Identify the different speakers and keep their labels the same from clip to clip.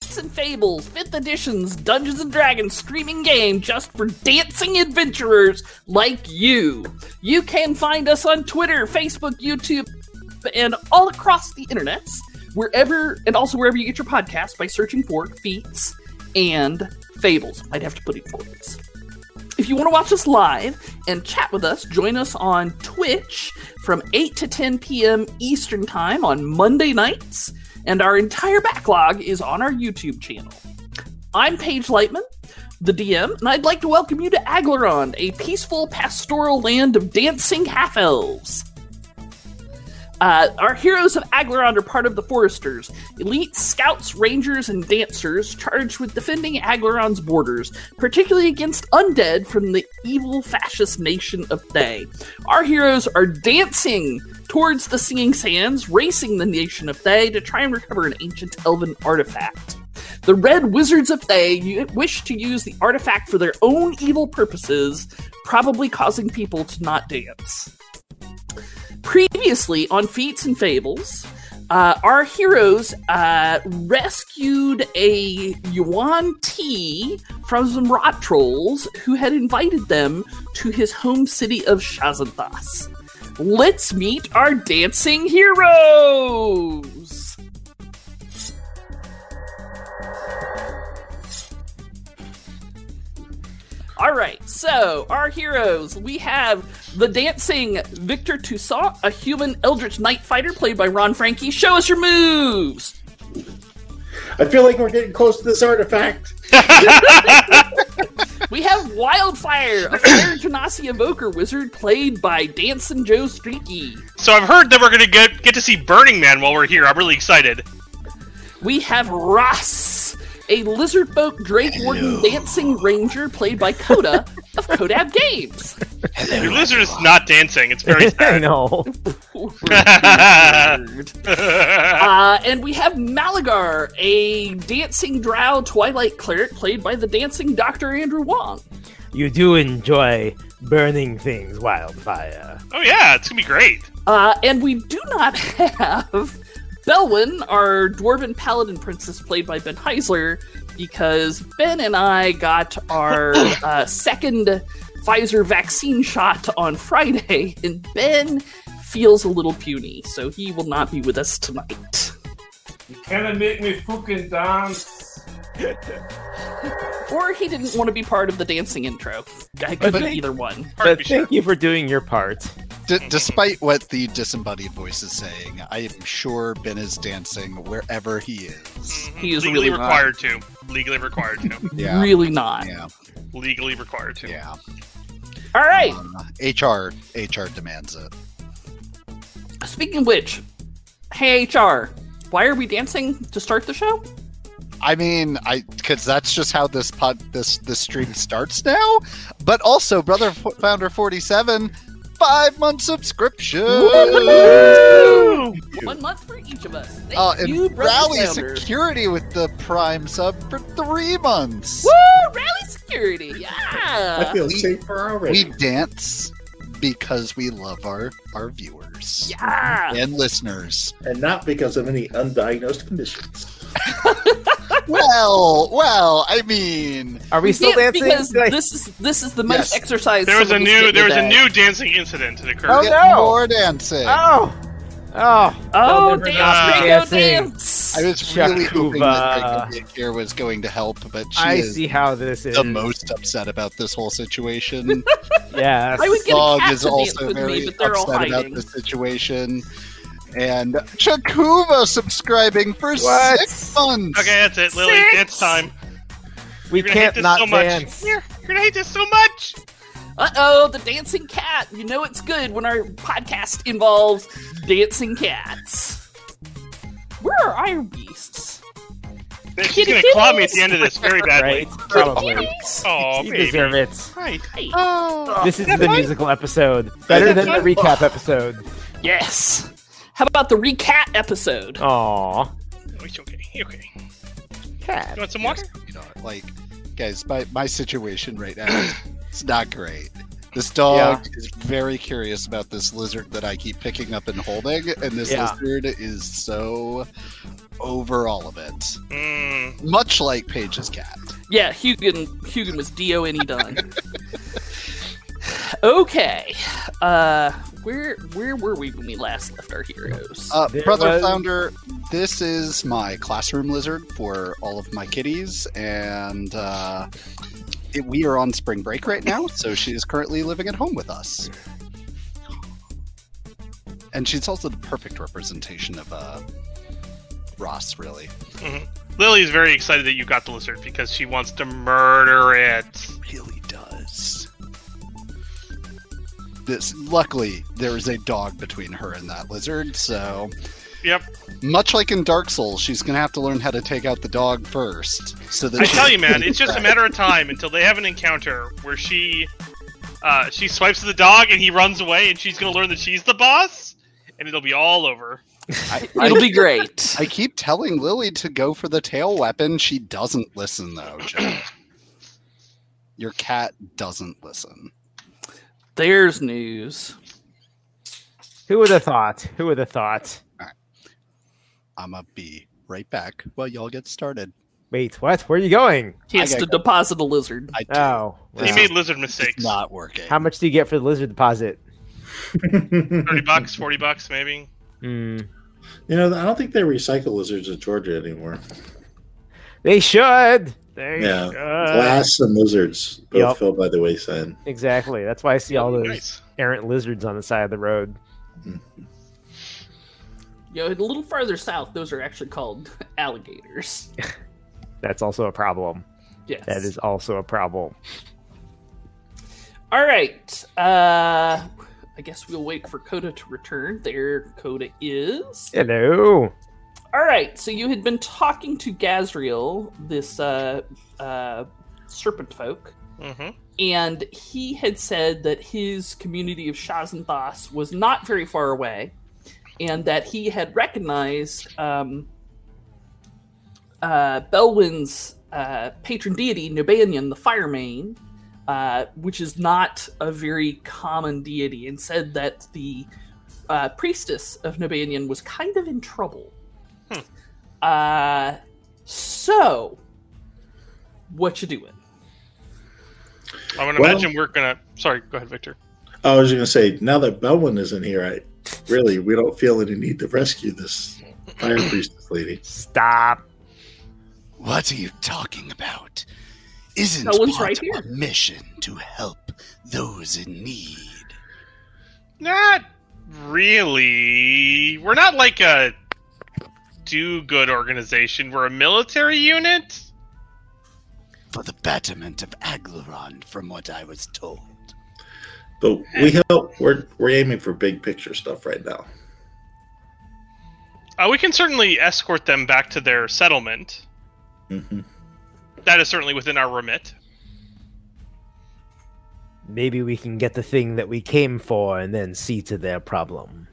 Speaker 1: Beasts and Fables, 5th Edition's Dungeons and Dragons streaming game just for dancing adventurers like you. You can find us on Twitter, Facebook, YouTube, and all across the internet, wherever, and also wherever you get your podcast by searching for Feats and Fables. I'd have to put in quotes. If you want to watch us live and chat with us, join us on Twitch from 8 to 10 p.m. Eastern Time on Monday nights, and our entire backlog is on our YouTube channel. I'm Paige Lightman, the DM, and I'd like to welcome you to Aglarond, a peaceful pastoral land of dancing half elves. Uh, our heroes of Aglarond are part of the Foresters, elite scouts, rangers, and dancers charged with defending Aglarond's borders, particularly against undead from the evil fascist nation of Thay. Our heroes are dancing towards the Singing Sands, racing the nation of Thay to try and recover an ancient elven artifact. The Red Wizards of Thay u- wish to use the artifact for their own evil purposes, probably causing people to not dance previously on Feats and Fables, uh, our heroes uh, rescued a Yuan Ti from some rot trolls who had invited them to his home city of Shazanthas. Let's meet our dancing heroes! All right, so our heroes we have the dancing Victor Toussaint, a human eldritch knight fighter played by Ron Frankie. Show us your moves.
Speaker 2: I feel like we're getting close to this artifact.
Speaker 1: We have Wildfire, a fire genasi evoker wizard played by Dancing Joe Streaky.
Speaker 3: So I've heard that we're gonna get get to see Burning Man while we're here. I'm really excited.
Speaker 1: We have Ross, a lizard folk Drake Warden dancing ranger played by Coda of Kodab Games.
Speaker 3: Your lizard is not dancing. It's very
Speaker 4: I
Speaker 3: sad.
Speaker 4: know.
Speaker 1: Weird. Uh, and we have Malagar, a dancing drow twilight cleric played by the dancing Dr. Andrew Wong.
Speaker 4: You do enjoy burning things, wildfire.
Speaker 3: oh yeah, it's gonna be great.
Speaker 1: Uh, and we do not have Belwyn, our dwarven paladin princess played by Ben Heisler, because Ben and I got our uh, second Pfizer vaccine shot on Friday, and Ben feels a little puny, so he will not be with us tonight.
Speaker 5: You cannot make me fucking dance.
Speaker 1: Or he didn't want to be part of the dancing intro. I could
Speaker 6: But-
Speaker 1: be either one.
Speaker 3: Hard to be
Speaker 4: But
Speaker 3: sure.
Speaker 4: thank you for doing your part.
Speaker 6: D- despite what the disembodied voice is saying, I am sure Ben is dancing wherever he is.
Speaker 1: He is
Speaker 3: legally
Speaker 1: really
Speaker 3: required to. Legally required to.
Speaker 6: Yeah.
Speaker 1: Really not.
Speaker 6: Yeah,
Speaker 3: legally required to.
Speaker 6: yeah.
Speaker 1: All right.
Speaker 6: Um, HR, HR demands it.
Speaker 1: Speaking of which, hey HR, why are we dancing to start the show?
Speaker 6: I mean, I because that's just how this pod, this this stream starts now. But also, brother F- founder forty seven, five month subscription.
Speaker 1: One month for each of us. Thank
Speaker 6: Oh, and
Speaker 1: you, brother
Speaker 6: rally
Speaker 1: founder.
Speaker 6: security with the prime sub for three months.
Speaker 1: Woo! Rally security.
Speaker 2: I
Speaker 1: Yeah.
Speaker 2: feel safer
Speaker 6: We
Speaker 2: already.
Speaker 6: dance because we love our our viewers
Speaker 1: Yeah.
Speaker 6: and listeners.
Speaker 2: and not because of any undiagnosed conditions.
Speaker 6: well, well, I mean,
Speaker 4: Are we still
Speaker 1: Yeah,
Speaker 4: dancing?
Speaker 1: Because
Speaker 4: Did I-
Speaker 1: this is this is the most
Speaker 6: Yes.
Speaker 1: exercise.
Speaker 3: There was a
Speaker 1: some of us
Speaker 3: new
Speaker 1: get
Speaker 3: there was a
Speaker 1: today.
Speaker 3: new dancing incident that
Speaker 4: Oh,
Speaker 3: occurred.
Speaker 6: get
Speaker 4: no!
Speaker 6: more dancing.
Speaker 4: Oh, oh,
Speaker 1: Oh,
Speaker 4: They'll never
Speaker 1: dance,
Speaker 3: not
Speaker 4: be
Speaker 1: Ringo,
Speaker 4: dancing.
Speaker 1: dance.
Speaker 6: I was really hoping
Speaker 4: Shakuva.
Speaker 6: that Megan here was going to help, but she
Speaker 4: I
Speaker 6: is
Speaker 4: see how this is.
Speaker 6: the most upset about this whole situation.
Speaker 4: Yes.
Speaker 1: I would get a
Speaker 6: Dog
Speaker 1: cat
Speaker 6: is
Speaker 1: to dance
Speaker 6: also
Speaker 1: with me,
Speaker 6: very
Speaker 1: but they're all
Speaker 6: upset about
Speaker 1: hiding.
Speaker 6: the situation. And Shakuva subscribing for
Speaker 4: What?
Speaker 6: six months.
Speaker 3: Okay, that's it, Lily.
Speaker 1: Six.
Speaker 3: Dance time.
Speaker 4: we
Speaker 3: You're gonna hate
Speaker 4: can't
Speaker 3: this
Speaker 4: not
Speaker 3: so much.
Speaker 4: dance.
Speaker 3: You're, you're gonna hate this so much.
Speaker 1: Uh oh, the dancing cat. You know it's good when our podcast involves dancing cats. Where are our beasts?
Speaker 3: She's gonna claw me at the end of this very badly.
Speaker 4: Right? Probably.
Speaker 1: Kitties.
Speaker 3: Oh,
Speaker 4: you
Speaker 3: baby.
Speaker 4: deserve it.
Speaker 3: Right.
Speaker 1: Hey,
Speaker 4: This is the musical episode. Better than the recap episode.
Speaker 1: Yes. How about the recat episode?
Speaker 4: Aw.
Speaker 3: Oh, it's okay. Okay.
Speaker 6: Oh,
Speaker 4: Cat.
Speaker 3: You want some water?
Speaker 6: You know, like, guys, my, my situation right now is it's not great. This dog is very curious about this lizard that I keep picking up and holding, and this
Speaker 4: Yeah.
Speaker 6: lizard is so over all of it.
Speaker 3: Mm. Mm.
Speaker 6: much like Paige's cat.
Speaker 1: Yeah, Hugin Hugin was D O N E Don. Okay. Uh where where were we when we last left our heroes?
Speaker 6: Uh,
Speaker 4: There
Speaker 6: Brother
Speaker 4: was-
Speaker 6: Flounder, this is my classroom lizard for all of my kitties, and uh, it- we are on spring break right now, so she is currently living at home with us. And she's also the perfect representation of uh, Ross, really.
Speaker 3: Lily's very excited that you got the lizard because she wants to murder it.
Speaker 6: Really does. This luckily there is a dog between her and that lizard, so
Speaker 3: Yep.
Speaker 6: much like in Dark Souls, she's gonna have to learn how to take out the dog first. So that
Speaker 3: I
Speaker 6: she-
Speaker 3: tell you, man, it's just a matter of time until they have an encounter where she, uh, she swipes the dog and he runs away, and she's gonna learn that she's the boss, and it'll be all over.
Speaker 6: I,
Speaker 1: It'll
Speaker 6: I,
Speaker 1: be great.
Speaker 6: I keep telling Lily to go for the tail weapon. She doesn't listen, though. Joe. Your cat doesn't listen.
Speaker 1: There's news.
Speaker 4: Who would have thought? Who would have thought?
Speaker 6: I'ma be right back while y'all get started.
Speaker 4: Wait, what? Where are you going?
Speaker 1: He has to
Speaker 6: I gotta
Speaker 1: deposit a lizard.
Speaker 6: I do.
Speaker 4: Oh,
Speaker 3: He
Speaker 6: Yeah.
Speaker 4: wow.
Speaker 3: made lizard
Speaker 6: it's
Speaker 3: mistakes.
Speaker 6: not working.
Speaker 4: how much do you get for the lizard deposit?
Speaker 3: Thirty bucks, forty bucks, maybe.
Speaker 4: Hmm.
Speaker 2: You know, I don't think they recycle lizards in Georgia anymore.
Speaker 4: They should. They
Speaker 2: Yeah.
Speaker 4: should.
Speaker 2: Glass and lizards both
Speaker 4: Uh, Yep.
Speaker 2: fell by the wayside.
Speaker 4: Exactly. That's why I see all those
Speaker 3: Nice.
Speaker 4: errant lizards on the side of the road.
Speaker 1: You know, a little farther south, those are actually called alligators.
Speaker 4: That's also a problem.
Speaker 1: Yes.
Speaker 4: That is also a problem.
Speaker 1: All right. Uh I guess we'll wait for Coda to return. There Coda is.
Speaker 4: Hello.
Speaker 1: All right. So you had been talking to Gazriel, this uh uh serpent folk.
Speaker 3: hmm
Speaker 1: and he had said that his community of Shazenbas was not very far away, and that he had recognized um, uh, Belwyn's uh, patron deity, Nubanian, the Fire Main, uh, which is not a very common deity, and said that the uh, priestess of Nubanian was kind of in trouble.
Speaker 3: Hmm.
Speaker 1: Uh, so, what you doing?
Speaker 3: I would
Speaker 2: Well-
Speaker 3: imagine we're gonna. Sorry, go ahead, Victor.
Speaker 2: I was going to say, now that Belwin isn't here, I really we don't feel any need to rescue this fire priestess lady.
Speaker 4: Stop.
Speaker 6: What are you talking about? Isn't
Speaker 1: No one's
Speaker 6: part
Speaker 1: right
Speaker 6: of
Speaker 1: here.
Speaker 6: a mission to help those in need?
Speaker 3: Not really. We're not like a do-good organization. We're a military unit.
Speaker 6: For the betterment of Aglaron, from what I was told.
Speaker 2: But we help. We're we're aiming for big picture stuff right now.
Speaker 3: Uh, we can certainly escort them back to their settlement.
Speaker 6: Mm-hmm.
Speaker 2: hmm
Speaker 3: That is certainly within our remit.
Speaker 4: Maybe we can get the thing that we came for and then see to their problem.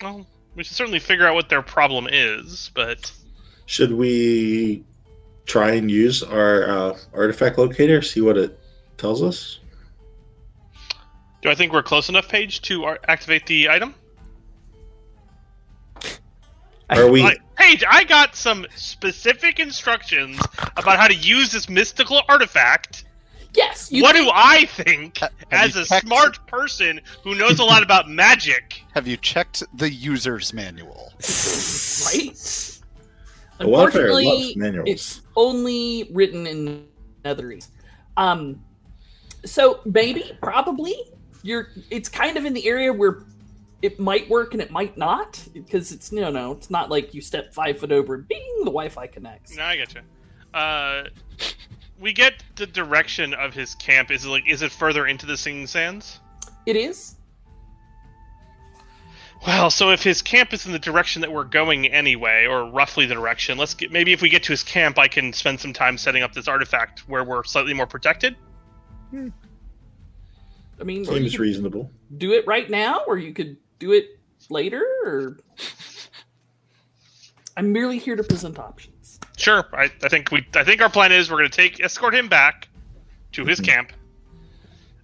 Speaker 3: Well, we should certainly figure out what their problem is, but
Speaker 2: Should we try and use our uh, artifact locator? See what it tells us.
Speaker 3: do I think we're close enough, Paige, to ar- activate the item?
Speaker 2: Are we?
Speaker 3: Like, Paige, I got some specific instructions about how to use this mystical artifact.
Speaker 1: Yes, you
Speaker 3: what do I think,
Speaker 6: Ha- have
Speaker 3: as
Speaker 6: you
Speaker 3: a
Speaker 6: checked-
Speaker 3: smart person who knows a lot about magic?
Speaker 6: Have you checked the user's manual?
Speaker 1: right?
Speaker 2: The welfare loves
Speaker 1: Unfortunately,
Speaker 2: manuals.
Speaker 1: it's only written in Netherese. Um, so maybe, probably, you're. It's kind of in the area where it might work and it might not because it's no, no. It's not like you step five foot over and bing, the Wi-Fi connects.
Speaker 3: No, I gotcha. Uh, we get the direction of his camp. Is it like is it further into the Singing Sands?
Speaker 1: It is.
Speaker 3: Well, so if his camp is in the direction that we're going anyway, or roughly the direction, let's get maybe if we get to his camp, I can spend some time setting up this artifact where we're slightly more protected.
Speaker 1: I mean, you
Speaker 2: Seems
Speaker 1: could
Speaker 2: reasonable.
Speaker 1: do it right now, or you could do it later. Or I'm merely here to present options.
Speaker 3: Sure, I, I think we I think our plan is we're gonna take escort him back to his
Speaker 2: Mhm.
Speaker 3: camp,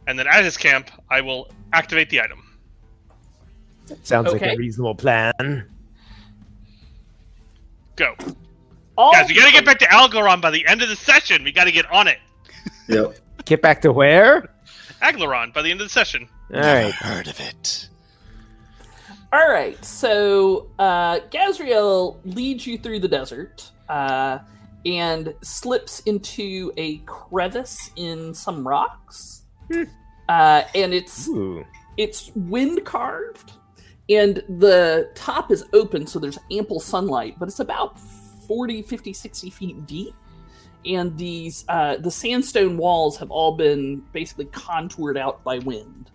Speaker 3: and then at his camp, I will activate the item.
Speaker 4: Sounds like
Speaker 1: Okay.
Speaker 4: a reasonable plan.
Speaker 3: Go.
Speaker 1: All
Speaker 3: Guys, we gotta get back to Alglaron by the end of the session. We gotta get on it.
Speaker 2: Yep.
Speaker 4: Get back to where?
Speaker 3: Aglaron by the end of the session.
Speaker 4: All right.
Speaker 5: heard of it.
Speaker 1: All right, so uh, Gazriel leads you through the desert uh, and slips into a crevice in some rocks, uh, and it's
Speaker 4: Ooh.
Speaker 1: it's wind carved, and the top is open, so there's ample sunlight, but it's about 40, 50, 60 feet deep. And these uh, the sandstone walls have all been basically contoured out by wind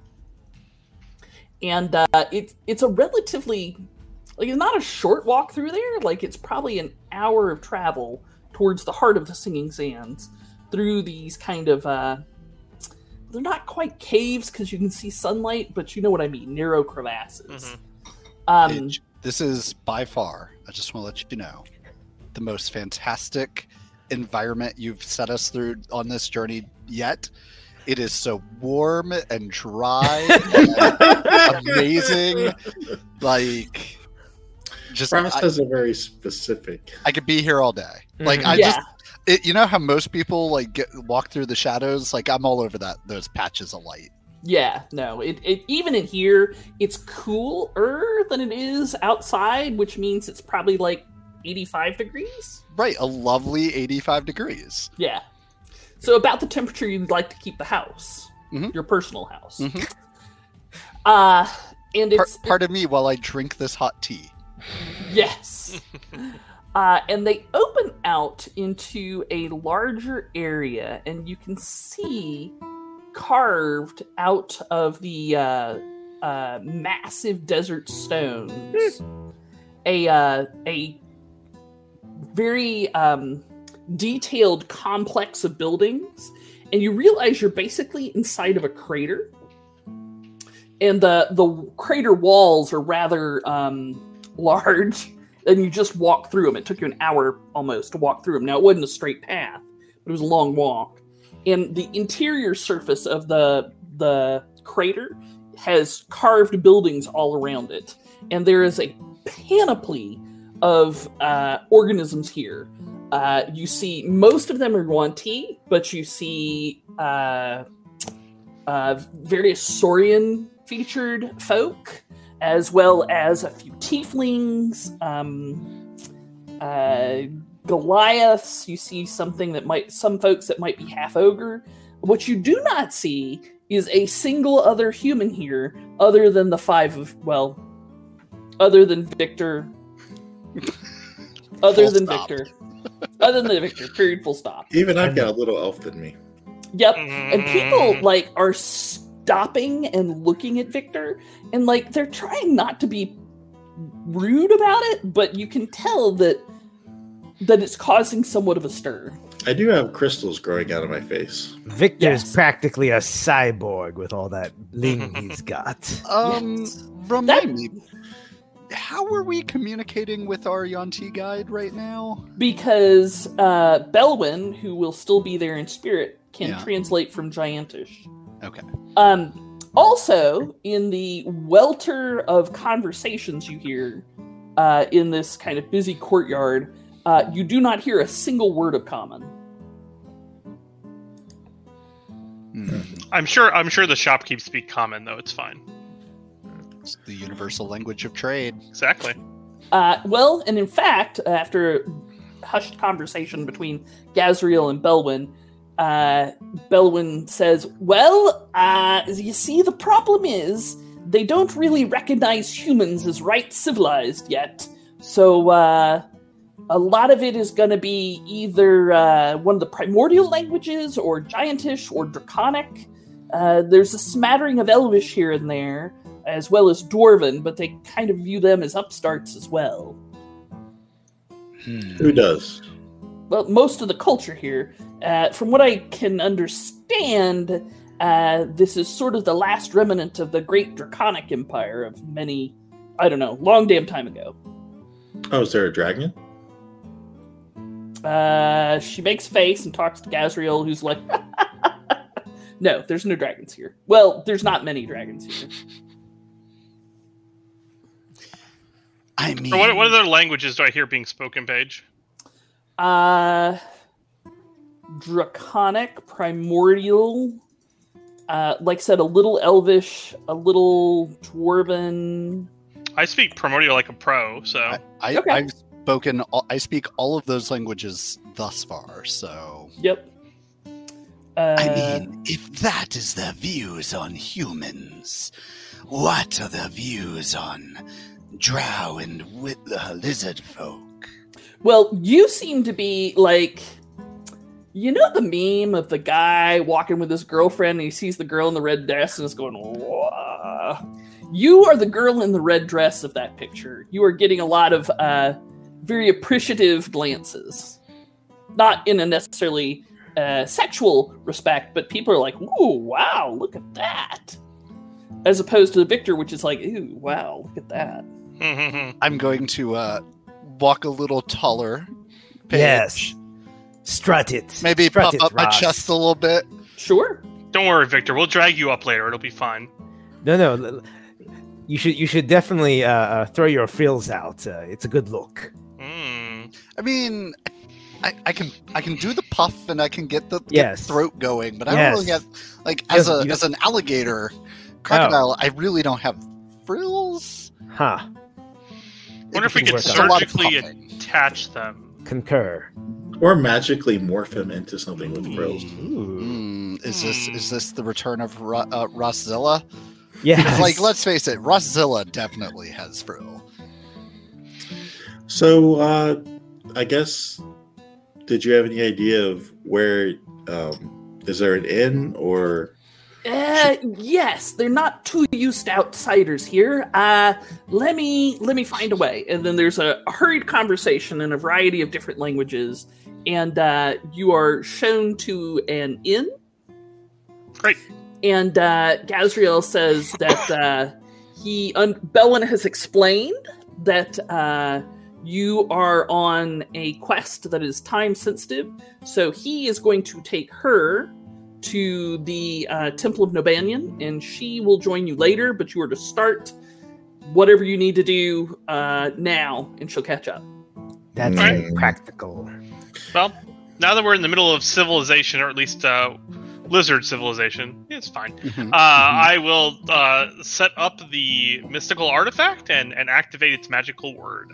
Speaker 1: and uh, it's it's a relatively like it's not a short walk through there. Like it's probably an hour of travel towards the heart of the Singing Sands through these kind of uh, they're not quite caves because you can see sunlight, but you know what I mean, narrow crevasses.
Speaker 3: Mhm.
Speaker 1: Um,
Speaker 5: It- this is by far, I just want to let you know, the most fantastic environment you've set us through on this journey yet. It is so warm and dry, and amazing. Like, just
Speaker 2: Frost
Speaker 5: I,
Speaker 2: has a very specific.
Speaker 5: I could be here all day. Like, I
Speaker 1: yeah,
Speaker 5: just, it, you know how most people like get, walk through the shadows. Like, I'm all over that those patches of light.
Speaker 1: yeah, no. It, it even in here, it's cooler than it is outside, which means it's probably like eighty-five degrees.
Speaker 5: Right, a lovely 85 degrees.
Speaker 1: Yeah. So about the temperature you'd like to keep the house,
Speaker 5: Mhm.
Speaker 1: your personal house.
Speaker 5: Mhm.
Speaker 1: Uh, and
Speaker 5: Part,
Speaker 1: it's
Speaker 5: part of me while I drink this hot tea.
Speaker 1: yes. uh, and they open out into a larger area, and you can see carved out of the uh, uh, massive desert stones a uh, a very um, detailed complex of buildings, and you realize you're basically inside of a crater. And the the crater walls are rather um, large and you just walk through them. It took you an hour almost to walk through them. Now it wasn't a straight path, but it was a long walk. And the interior surface of the the crater has carved buildings all around it, and there is a panoply of uh, organisms here. Uh, you see, most of them are Guanti, but you see uh, uh, various Saurian featured folk as well as a few tieflings, um, uh, Goliaths. You see something that might, some folks that might be half ogre. What you do not see is a single other human here, other than the five of, well, other than Victor. other
Speaker 5: Full
Speaker 1: than
Speaker 5: stop.
Speaker 1: Victor. Other than Victor, period, full stop.
Speaker 2: Even I've got a little elf in me.
Speaker 1: Yep and
Speaker 3: And
Speaker 1: people
Speaker 3: Mm. Mm-hmm.
Speaker 1: like are stopping and looking at Victor and like they're trying not to be rude about it, but you can tell that that it's causing somewhat of a stir.
Speaker 2: I do have crystals growing out of my face.
Speaker 4: Victor's
Speaker 1: Yes.
Speaker 4: practically a cyborg with all that ling he's got.
Speaker 5: Um,
Speaker 1: Yes.
Speaker 5: remind
Speaker 1: That-
Speaker 5: me, how are we communicating with our Yonti guide right now?
Speaker 1: Because uh Belwyn, who will still be there in spirit, can
Speaker 5: Yeah.
Speaker 1: translate from giantish.
Speaker 5: Okay.
Speaker 1: Um also in the welter of conversations you hear uh, in this kind of busy courtyard, uh, you do not hear a single word of common.
Speaker 5: Hmm,
Speaker 3: I'm sure I'm sure the shopkeep speak common though, it's fine.
Speaker 5: It's the universal language of trade.
Speaker 3: Exactly.
Speaker 1: Uh, well, and in fact, uh, after a hushed conversation between Gazriel and Belwyn, uh, Belwyn says, Well, uh, you see, the problem is they don't really recognize humans as right civilized yet. So uh, a lot of it is going to be either uh, one of the primordial languages, or giantish, or draconic. Uh, there's a smattering of elvish here and there as well as Dwarven, but they kind of view them as upstarts as well.
Speaker 3: Hmm.
Speaker 5: Hmm.
Speaker 2: Who does?
Speaker 1: Well, most of the culture here, uh, from what I can understand, uh, this is sort of the last remnant of the great Draconic Empire of many, I don't know, long damn time ago.
Speaker 2: Oh, is there a dragon?
Speaker 1: Uh, she makes face and talks to Gazriel, who's like, No, there's no dragons here. Well, there's not many dragons here.
Speaker 5: I mean,
Speaker 3: So what, what other languages do I hear being spoken, Paige?
Speaker 1: Uh, draconic, primordial. Uh, like I said, a little elvish, a little dwarven.
Speaker 3: I speak primordial like a pro, so
Speaker 5: I, I,
Speaker 1: Okay.
Speaker 5: I've spoken. all- I speak all of those languages thus far. So
Speaker 1: Yep. Uh,
Speaker 5: I mean, if that is their views on humans, what are their views on drow and with the lizard folk?
Speaker 1: Well, you seem to be like, you know, the meme of the guy walking with his girlfriend and he sees the girl in the red dress and is going, "Wah." you are the girl in the red dress of that picture. You are getting a lot of uh, very appreciative glances, not in a necessarily uh, sexual respect, but people are like, "Ooh, wow, look at that," as opposed to the Victor, which is like, "Ooh, wow, look at that."
Speaker 5: I'm going to uh, walk a little taller. Paige.
Speaker 4: Yes. Strut it.
Speaker 5: Maybe
Speaker 4: Strut
Speaker 5: pop
Speaker 4: it,
Speaker 5: up my
Speaker 4: Ross.
Speaker 5: chest a little bit.
Speaker 1: Sure.
Speaker 3: don't worry, Victor. We'll drag you up later. It'll be fine.
Speaker 4: No, no. l- You should you should definitely uh, uh, throw your frills out. Uh, it's a good look.
Speaker 3: Mm.
Speaker 5: I mean, I, I can I can do the puff and I can get the, get
Speaker 4: Yes.
Speaker 5: the throat going, but I
Speaker 4: Yes.
Speaker 5: don't really have like
Speaker 4: Yes,
Speaker 5: as a
Speaker 4: you- Oh.
Speaker 5: as an alligator crocodile. I really don't have frills.
Speaker 4: Huh.
Speaker 3: Wonder if we
Speaker 4: It
Speaker 3: could
Speaker 4: works out.
Speaker 3: surgically
Speaker 5: puffing.
Speaker 3: attach them.
Speaker 4: Concur.
Speaker 2: Or magically morph him into something with frills.
Speaker 4: Ooh.
Speaker 5: Mm, is this
Speaker 3: Hmm.
Speaker 5: is this the return of Ro- uh, Rosszilla?
Speaker 4: Yes.
Speaker 5: Like, let's face it, Rosszilla definitely has frill.
Speaker 2: So, uh, I guess, did you have any idea of where? Um, is there an inn or?
Speaker 1: Uh, yes, they're not too used to outsiders here. Uh, let me let me find a way. And then there's a, a hurried conversation in a variety of different languages, and uh, you are shown to an inn.
Speaker 3: Great.
Speaker 1: And uh, Gazriel says that uh, he un- Bellin has explained that uh, you are on a quest that is time sensitive, so he is going to take her to the uh, Temple of Nobanion, and she will join you later. But you are to start whatever you need to do uh, now, and she'll catch up.
Speaker 4: That's
Speaker 3: Hmm.
Speaker 2: Alright.
Speaker 4: practical.
Speaker 3: Well, now that we're in the middle of civilization, or at least uh, lizard civilization, it's fine. Uh, I will uh, set up the mystical artifact and, and activate its magical word.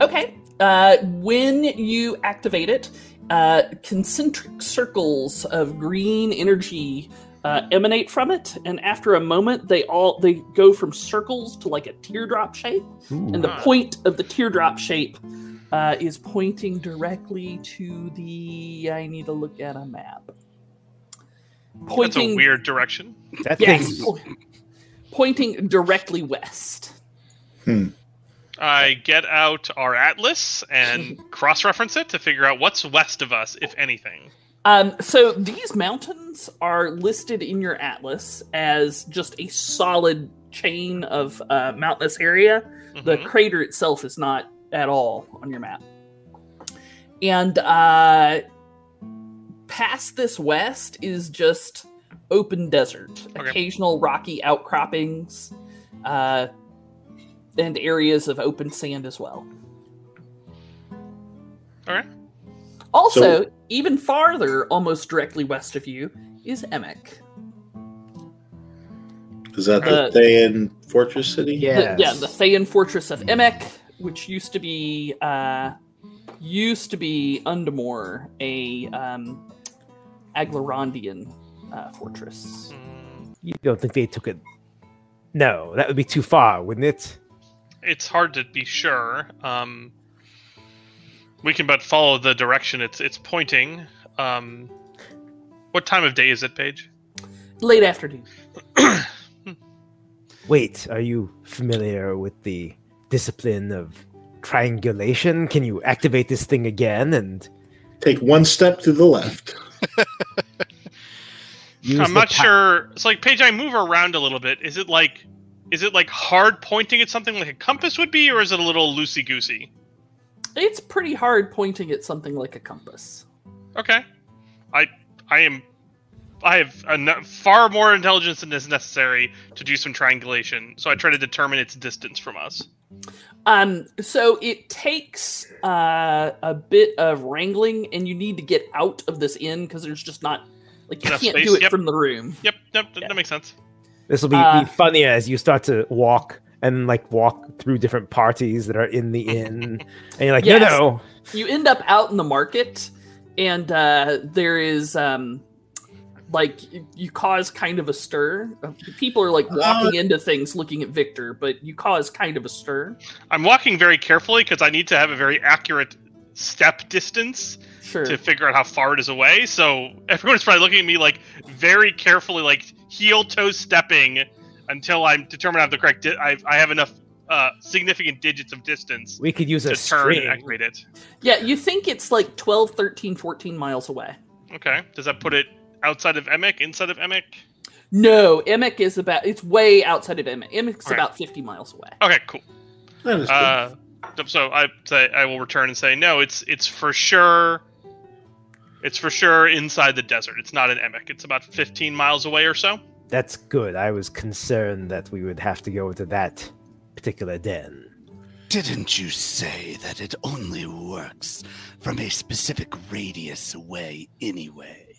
Speaker 1: Okay. Uh, when you activate it, uh, concentric circles of green energy uh, emanate from it, and after a moment, they all they go from circles to like a teardrop shape, and the
Speaker 3: Ah.
Speaker 1: point of the teardrop shape uh, is pointing directly to the. I need to look at a map.
Speaker 3: That's
Speaker 1: Pointing
Speaker 3: a weird direction.
Speaker 4: That
Speaker 1: yes,
Speaker 4: thing.
Speaker 1: po- pointing directly west.
Speaker 3: I get out our atlas and cross reference it to figure out what's west of us, if anything.
Speaker 1: Um, so these mountains are listed in your atlas as just a solid chain of uh, mountainous area. The
Speaker 3: Mhm.
Speaker 1: crater itself is not at all on your map. And uh, past this west is just open desert,
Speaker 3: Okay.
Speaker 1: occasional rocky outcroppings, uh, and areas of open sand as well.
Speaker 3: Alright.
Speaker 1: Also, even farther, almost directly west of you, is Emek.
Speaker 2: Is that the
Speaker 1: Uh,
Speaker 2: Thayan Fortress City?
Speaker 1: The-
Speaker 4: Yes.
Speaker 1: yeah, the Thean fortress of Emek, which used to be uh, used to be Undamore, a um, Aglarondian uh, fortress.
Speaker 3: Mm,
Speaker 4: You don't think they took it? No, that would be too far, wouldn't it?
Speaker 3: It's hard to be sure. Um, we can but follow the direction it's it's pointing. Um, what time of day is it, Paige?
Speaker 1: Late afternoon.
Speaker 4: Wait, are you familiar with the discipline of triangulation? Can you activate this thing again and
Speaker 2: Take one step to the left.
Speaker 4: use
Speaker 3: I'm
Speaker 4: the
Speaker 3: not
Speaker 4: pa-
Speaker 3: sure. It's like Paige. I move around a little bit. Is it like, is it like hard pointing at something like a compass would be, or is it a little loosey goosey?
Speaker 1: It's pretty hard pointing at something like a compass.
Speaker 3: Okay, I I am I have enough, far more intelligence than is necessary to do some triangulation. So I try to determine its distance from us.
Speaker 1: Um, so it takes uh, a bit of wrangling, and you need to get out of this inn because there's just not like you
Speaker 3: Enough
Speaker 1: can't
Speaker 3: space,
Speaker 1: do it
Speaker 3: yep.
Speaker 1: from the room.
Speaker 3: Yep, yep, that-
Speaker 1: Yeah.
Speaker 3: that makes sense.
Speaker 4: This will be,
Speaker 1: Uh,
Speaker 4: be funny as you start to walk and like walk through different parties that are in the inn, and you're like,
Speaker 1: Yes.
Speaker 4: no, no,
Speaker 1: You end up out in the market, and uh, there is um, like you, you cause kind of a stir. People are like walking into things, looking at Victor, but you cause kind of a stir.
Speaker 3: I'm walking very carefully because I need to have a very accurate step distance
Speaker 1: Sure.
Speaker 3: to figure out how far it is away. So everyone's probably looking at me like very carefully, like heel toe stepping until I'm determined I have the correct. Di- I, I have enough uh, significant digits of distance
Speaker 4: we could use a
Speaker 3: to turn and
Speaker 4: string.
Speaker 3: activate it.
Speaker 1: Yeah, you think it's like 12, 13, 14 miles away.
Speaker 3: Okay, does that put it outside of Emic? Inside of E Emic?
Speaker 1: No, Emic is about, it's way outside of Emic. Emic's
Speaker 3: Right.
Speaker 1: about 50 miles away.
Speaker 3: Okay, cool.
Speaker 2: That is
Speaker 3: Uh, so I say I will return and say no. It's it's for sure. It's for sure inside the desert. It's not in Emic. It's about 15 miles away or so.
Speaker 4: That's good. I was concerned that we would have to go to that particular den.
Speaker 5: Didn't you say that it only works from a specific radius away anyway?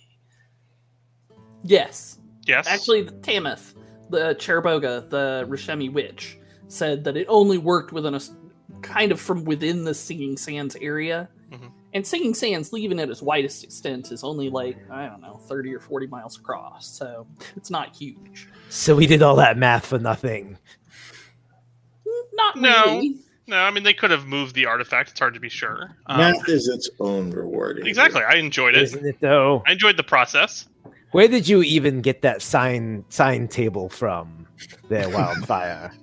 Speaker 1: Yes.
Speaker 3: Yes.
Speaker 1: Actually, Tamith, the Cherboga, the Rishemi witch, said that it only worked within a s- kind of from within the Singing Sands area.
Speaker 3: Mhm.
Speaker 1: And Singing Sands, leaving at its widest extent, is only like, I don't know, 30 or 40 miles across. So it's not huge.
Speaker 4: So we did all that math for nothing.
Speaker 1: Not
Speaker 3: No.
Speaker 1: really.
Speaker 3: no. I mean, they could have moved the artifact. It's hard to be sure. Um,
Speaker 2: math is its own reward. Andrew.
Speaker 3: exactly. I enjoyed it.
Speaker 4: Isn't it though?
Speaker 3: I enjoyed the process.
Speaker 4: Where did you even get that sign sign table from? There, wildfire.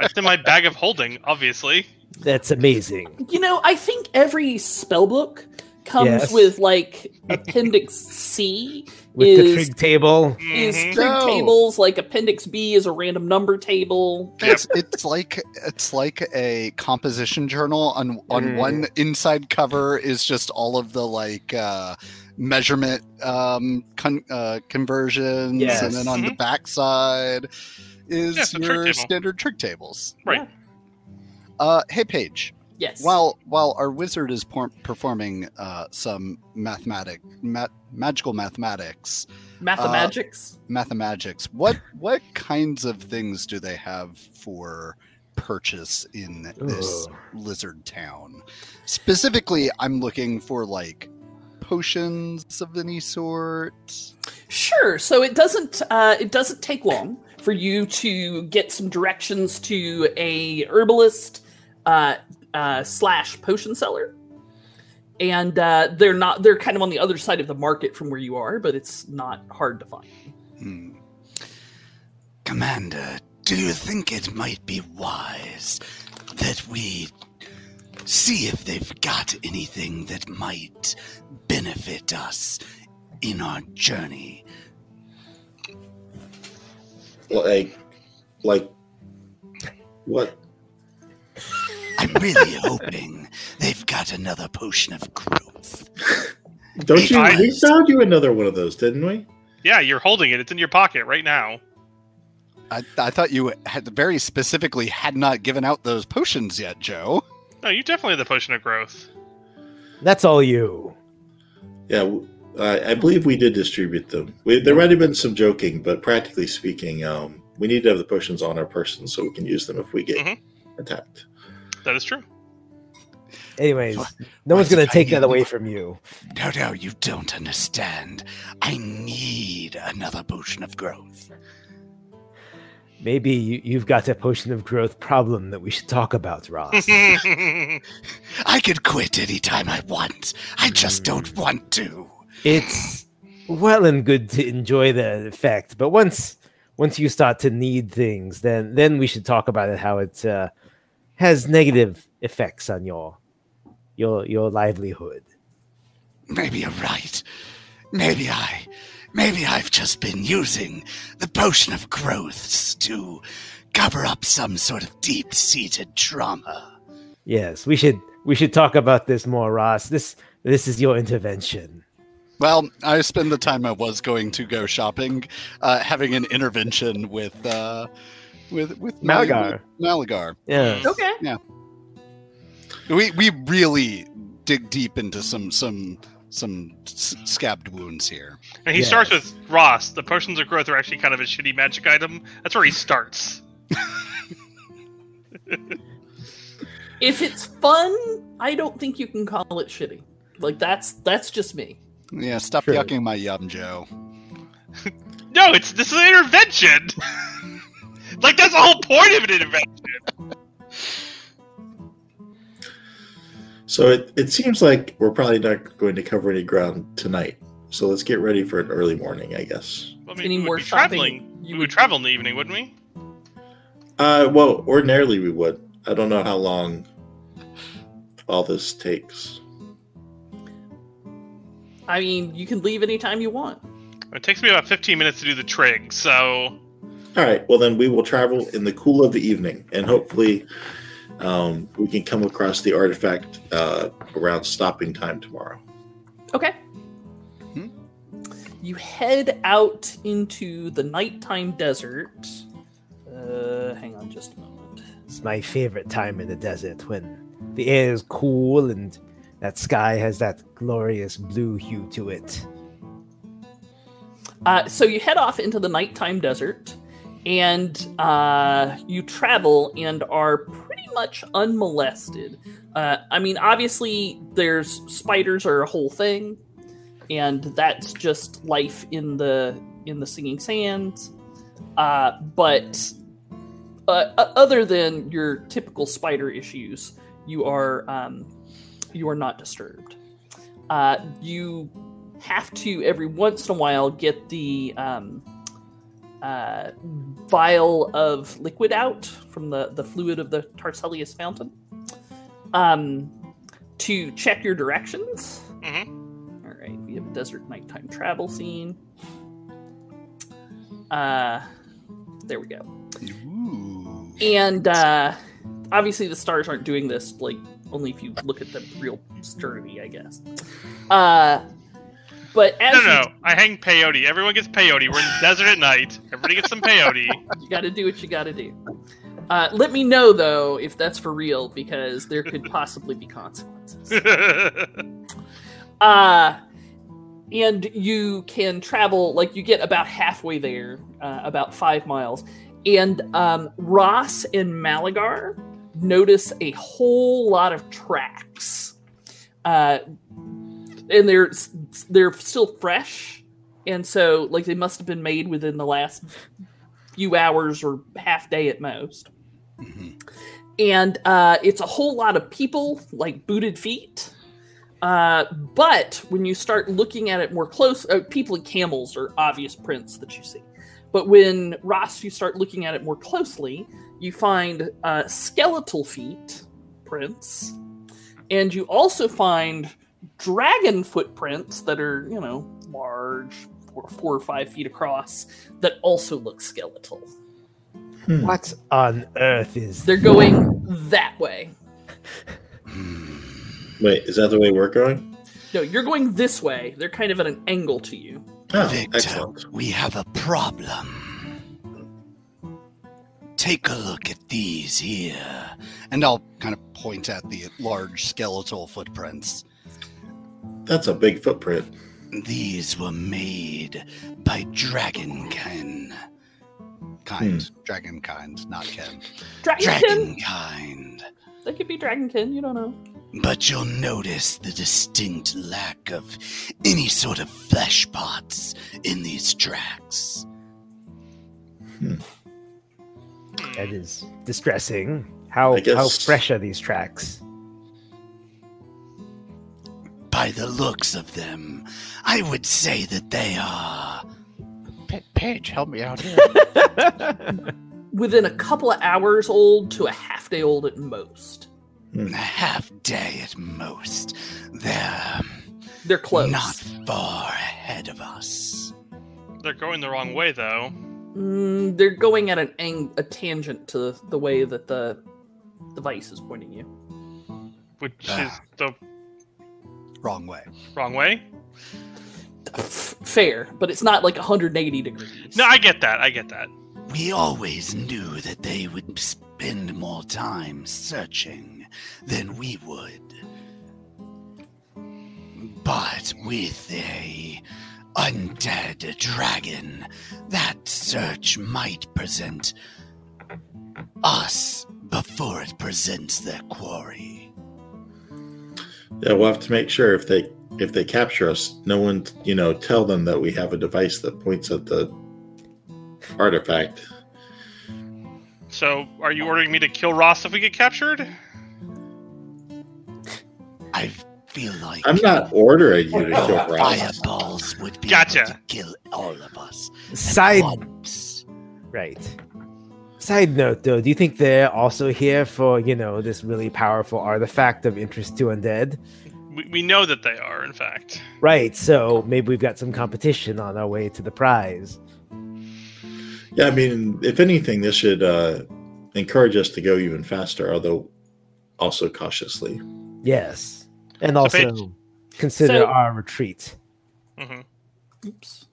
Speaker 3: It's in my bag of holding, obviously.
Speaker 4: That's amazing.
Speaker 1: You know, I think every spell book comes
Speaker 4: Yes.
Speaker 1: with like Appendix C
Speaker 4: With the
Speaker 1: is
Speaker 4: trig table,
Speaker 1: is
Speaker 3: Mhm.
Speaker 1: trig
Speaker 5: No.
Speaker 1: tables like Appendix B is a random number table.
Speaker 5: It's, it's like it's like a composition journal. On on
Speaker 4: Mm.
Speaker 5: one inside cover is just all of the like uh, measurement um, con- uh, conversions, and
Speaker 4: Yes.
Speaker 5: then on the back side is
Speaker 3: Yeah, it's a trig
Speaker 5: your
Speaker 3: table.
Speaker 5: standard trick tables.
Speaker 3: Right.
Speaker 5: Uh, hey, Paige.
Speaker 1: Yes.
Speaker 5: While while our wizard is por- performing uh, some mathematic ma- magical mathematics
Speaker 1: Mathemagics.
Speaker 5: mathemagics, what what kinds of things do they have for purchase in this
Speaker 4: Ugh.
Speaker 5: lizard town? Specifically, I'm looking for like potions of any sort.
Speaker 1: sure. So it doesn't uh, it doesn't take long for you to get some directions to a herbalist uh, uh, slash potion seller. And uh, they're not they're kind of on the other side of the market from where you are, but it's not hard to find.
Speaker 5: Hmm. Commander, do you think it might be wise that we see if they've got anything that might benefit us in our journey?
Speaker 2: Like, like, what?
Speaker 5: I'm really hoping they've got another potion of growth.
Speaker 2: Don't you?
Speaker 3: I-
Speaker 2: we found you another one of those, didn't we?
Speaker 3: Yeah, you're holding it. It's in your pocket right now.
Speaker 5: I, I thought you had very specifically had not given out those potions yet, Joe.
Speaker 3: No, you definitely have the potion of growth.
Speaker 4: that's all you.
Speaker 2: Yeah, w- I, I believe we did distribute them. We, there might have been some joking, but practically speaking, um, we need to have the potions on our person so we can use them if we get
Speaker 3: Mhm.
Speaker 2: attacked.
Speaker 3: That is true.
Speaker 4: Anyways,
Speaker 5: What-
Speaker 4: no one's
Speaker 5: what's
Speaker 4: gonna take
Speaker 5: hiding?
Speaker 4: that away from you.
Speaker 5: No, no, you don't understand. I need another potion of growth.
Speaker 4: Maybe you, you've got a potion of growth problem that we should talk about, Ross.
Speaker 3: That's
Speaker 5: I could quit anytime I want. I just don't want to.
Speaker 4: it's well and good to enjoy the effect, but once once you start to need things, then then we should talk about it how it uh, has negative effects on your your your livelihood.
Speaker 5: Maybe you're right. Maybe I. Maybe I've just been using the potion of growths to cover up some sort of deep seated trauma.
Speaker 4: Yes, we should we should talk about this more, Ross. This this is your intervention.
Speaker 5: Well, I spent the time I was going to go shopping uh, having an intervention with uh, with with
Speaker 4: Malagar.
Speaker 5: Malagar.
Speaker 4: Yeah.
Speaker 1: Okay.
Speaker 5: We we really dig deep into some some some s- scabbed wounds here.
Speaker 3: And he
Speaker 4: Yes.
Speaker 3: starts with Ross. The potions of growth are actually kind of a shitty magic item. That's where he starts.
Speaker 1: If it's fun, I don't think you can call it shitty. Like that's that's just me.
Speaker 5: Yeah, stop
Speaker 4: Sure.
Speaker 5: yucking my yum, Joe.
Speaker 3: No, it's this is an intervention. like that's the whole point of an intervention.
Speaker 2: So it, it seems like we're probably not going to cover any ground tonight. So let's get ready for an early morning, I guess.
Speaker 3: Well, I
Speaker 1: Any
Speaker 3: we would
Speaker 1: more
Speaker 3: be
Speaker 1: shopping
Speaker 3: traveling.
Speaker 1: you
Speaker 3: we
Speaker 1: would-
Speaker 3: would travel in the evening, wouldn't we?
Speaker 2: Uh, well, ordinarily we would. I don't know how long all this takes.
Speaker 1: I mean, you can leave anytime you want.
Speaker 3: It takes me about 15 minutes to do the trig, so
Speaker 2: All right. Well, then we will travel in the cool of the evening, and hopefully, um, we can come across the artifact uh, around stopping time tomorrow.
Speaker 1: Okay.
Speaker 5: Hmm.
Speaker 1: You head out into the nighttime desert. Uh, hang on just a moment.
Speaker 4: It's my favorite time in the desert when the air is cool and that sky has that glorious blue hue to it.
Speaker 1: Uh, so you head off into the nighttime desert, and uh, you travel and are pretty much unmolested. Uh, I mean, obviously, there's spiders are a whole thing, and that's just life in the in the singing sands. Uh, but uh, o- other than your typical spider issues, you are um, you are not disturbed. Uh, you have to every once in a while get the um, uh, vial of liquid out from the, the fluid of the Tarsellius fountain um, to check your directions.
Speaker 3: Mm-hmm.
Speaker 1: All right, we have a desert nighttime travel scene. Uh, there we go.
Speaker 5: Ooh.
Speaker 1: And uh, obviously, the stars aren't doing this. Like only if you look at them real sturdy, I guess. Uh, but as
Speaker 3: no,
Speaker 1: you
Speaker 3: no. I hang peyote. Everyone gets peyote. We're in the desert at night. Everybody gets some peyote.
Speaker 1: You got to do what you got to do. Uh, let me know though if that's for real because there could possibly be consequences. Uh, and you can travel like you get about halfway there, uh, about five miles, and um, Ross and Malagar notice a whole lot of tracks, uh, and they're they're still fresh, and so like they must have been made within the last few hours or half day at most
Speaker 5: Mhm.
Speaker 1: and uh, it's a whole lot of people like booted feet uh, but when you start looking at it more close uh, people and camels are obvious prints that you see but when ross you start looking at it more closely you find uh, skeletal feet prints and you also find dragon footprints that are you know large four, four or five feet across that also look skeletal
Speaker 2: Hmm.
Speaker 4: What on earth is
Speaker 1: they're going that way
Speaker 2: Wait, is that the way we're going?
Speaker 1: No, you're going this way. They're kind of at an angle to you.
Speaker 2: Oh,
Speaker 5: Victor,
Speaker 2: excellent.
Speaker 5: we have a problem. Take a look at these here. And I'll kind of point at the large skeletal footprints.
Speaker 2: That's a big footprint.
Speaker 5: These were made by Dragonkin. Kind. Dragonkind, not Ken.
Speaker 1: Dragonkin?
Speaker 5: Dragonkind.
Speaker 1: That could be Dragonkin. You don't know.
Speaker 5: But you'll notice the distinct lack of any sort of flesh parts in these tracks.
Speaker 4: that is distressing? How
Speaker 2: I guess-
Speaker 4: how fresh are these tracks?
Speaker 5: By the looks of them, I would say that they are.
Speaker 6: Pa- Paige, help me out here.
Speaker 1: Within a couple of hours old to a half day old at most.
Speaker 5: a half day at most. They're
Speaker 1: They're close.
Speaker 5: not far ahead of us.
Speaker 3: They're going the wrong way, though.
Speaker 1: Mm, they're going at an ang- a tangent to the way that the device is pointing you.
Speaker 3: Which is
Speaker 5: Ah.
Speaker 3: the
Speaker 5: Wrong way.
Speaker 3: wrong way.
Speaker 1: F- fair, but it's not like 180 degrees.
Speaker 3: No, I get that. I get that.
Speaker 5: We always knew that they would spend more time searching than we would. But with a undead dragon, that search might present us before it presents their quarry.
Speaker 2: Yeah, we'll have to make sure if they if they capture us, no one you know tell them that we have a device that points at the artifact.
Speaker 3: So, are you ordering me to kill Ross if we get captured?
Speaker 5: I feel like
Speaker 2: I'm not ordering you to kill Ross.
Speaker 5: fireballs would be
Speaker 3: Gotcha.
Speaker 5: able to kill all of us. at
Speaker 4: Side
Speaker 5: once.
Speaker 4: right. Side note, though, do you think they're also here for you know this really powerful artifact of interest to undead?
Speaker 3: We, we know that they are, in fact.
Speaker 4: Right. So maybe we've got some competition on our way to the prize.
Speaker 2: Yeah, I mean, if anything, this should uh, encourage us to go even faster, although also cautiously.
Speaker 4: Yes, and also
Speaker 3: Paige-
Speaker 4: consider
Speaker 1: So-
Speaker 4: our retreat.
Speaker 3: Mhm.
Speaker 1: Oops.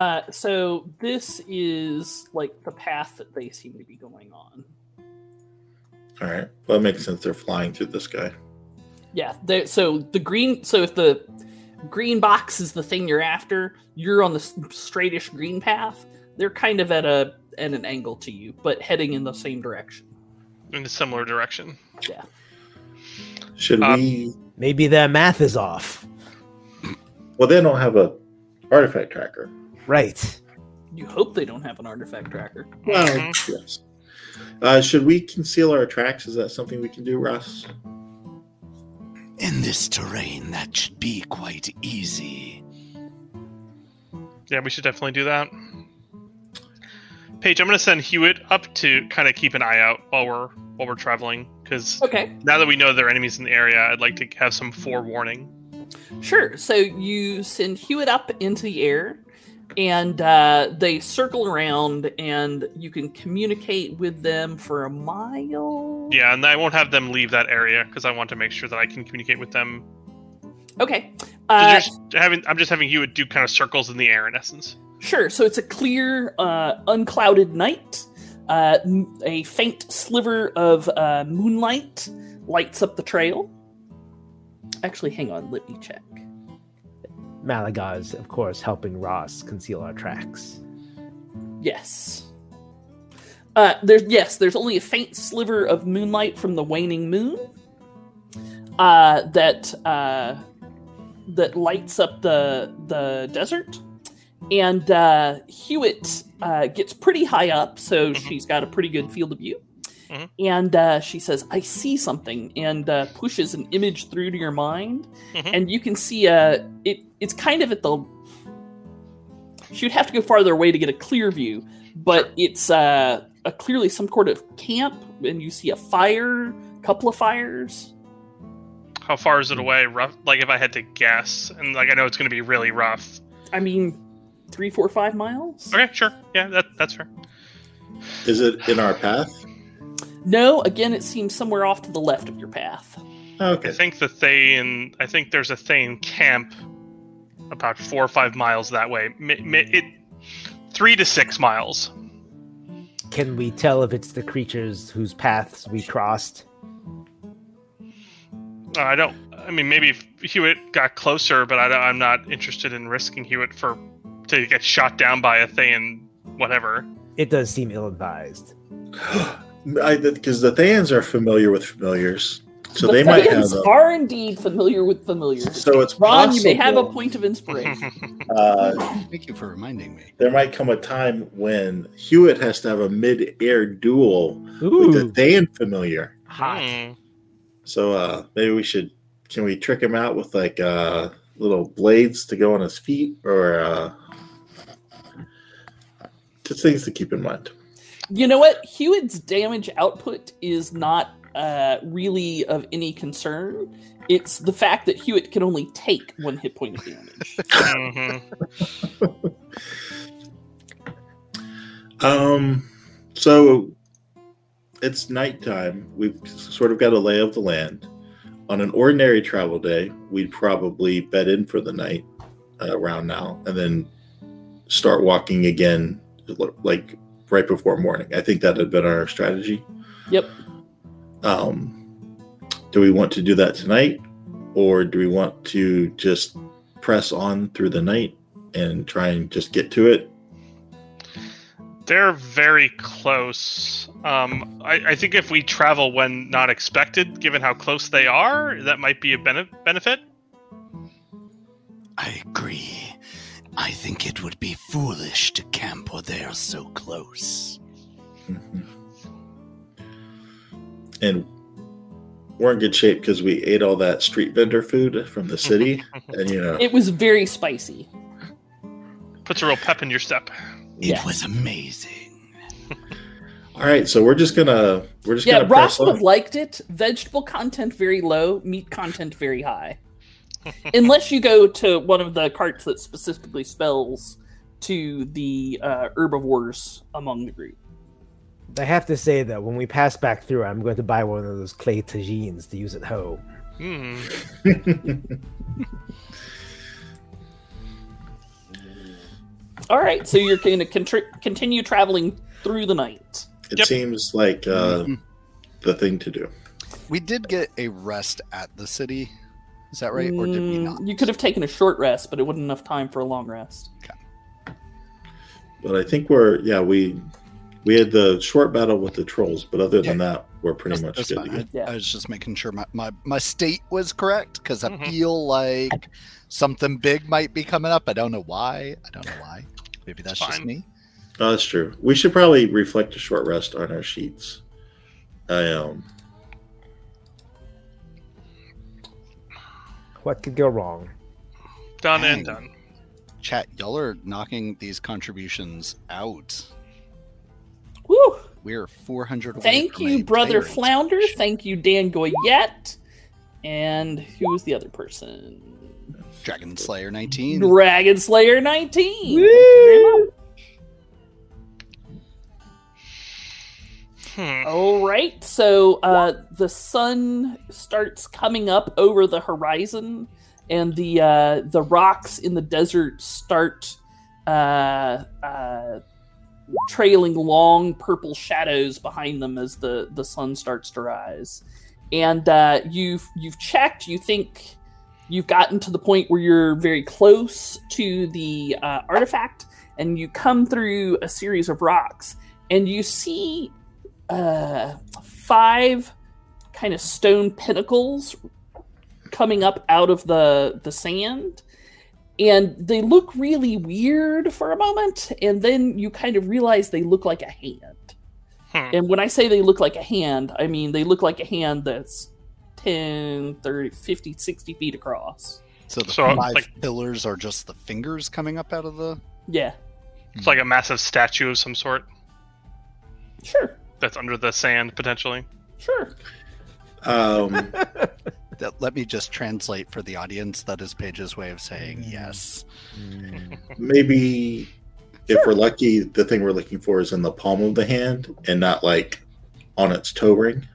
Speaker 1: Uh, so this is like the path that they seem to be going on.
Speaker 2: All right, well, it makes sense. They're flying through the sky.
Speaker 1: Yeah. they- So the green. So if the green box is the thing you're after, you're on the s- straightish green path. They're kind of at a at an angle to you, but heading in the same direction.
Speaker 3: In a similar direction.
Speaker 2: Should
Speaker 3: Um,
Speaker 2: we?
Speaker 4: Maybe their math is off.
Speaker 2: Well, they don't have a artifact tracker.
Speaker 4: Right.
Speaker 1: You hope they don't have an artifact tracker.
Speaker 2: Well,
Speaker 3: Mhm.
Speaker 2: yes. Uh, should we conceal our tracks? Is that something we can do, Russ?
Speaker 5: In this terrain, that should be quite easy.
Speaker 3: Yeah, we should definitely do that. Paige, I'm gonna send Hewitt up to kind of keep an eye out while we're while we're traveling, because
Speaker 1: Okay.
Speaker 3: now that we know there are enemies in the area, I'd like to have some forewarning.
Speaker 1: Sure. So you send Hewitt up into the air, and uh, they circle around, and you can communicate with them for a mile.
Speaker 3: Yeah, and I won't have them leave that area because I want to make sure that I can communicate with them.
Speaker 1: Okay.
Speaker 3: So
Speaker 1: Uh,
Speaker 3: just having, I'm just having Hewitt do kind of circles in the air in essence.
Speaker 1: Sure. So it's a clear, uh, unclouded night. Uh, m- a faint sliver of uh, moonlight lights up the trail. Actually, hang on. Let me check.
Speaker 4: Malagar's, of course, helping Ross conceal our tracks.
Speaker 1: Yes. Uh, there's yes, there's only a faint sliver of moonlight from the waning moon uh, that uh, that lights up the the desert, and uh, Hewitt uh, gets pretty high up, so
Speaker 3: Mhm.
Speaker 1: she's got a pretty good field of view.
Speaker 3: Mhm.
Speaker 1: And uh, she says, "I see something," and uh, pushes an image through to your mind,
Speaker 3: Mhm.
Speaker 1: and you can see uh, it. It's kind of at the. She would have to go farther away to get a clear view, but it's uh, a clearly some sort of camp, and you see a fire, couple of fires.
Speaker 3: How far is it away? Rough, like if I had to guess, and like I know it's gonna be really rough.
Speaker 1: I mean, three, four, five miles.
Speaker 3: Okay, sure. Yeah, that, that's fair.
Speaker 2: Is it in our path?
Speaker 1: No, again, it seems somewhere off to the left of your path.
Speaker 3: I
Speaker 2: Okay.
Speaker 3: think the Thane. I think there's a Thane camp about four or five miles that way. Mi mi it three to six miles.
Speaker 4: Can we tell if it's the creatures whose paths we crossed?
Speaker 3: Uh, I don't. I mean, maybe if Hewitt got closer, but I don't, I'm not interested in risking Hewitt for to get shot down by a Thane. Whatever.
Speaker 4: It does seem ill advised.
Speaker 2: Because the Thans are familiar with familiars, so they
Speaker 1: the
Speaker 2: might have.
Speaker 1: Thans
Speaker 2: A,
Speaker 1: are indeed familiar with familiars.
Speaker 2: so it's
Speaker 1: Ron,
Speaker 2: possible.
Speaker 1: you may have a point of inspiration.
Speaker 3: That's
Speaker 2: Uh,
Speaker 5: Thank you for reminding me.
Speaker 2: there might come a time when Hewitt has to have a mid-air duel with a
Speaker 4: Ooh,
Speaker 2: Than familiar.
Speaker 4: hot.
Speaker 3: Hmm,
Speaker 2: So uh, maybe we should. Can we trick him out with like uh, little blades to go on his feet, or uh, just things to keep in mind?
Speaker 1: You know what? Hewitt's damage output is not uh, really of any concern. It's the fact that Hewitt can only take one hit point of damage.
Speaker 3: hmm.
Speaker 2: Um, so it's nighttime. We've sort of got a lay of the land. On an ordinary travel day, we'd probably bed in for the night uh, around now, and then start walking again like right before morning. I think that had been our strategy.
Speaker 1: Yep.
Speaker 2: Um, do we want to do that tonight, or do we want to just press on through the night and try and just get to it?
Speaker 3: They're very close. Um, I, I think if we travel when not expected, given how close they are, that might be a bene- benefit.
Speaker 5: I agree. I think it would be foolish to camp where they are so close.
Speaker 2: Mhm. And we're in good shape because we ate all that street vendor food from the city, and you know,
Speaker 1: It was very spicy.
Speaker 3: Puts a real pep in your step.
Speaker 1: Yes.
Speaker 5: It was amazing.
Speaker 2: all right. So we're just gonna we're just
Speaker 1: Yeah,
Speaker 2: gonna
Speaker 1: Ross
Speaker 2: press
Speaker 1: would have
Speaker 2: on.
Speaker 1: liked it. Vegetable content very low, meat content very high. Unless you go to one of the carts that specifically spells to the uh, herbivores among the group.
Speaker 4: I have to say that when we pass back through, I'm going to buy one of those clay tagines to use at home.
Speaker 3: Hmm.
Speaker 1: All right, so you're going to contri- continue traveling through the night.
Speaker 2: It
Speaker 3: Yep.
Speaker 2: seems like uh,
Speaker 5: Mhm.
Speaker 2: the thing to do.
Speaker 5: We did get a rest at the city. Is that right? Or did we
Speaker 1: Mm,
Speaker 5: not?
Speaker 1: You could have taken a short rest, but it wasn't enough time for a long rest.
Speaker 2: But I think we're yeah we we had the short battle with the trolls, but other than that, we're pretty
Speaker 5: That's-
Speaker 2: much
Speaker 5: that's
Speaker 2: good.
Speaker 5: fine.
Speaker 2: to go.
Speaker 5: I,
Speaker 1: Yeah.
Speaker 5: I was just making sure my, my, my state was correct because I
Speaker 3: Mhm.
Speaker 5: feel like something big might be coming up. I don't know why. I don't know why. Maybe that's just
Speaker 3: Fine.
Speaker 5: me.
Speaker 2: Oh, that's true. We should probably reflect a short rest on our sheets. I um
Speaker 4: What could go wrong?
Speaker 3: Done and
Speaker 5: Dang.
Speaker 3: done.
Speaker 5: Chat, y'all are knocking these contributions out.
Speaker 1: Woo!
Speaker 5: We're 400. away
Speaker 1: Thank
Speaker 5: from
Speaker 1: you,
Speaker 5: a
Speaker 1: Brother
Speaker 5: player
Speaker 1: Flounder.
Speaker 5: expansion.
Speaker 1: Thank you, Dan Goyette. And who was the other person?
Speaker 5: Dragon Slayer 19.
Speaker 1: Dragon Slayer 19.
Speaker 3: Hmm.
Speaker 1: All right, so uh, the sun starts coming up over the horizon, and the uh, the rocks in the desert start uh, uh, trailing long purple shadows behind them as the, the sun starts to rise. And uh, you've you've checked. You think you've gotten to the point where you're very close to the uh, artifact, and you come through a series of rocks, and you see uh, five kind of stone pinnacles coming up out of the the sand and they look really weird for a moment and then you kind of realize they look like a hand
Speaker 3: Hmm.
Speaker 1: and when i say they look like a hand i mean they look like a hand that's 10 30 50 60 feet across
Speaker 5: So the
Speaker 3: So,
Speaker 5: five
Speaker 3: like-
Speaker 5: pillars are just the fingers coming up out of the.
Speaker 1: yeah
Speaker 3: It's like a massive statue of some sort
Speaker 1: sure
Speaker 3: that's under the sand, potentially.
Speaker 1: sure
Speaker 2: um
Speaker 5: That, let me just translate for the audience. That is Paige's way of saying
Speaker 1: Mm.
Speaker 5: yes.
Speaker 2: maybe if we're lucky, the thing we're looking for is in the palm of the hand and not like on its toe ring.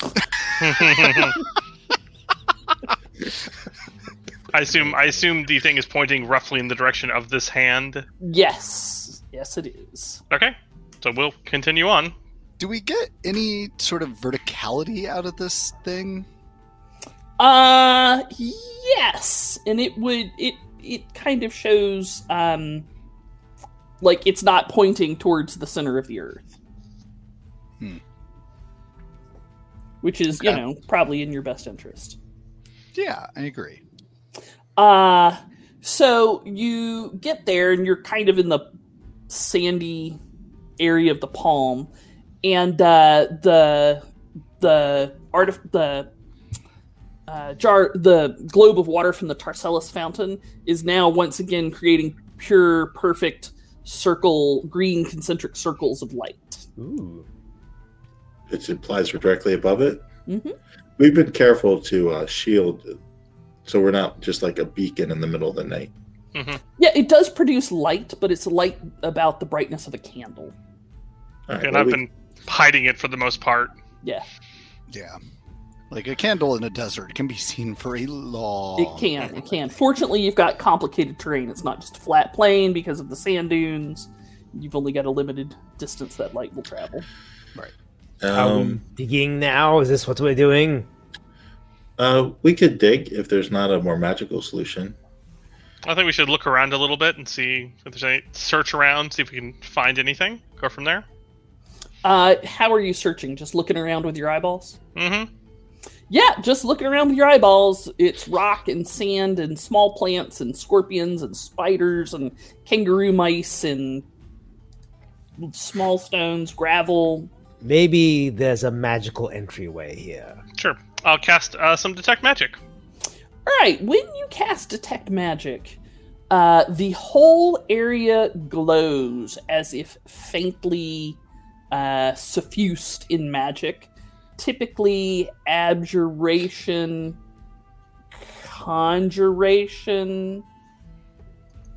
Speaker 3: I assume I assume the thing is pointing roughly in the direction of this hand.
Speaker 1: yes yes it is
Speaker 3: Okay, so we'll continue on.
Speaker 5: Do we get any sort of verticality out of this thing?
Speaker 1: Uh yes, and it would it it kind of shows um like it's not pointing towards the center of the earth.
Speaker 5: Hmm.
Speaker 1: Which is, you
Speaker 5: Okay.
Speaker 1: know, probably in your best interest.
Speaker 5: Yeah, I agree.
Speaker 1: Uh so you get there and you're kind of in the sandy area of the palm and uh the the art of the uh, jar the globe of water from the Tarcellus fountain is now once again creating pure perfect circle green concentric circles of light.
Speaker 4: Ooh.
Speaker 2: It implies we're directly above it.
Speaker 1: Mhm.
Speaker 2: We've been careful to uh, shield, so we're not just like a beacon in the middle of the night.
Speaker 1: Yeah, it does produce light, but it's light about the brightness of a candle.
Speaker 2: All right,
Speaker 3: And
Speaker 2: well,
Speaker 3: I've
Speaker 2: we-
Speaker 3: been hiding it for the most part.
Speaker 1: Yeah,
Speaker 5: Yeah. Like a candle in a desert can be seen for a long.
Speaker 1: it can. It can. Fortunately, you've got complicated terrain. It's not just a flat plain because of the sand dunes. You've only got a limited distance that light will travel.
Speaker 4: Are we
Speaker 2: Um,
Speaker 4: digging now? Is this what we're doing?
Speaker 2: uh, we could dig if there's not a more magical solution.
Speaker 3: I think we should look around a little bit and see if there's any search around, see if we can find anything. Go from there.
Speaker 1: Uh, how are you searching? Just looking around with your eyeballs?
Speaker 3: Mm-hmm.
Speaker 1: Yeah, just looking around with your eyeballs. It's rock and sand and small plants and scorpions and spiders and kangaroo mice and small stones, gravel.
Speaker 4: Maybe there's a magical entryway here.
Speaker 3: Sure. I'll cast uh, some detect magic.
Speaker 1: All right, when you cast Detect Magic, uh, the whole area glows as if faintly uh, suffused in magic. Typically, abjuration, conjuration,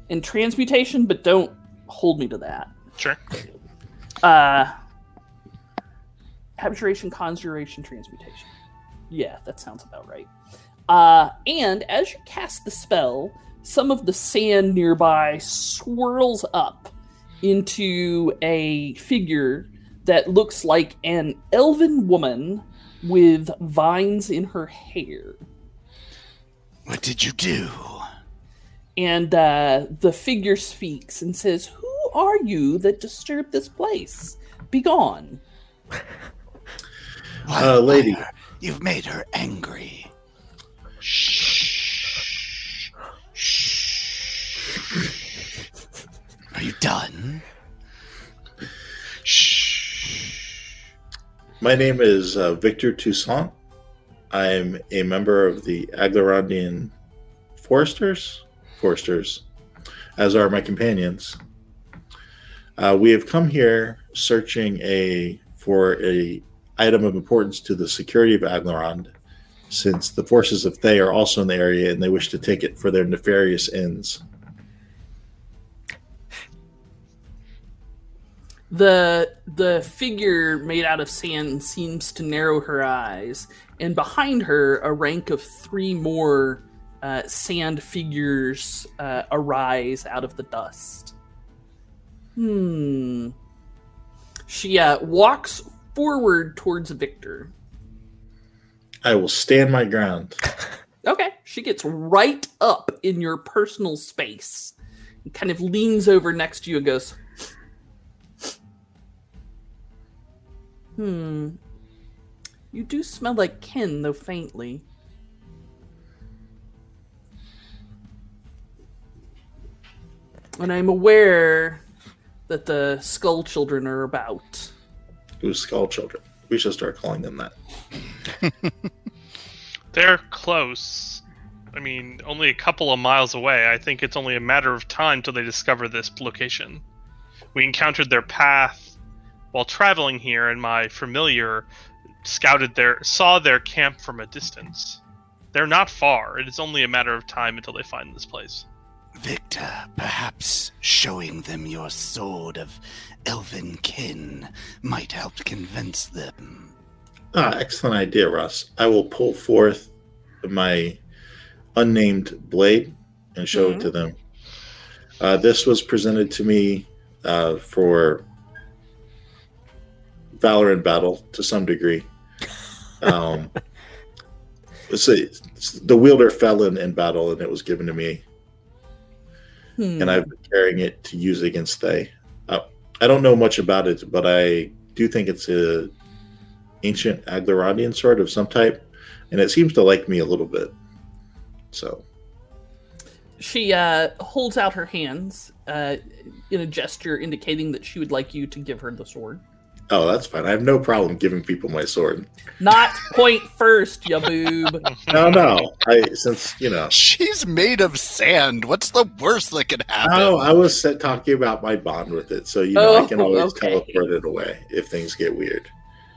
Speaker 1: and transmutation, but don't hold me to that.
Speaker 3: Sure.
Speaker 1: Uh, abjuration, conjuration, transmutation. Yeah, that sounds about right. Uh, and as you cast the spell, some of the sand nearby swirls up into a figure that looks like an elven woman with vines in her hair.
Speaker 5: What did you do?
Speaker 1: And uh, the figure speaks and says, Who are you that disturb this place? Begone.
Speaker 2: Uh, lady.
Speaker 5: You've made her angry. Are you done?
Speaker 2: My name is uh, Victor Toussaint. I'm a member of the Aglarondian Foresters, Foresters, as are my companions. Uh, we have come here searching a for a item of importance to the security of Aglarond, since the forces of Thay are also in the area and they wish to take it for their nefarious ends.
Speaker 1: The the figure made out of sand seems to narrow her eyes, and behind her, a rank of three more uh, sand figures uh, arise out of the dust. Hmm. She uh, walks forward towards Victor.
Speaker 2: I will stand my ground.
Speaker 1: Okay, she gets right up in your personal space, and kind of leans over next to you and goes, "Hmm, you do smell like kin, though faintly." And I'm aware that the skull children are about.
Speaker 2: Who's skull children? We should start calling them that.
Speaker 3: They're close. I mean, only a couple of miles away. I think it's only a matter of time till they discover this location. We encountered their path while traveling here, and my familiar scouted their saw their camp from a distance. They're not far. It is only a matter of time until they find this place.
Speaker 5: Victor, perhaps showing them your sword of elven kin might help convince them.
Speaker 2: Ah, excellent idea, Russ. I will pull forth my unnamed blade and show it to them. Uh, this was presented to me uh, for valor in battle to some degree. Um, let's see, it's- the wielder fell in, in battle and it was given to me,
Speaker 1: Hmm.
Speaker 2: and I've been carrying it to use against they. Uh, I don't know much about it, but I do think it's a ancient Aglarondian sword of some type, and it seems to like me a little bit. So
Speaker 1: She uh, holds out her hands uh, in a gesture indicating that she would like you to give her the sword.
Speaker 2: Oh, that's fine. I have no problem giving people my sword.
Speaker 1: Not point first, ya boob.
Speaker 2: No, no. I since you know.
Speaker 5: She's made of sand. What's the worst that could happen?
Speaker 2: Oh, I was set talking about my bond with it, so you know I can
Speaker 1: Oh,
Speaker 2: always
Speaker 1: okay.
Speaker 2: teleport it away if things get weird.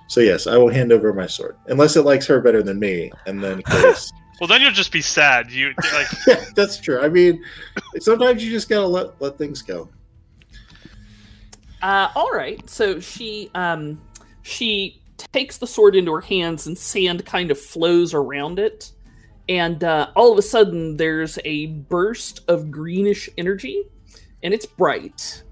Speaker 2: So yes, I will hand over my sword unless it likes her better than me, and then 'cause-
Speaker 3: Well, then you'll just be sad. You like
Speaker 2: that's true. I mean, sometimes you just gotta let let things go.
Speaker 1: Uh, all right. So she um, she takes the sword into her hands, and sand kind of flows around it. And uh, all of a sudden, there's a burst of greenish energy, and it's bright.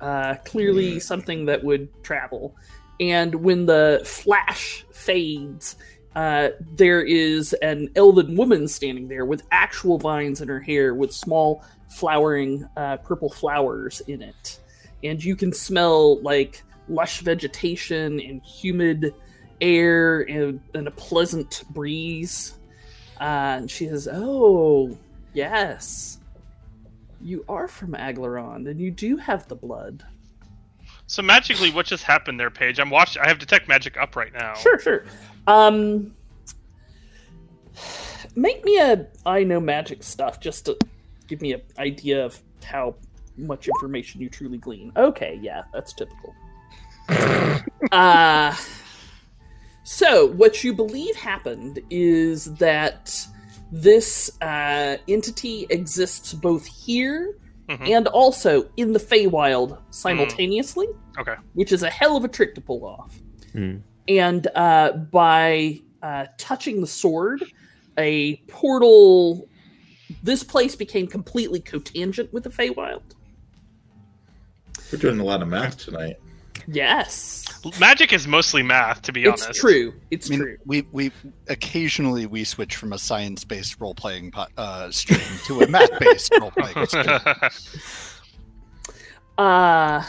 Speaker 1: uh, clearly something that would travel. And when the flash fades, uh, there is an elven woman standing there with actual vines in her hair with small flowering uh, purple flowers in it. And you can smell like lush vegetation and humid air and, and a pleasant breeze. Uh, and she says, Oh, yes. You are from Aglarond and you do have the blood.
Speaker 3: So magically, what just happened there, Paige? I'm watching. I have detect magic up right now.
Speaker 1: Sure, sure. Um, make me a I know magic stuff just to give me an idea of how much information you truly glean. Okay, yeah, that's typical. uh, so what you believe happened is that this uh, entity exists both here
Speaker 3: Mhm.
Speaker 1: and also in the Feywild simultaneously
Speaker 3: Mm. Okay.
Speaker 1: which is a hell of a trick to pull off.
Speaker 4: Hmm.
Speaker 1: And uh, by uh, touching the sword, a portal. This place became completely cotangent with the Feywild.
Speaker 2: We're doing a lot of math tonight.
Speaker 1: Yes,
Speaker 3: Magic is mostly math, to be
Speaker 1: it's
Speaker 3: honest.
Speaker 1: true. It's
Speaker 5: I mean,
Speaker 1: true.
Speaker 5: we we occasionally we switch from a science-based role-playing po- uh, stream to a math-based role-playing stream.
Speaker 1: Uh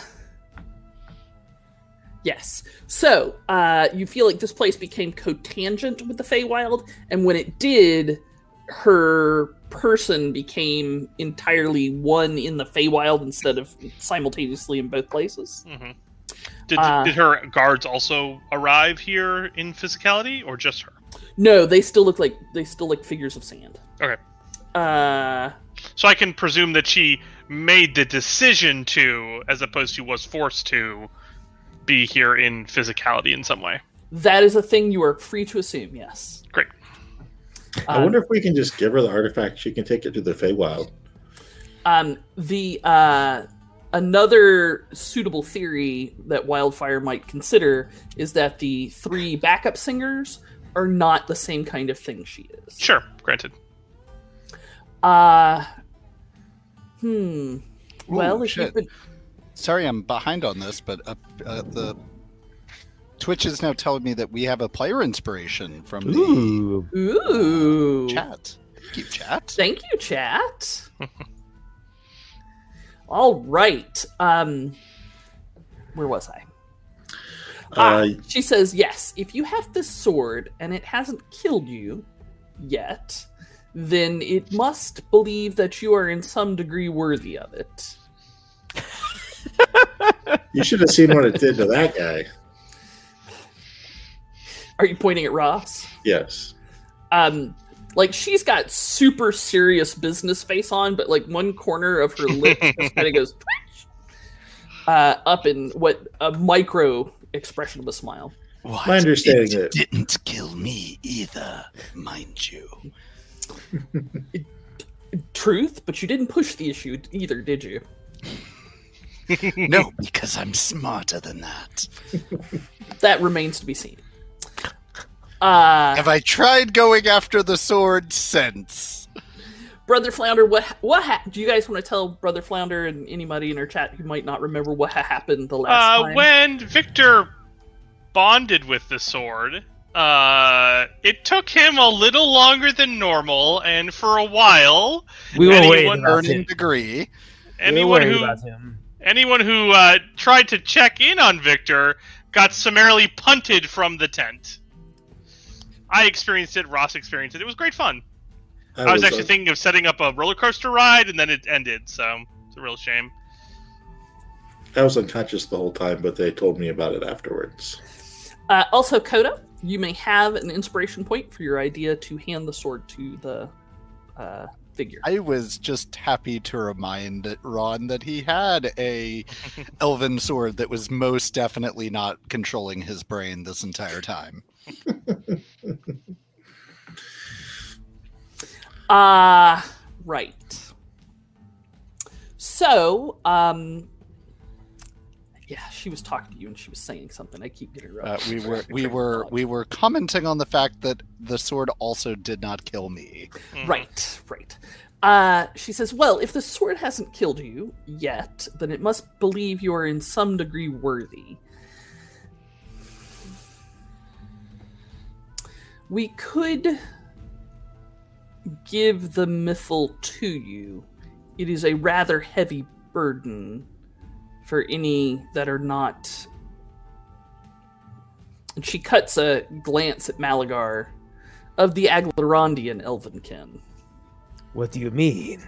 Speaker 1: Yes. So, uh you feel like this place became cotangent with the Feywild, and when it did, her person became entirely one in the Feywild instead of simultaneously in both places.
Speaker 3: Mhm. Did,
Speaker 1: Uh,
Speaker 3: did her guards also arrive here in physicality, or just her?
Speaker 1: No, they still look like they still look figures of sand.
Speaker 3: Okay.
Speaker 1: Uh
Speaker 3: So I can presume that she made the decision to, as opposed to was forced to, be here in physicality in some way.
Speaker 1: that is a thing you are free to assume, yes.
Speaker 3: Great.
Speaker 2: I
Speaker 3: Uh,
Speaker 1: Um,
Speaker 2: wonder if we can just give her the artifact. She can take it to the Feywild.
Speaker 1: Um, the uh, another suitable theory that Wildfire might consider is that the three backup singers are not the same kind of thing she is.
Speaker 3: Sure, granted.
Speaker 1: Uh, hmm. well, if you've
Speaker 5: shit.
Speaker 1: been,
Speaker 5: Sorry, I'm behind on this, but uh, uh, the Twitch is now telling me that we have a player inspiration from the
Speaker 4: Ooh.
Speaker 1: ooh,
Speaker 5: chat. Thank you, chat.
Speaker 1: thank you, chat. All right. Um, where was I? Ah,
Speaker 2: Uh,
Speaker 1: she says, Yes, if you have this sword and it hasn't killed you yet, then it must believe that you are in some degree worthy of it.
Speaker 2: you should have seen what it did to that guy.
Speaker 1: Are you pointing at Ross?
Speaker 2: Yes.
Speaker 1: Um, like she's got super serious business face on, but like one corner of her lip just kind of goes twitch uh, up in what a micro expression of a smile.
Speaker 5: What?
Speaker 2: My understanding
Speaker 5: It
Speaker 2: that-
Speaker 5: didn't kill me either, mind you.
Speaker 1: Truth, but you didn't push the issue either, did you?
Speaker 5: No, because I'm smarter than that.
Speaker 1: That remains to be seen. Uh,
Speaker 5: Have I tried going after the sword since?
Speaker 1: Brother Flounder, what what ha- do you guys want to tell Brother Flounder and anybody in our chat who might not remember what ha- happened the last
Speaker 3: Uh,
Speaker 1: time?
Speaker 3: when Victor bonded with the sword, uh, it took him a little longer than normal, and for a while,
Speaker 4: We were
Speaker 3: Anyone
Speaker 4: worried about
Speaker 5: Earning
Speaker 4: him.
Speaker 5: degree.
Speaker 4: we were
Speaker 3: anyone
Speaker 4: worried
Speaker 3: who
Speaker 4: about him.
Speaker 3: anyone who uh, tried to check in on Victor got summarily punted from the tent. I experienced it. Ross experienced it. It was great fun. I was actually
Speaker 2: uh,
Speaker 3: thinking of setting up a roller coaster ride, and then it ended. So it's a real shame.
Speaker 2: I was unconscious the whole time, but they told me about it afterwards.
Speaker 1: Uh, also, Coda, you may have an inspiration point for your idea to hand the sword to the uh, figure.
Speaker 5: I was just happy to remind Ron that he had a elven sword that was most definitely not controlling his brain this entire time.
Speaker 1: Ah, right. So, um, yeah, she was talking to you and she was saying something. I keep getting her
Speaker 5: Uh,
Speaker 1: up.
Speaker 5: we were we were we were commenting on the fact that the sword also did not kill me.
Speaker 1: Right, right. Uh, she says, Well, if the sword hasn't killed you yet, then it must believe you are in some degree worthy. We could give the mithril to you. It is a rather heavy burden for any that are not. And she cuts a glance at Malagar of the Aglarondian Elvenkin.
Speaker 4: What do you mean?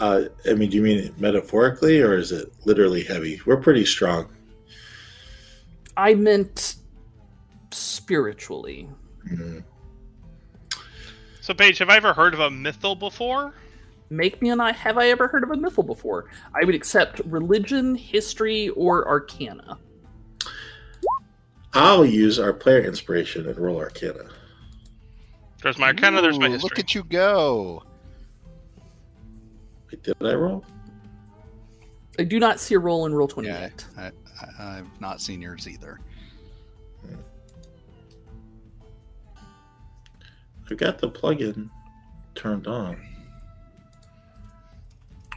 Speaker 2: Uh, I mean, do you mean it metaphorically or is it literally heavy? We're pretty strong.
Speaker 1: I meant spiritually.
Speaker 2: Mm.
Speaker 3: So, Paige, have I ever heard of a mythal before?
Speaker 1: Make me and I have I ever heard of a mythal before? I would accept religion, history, or arcana.
Speaker 2: I'll use our player inspiration and roll Arcana.
Speaker 3: There's my kind of there's my
Speaker 5: Ooh,
Speaker 3: history.
Speaker 5: Look at you go.
Speaker 2: Wait, did I roll?
Speaker 1: I do not see a roll in roll twenty
Speaker 5: Yeah,
Speaker 1: eight.
Speaker 5: I, I, I've not seen yours either.
Speaker 2: I've got the plugin turned on.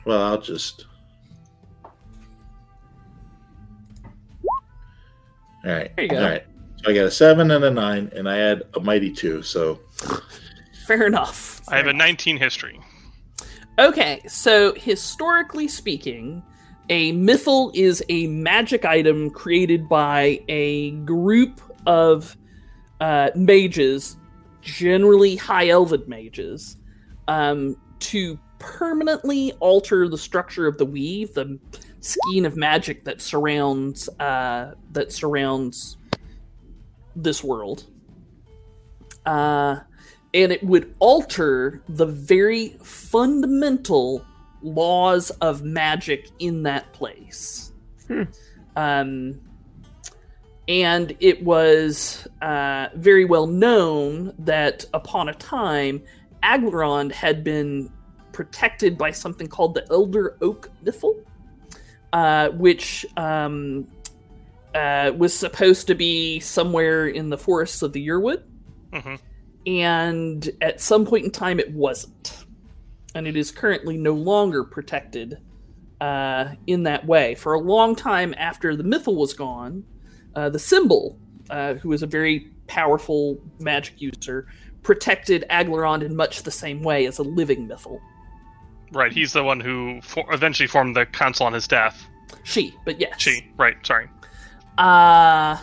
Speaker 2: Well, I'll just. All right.
Speaker 1: There you go.
Speaker 2: All right. So I got a seven and a nine, and I add a mighty two. So
Speaker 1: Fair enough.
Speaker 3: I have
Speaker 1: Fair
Speaker 3: a 19 history.
Speaker 1: Okay, so historically speaking, a mythal is a magic item created by a group of uh, mages, generally high elven mages, um, to permanently alter the structure of the weave, the skein of magic that surrounds uh, that surrounds this world. Uh, and it would alter the very fundamental laws of magic in that place. Um, and it was uh, very well known that upon a time, Aglarond had been protected by something called the Elder Oak Mythal, uh, which um, uh, was supposed to be somewhere in the forests of the Yearwood
Speaker 3: hmm
Speaker 1: and at some point in time it wasn't and it is currently no longer protected uh, in that way for a long time after the mythal was gone uh, the symbol uh, who was a very powerful magic user protected aglarond in much the same way as a living mythal
Speaker 3: Right, he's the one who for- eventually formed the council on his death.
Speaker 1: she but yes
Speaker 3: She, right, sorry.
Speaker 1: Uh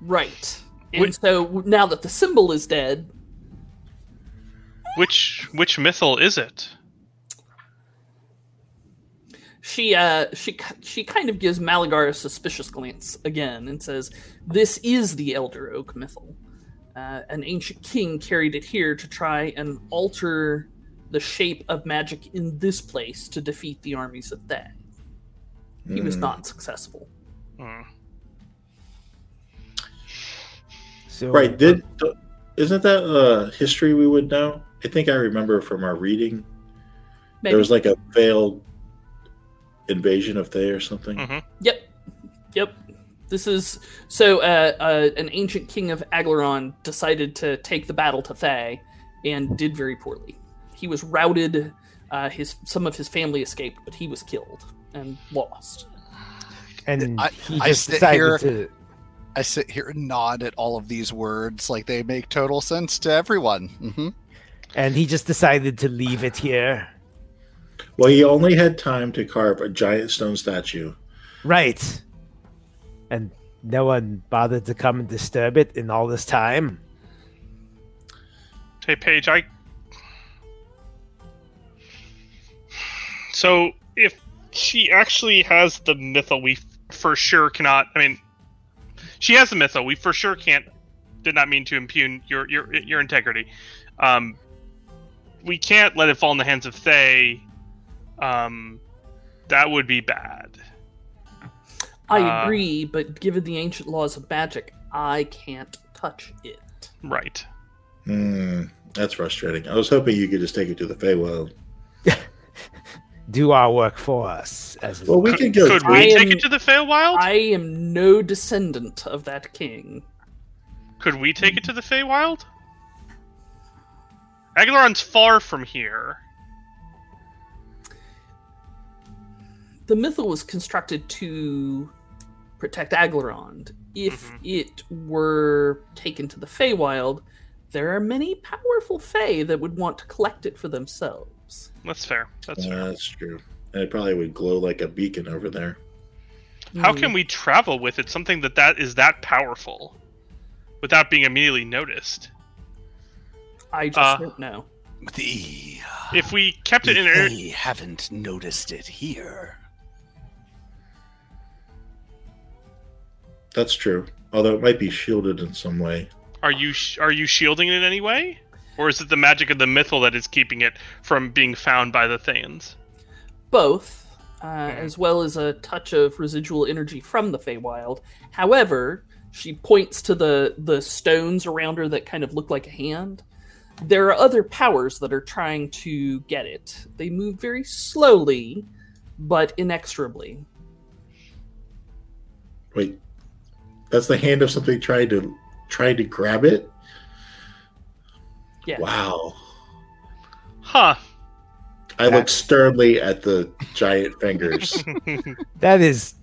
Speaker 1: Right. And
Speaker 3: Would-
Speaker 1: so w- now that the symbol is dead,
Speaker 3: Which which mythal is it?
Speaker 1: she uh she k- she kind of gives Malagar a suspicious glance again and says, "This is the Elder Oak Mythal. Uh, an ancient king carried it here to try and alter the shape of magic in this place to defeat the armies of Thay. He was
Speaker 2: mm,
Speaker 1: not successful.
Speaker 3: Hmm.
Speaker 4: So
Speaker 2: right. Did isn't that uh, history we would know? I think I remember from our reading.
Speaker 1: Maybe.
Speaker 2: There was like a failed invasion of Thay or something.
Speaker 3: Mhm.
Speaker 1: Yep. Yep. This is so uh, uh, an ancient king of Aglaron decided to take the battle to Thay and did very poorly. He was routed. Uh, his some of his family escaped, but he was killed and lost.
Speaker 4: and
Speaker 5: I-
Speaker 4: he
Speaker 5: I
Speaker 4: just
Speaker 5: sit
Speaker 4: decided
Speaker 5: here-
Speaker 4: to
Speaker 5: I sit here and nod at all of these words like they make total sense to everyone. hmm
Speaker 4: and he just decided to leave it here.
Speaker 2: Well, he only had time to carve a giant stone statue.
Speaker 4: Right. And no one bothered to come and disturb it in all this time.
Speaker 3: Hey, Paige, I. So, if she actually has the mythal, we f- for sure cannot. I mean, she has the mythal. We for sure can't. Did not mean to impugn your your your integrity. Um, we can't let it fall in the hands of Thay. Um, that would be bad.
Speaker 1: I
Speaker 3: Ah.
Speaker 1: agree, but given the ancient laws of magic, I can't touch it.
Speaker 3: Right.
Speaker 2: Hmm, that's frustrating. I was hoping you could just take it to the Feywild.
Speaker 4: do our work for us. As
Speaker 2: Well, we could go.
Speaker 3: Could
Speaker 1: I
Speaker 3: we take
Speaker 1: am-
Speaker 3: it to the Feywild?
Speaker 1: I am no descendant of that king.
Speaker 3: Could we take it to the Feywild? Agalaron's far from here.
Speaker 1: The mythal was constructed to protect Aglarond. If
Speaker 3: Mm-hmm.
Speaker 1: it were taken to the Feywild, there are many powerful Fey that would want to collect it for themselves.
Speaker 3: That's fair. That's
Speaker 2: Yeah,
Speaker 3: fair.
Speaker 2: that's true. And it probably would glow like a beacon over there.
Speaker 3: How
Speaker 1: Mm.
Speaker 3: can we travel with it? Something that that is that powerful, without being immediately noticed.
Speaker 1: I just
Speaker 3: uh,
Speaker 1: don't know.
Speaker 5: The, um,
Speaker 3: If we kept it in air,
Speaker 5: they haven't noticed it here.
Speaker 2: That's true. Although it might be shielded in some way.
Speaker 3: are you sh- are you shielding it in any way, or is it the magic of the mythal that is keeping it from being found by the Thans?
Speaker 1: both, uh, as well as a touch of residual energy from the Feywild. However, she points to the the stones around her that kind of look like a hand. There are other powers that are trying to get it. They move very slowly, but inexorably.
Speaker 2: Wait, that's the hand of something trying to trying to grab it.
Speaker 1: Yeah.
Speaker 2: Wow.
Speaker 3: Huh.
Speaker 2: I look sternly at the giant fingers.
Speaker 4: that is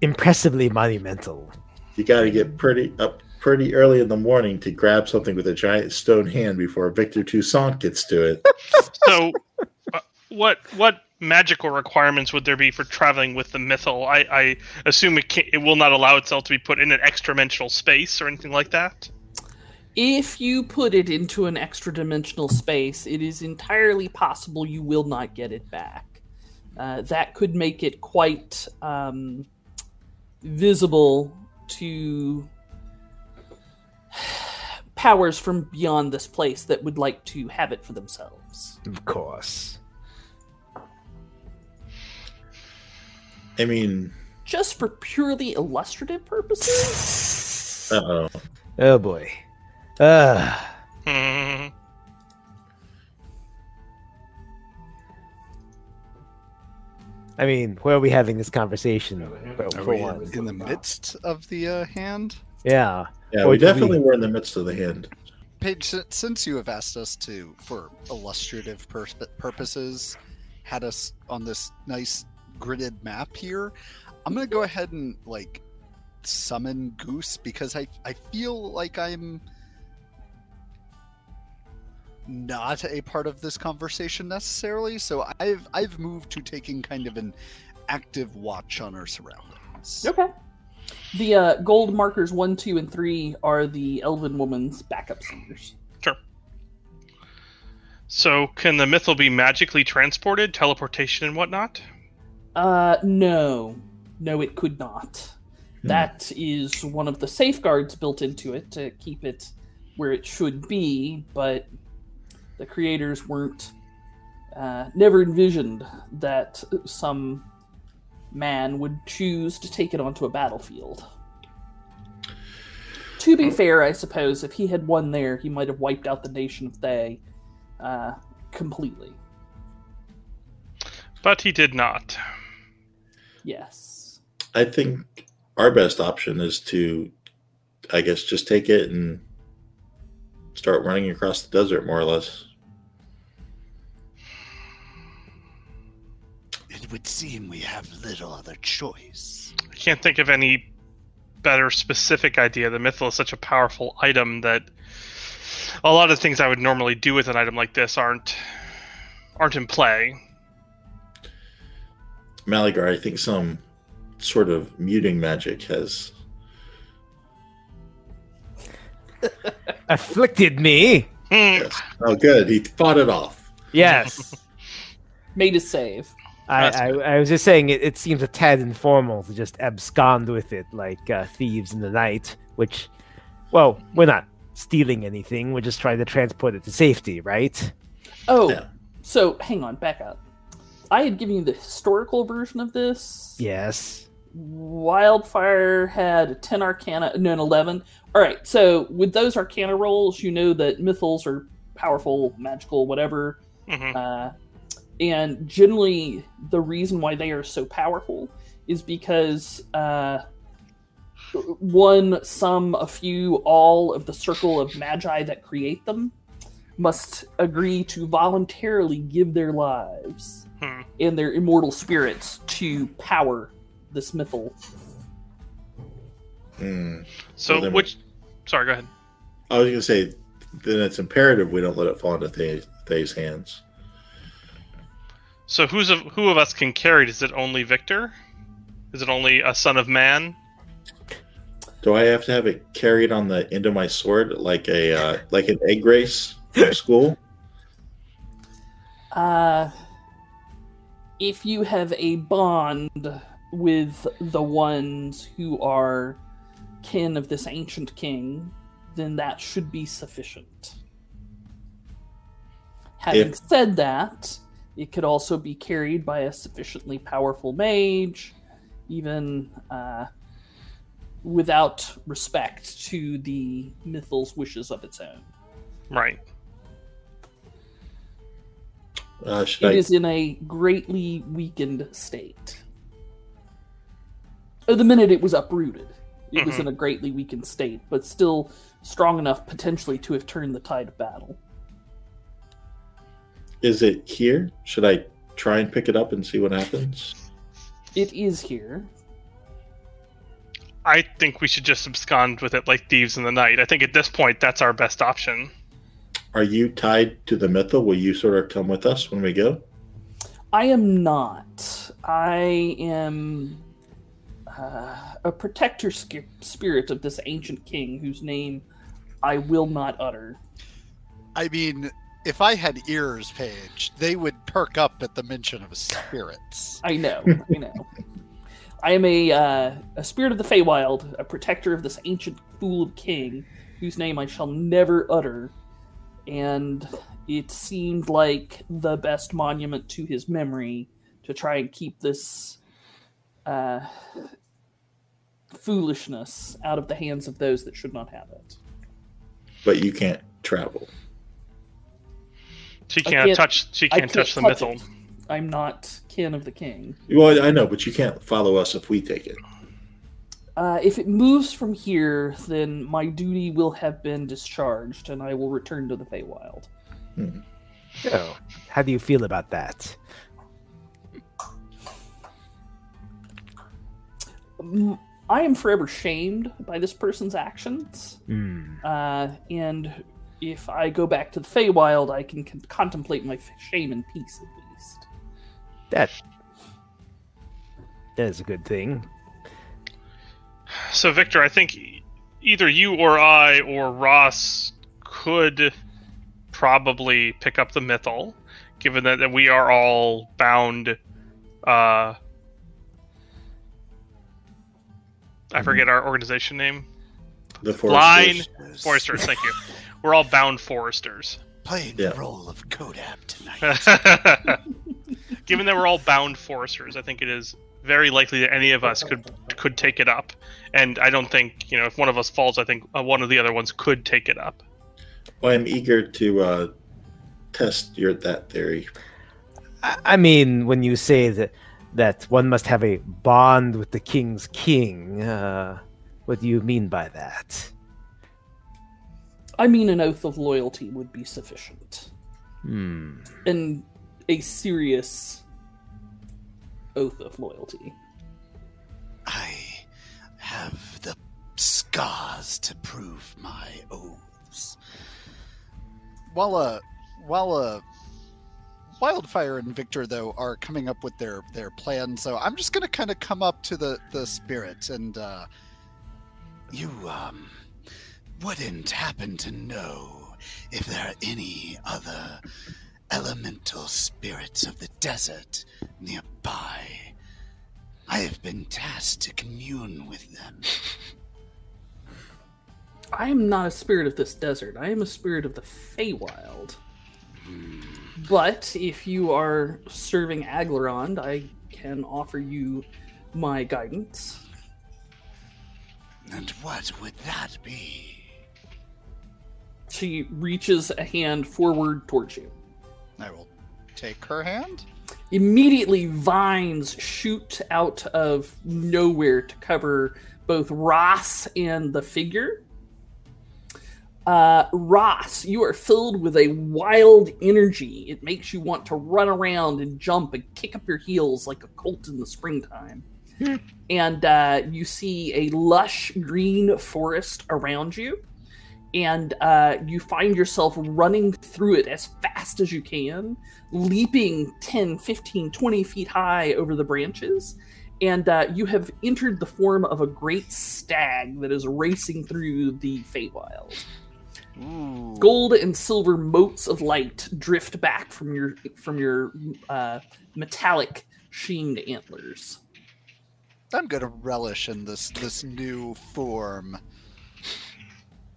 Speaker 4: impressively monumental.
Speaker 2: you got to get pretty up pretty early in the morning to grab something with a giant stone hand before Victor Toussaint gets to it.
Speaker 3: So, uh, what what magical requirements would there be for traveling with the mythal? I, I assume it can, it will not allow itself to be put in an extra-dimensional space or anything like that.
Speaker 1: If you put it into an extra dimensional space, it is entirely possible you will not get it back. Uh, that could make it quite um, visible to powers from beyond this place that would like to have it for themselves.
Speaker 4: Of course.
Speaker 2: I mean,
Speaker 1: Just for purely illustrative purposes?
Speaker 2: uh oh.
Speaker 4: Oh boy. Uh,
Speaker 3: Hmm.
Speaker 4: I mean, where are we having this conversation? For-
Speaker 5: Are
Speaker 4: for
Speaker 5: we
Speaker 4: one?
Speaker 5: in the midst of the uh, hand?
Speaker 4: Yeah.
Speaker 2: Yeah,
Speaker 4: Or
Speaker 2: we
Speaker 4: do we-
Speaker 2: definitely were in the midst of the hand.
Speaker 5: Paige, si- since you have asked us to, for illustrative pur- purposes, had us on this nice gridded map here, I'm gonna go ahead and like summon Goose because I I feel like I'm not a part of this conversation necessarily. So I've I've moved to taking kind of an active watch on our surroundings.
Speaker 1: Okay. The uh, gold markers 1, 2, and 3 are the Elven Woman's backup singers.
Speaker 3: So, can the mythal be magically transported, teleportation, and whatnot?
Speaker 1: Uh, no. No, it could not.
Speaker 2: Hmm.
Speaker 1: That is one of the safeguards built into it to keep it where it should be, but the creators weren't, uh, never envisioned that some man would choose to take it onto a battlefield. To be fair, I suppose, if he had won there, he might have wiped out the nation of Thay uh, completely.
Speaker 3: But he did not.
Speaker 1: Yes.
Speaker 2: I think our best option is to, I guess, just take it and start running across the desert, more or less.
Speaker 5: It would seem we have little other choice.
Speaker 3: I can't think of any better specific idea. The mythal is such a powerful item that a lot of things I would normally do with an item like this aren't aren't in play.
Speaker 2: Maligar, I think some sort of muting magic has.
Speaker 4: Afflicted me.
Speaker 3: Hmm.
Speaker 2: Yes. Oh, good. He fought it off.
Speaker 4: Yes.
Speaker 1: Made a save.
Speaker 4: I,
Speaker 3: That's
Speaker 4: I, I was just saying it, it seems a tad informal to just abscond with it like uh, thieves in the night, which, well, we're not stealing anything. We're just trying to transport it to safety, right?
Speaker 1: Oh,
Speaker 2: Yeah.
Speaker 1: so hang on, back up. I had given you the historical version of this.
Speaker 4: Yes.
Speaker 1: Wildfire had a 10 arcana, no, an 11. All right, so with those arcana rolls, you know that mythals are powerful, magical, whatever.
Speaker 3: Mhm.
Speaker 1: Uh, and generally the reason why they are so powerful is because uh, one, some, a few, all of the circle of magi that create them must agree to voluntarily give their lives
Speaker 3: Hmm.
Speaker 1: and their immortal spirits to power this mythal.
Speaker 2: Hmm.
Speaker 3: So
Speaker 2: Well, then-
Speaker 3: which? Sorry, go ahead.
Speaker 2: I was going to say, then it's imperative we don't let it fall into Thay's, Thay's hands.
Speaker 3: So who's of who of us can carry it? Is it only Victor? Is it only a son of man?
Speaker 2: Do I have to have it carried on the end of my sword like a uh, like an egg race from school?
Speaker 1: Uh, if you have a bond with the ones who are kin of this ancient king, then that should be sufficient. Having
Speaker 2: If-
Speaker 1: said that, it could also be carried by a sufficiently powerful mage, even uh, without respect to the mythal's wishes of its own.
Speaker 3: Right.
Speaker 2: Uh, should I?
Speaker 1: It is in a greatly weakened state. Oh, the minute it was uprooted, it was
Speaker 3: Mhm.
Speaker 1: in a greatly weakened state, but still strong enough potentially to have turned the tide of battle.
Speaker 2: Is it here? Should I try and pick it up and see what happens?
Speaker 1: It is here.
Speaker 3: I think we should just abscond with it like thieves in the night. I think at this point that's our best option.
Speaker 2: Are you tied to the mythal? Will you sort of come with us when we go?
Speaker 1: I am not. I am uh, a protector sk- spirit of this ancient king whose name I will not utter.
Speaker 5: I mean, if I had ears, Paige, they would perk up at the mention of spirits.
Speaker 1: I know, I know. I am a uh, a spirit of the Feywild, a protector of this ancient fool of king, whose name I shall never utter. And it seemed like the best monument to his memory to try and keep this uh, foolishness out of the hands of those that should not have it.
Speaker 2: But you can't travel.
Speaker 3: She
Speaker 1: I
Speaker 3: can't,
Speaker 1: can't-
Speaker 3: touch. She
Speaker 1: I
Speaker 3: can't, touch the
Speaker 1: it.
Speaker 3: mythal.
Speaker 1: I'm not kin of the king.
Speaker 2: Well, I know, but you can't follow us if we take it.
Speaker 1: Uh, if it moves from here, then my duty will have been discharged, and I will return to the Feywild.
Speaker 4: So, how do you feel about that?
Speaker 1: M- I am forever shamed by this person's actions,
Speaker 4: Hmm.
Speaker 1: uh, and if I go back to the Feywild, I can con- contemplate my f- shame in peace, at least.
Speaker 4: That that is a good thing.
Speaker 3: So Victor, I think e- either you or I or Ross could probably pick up the mythal, given that, that we are all bound. Uh, I forget our organization name.
Speaker 2: The
Speaker 3: Line.
Speaker 2: foresters-
Speaker 3: Foresters, thank you. We're all bound foresters.
Speaker 5: Playing
Speaker 2: Yeah.
Speaker 5: the role of Kodab tonight.
Speaker 3: Given that we're all bound foresters, I think it is very likely that any of us could could take it up. And I don't think you know if one of us falls, I think uh, one of the other ones could take it up.
Speaker 2: Well, I'm eager to uh, test your that theory.
Speaker 4: I, I mean, when you say that that one must have a bond with the king's king, uh, what do you mean by that?
Speaker 1: I mean, an oath of loyalty would be sufficient,
Speaker 4: Hmm.
Speaker 1: and a serious oath of loyalty.
Speaker 5: I have the scars to prove my oaths. While uh, while uh, Wildfire and Victor though are coming up with their their plan, so I'm just gonna kind of come up to the the spirit and uh, you um wouldn't happen to know if there are any other elemental spirits of the desert nearby. I have been tasked to commune with them.
Speaker 1: I am not a spirit of this desert. I am a spirit of the Feywild. But if you are serving Aglarond, I can offer you my guidance.
Speaker 5: And what would that be?
Speaker 1: She reaches a hand forward towards you.
Speaker 5: I will take her hand.
Speaker 1: Immediately, vines shoot out of nowhere to cover both Ross and the figure. Uh, Ross, you are filled with a wild energy. It makes you want to run around and jump and kick up your heels like a colt in the springtime. and uh, you see a lush green forest around you, and uh, you find yourself running through it as fast as you can, leaping 10, 15, 20 feet high over the branches. And uh, you have entered the form of a great stag that is racing through the Feywild.
Speaker 5: Ooh.
Speaker 1: Gold and silver motes of light drift back from your from your uh, metallic sheened antlers.
Speaker 5: I'm gonna relish in this this new form.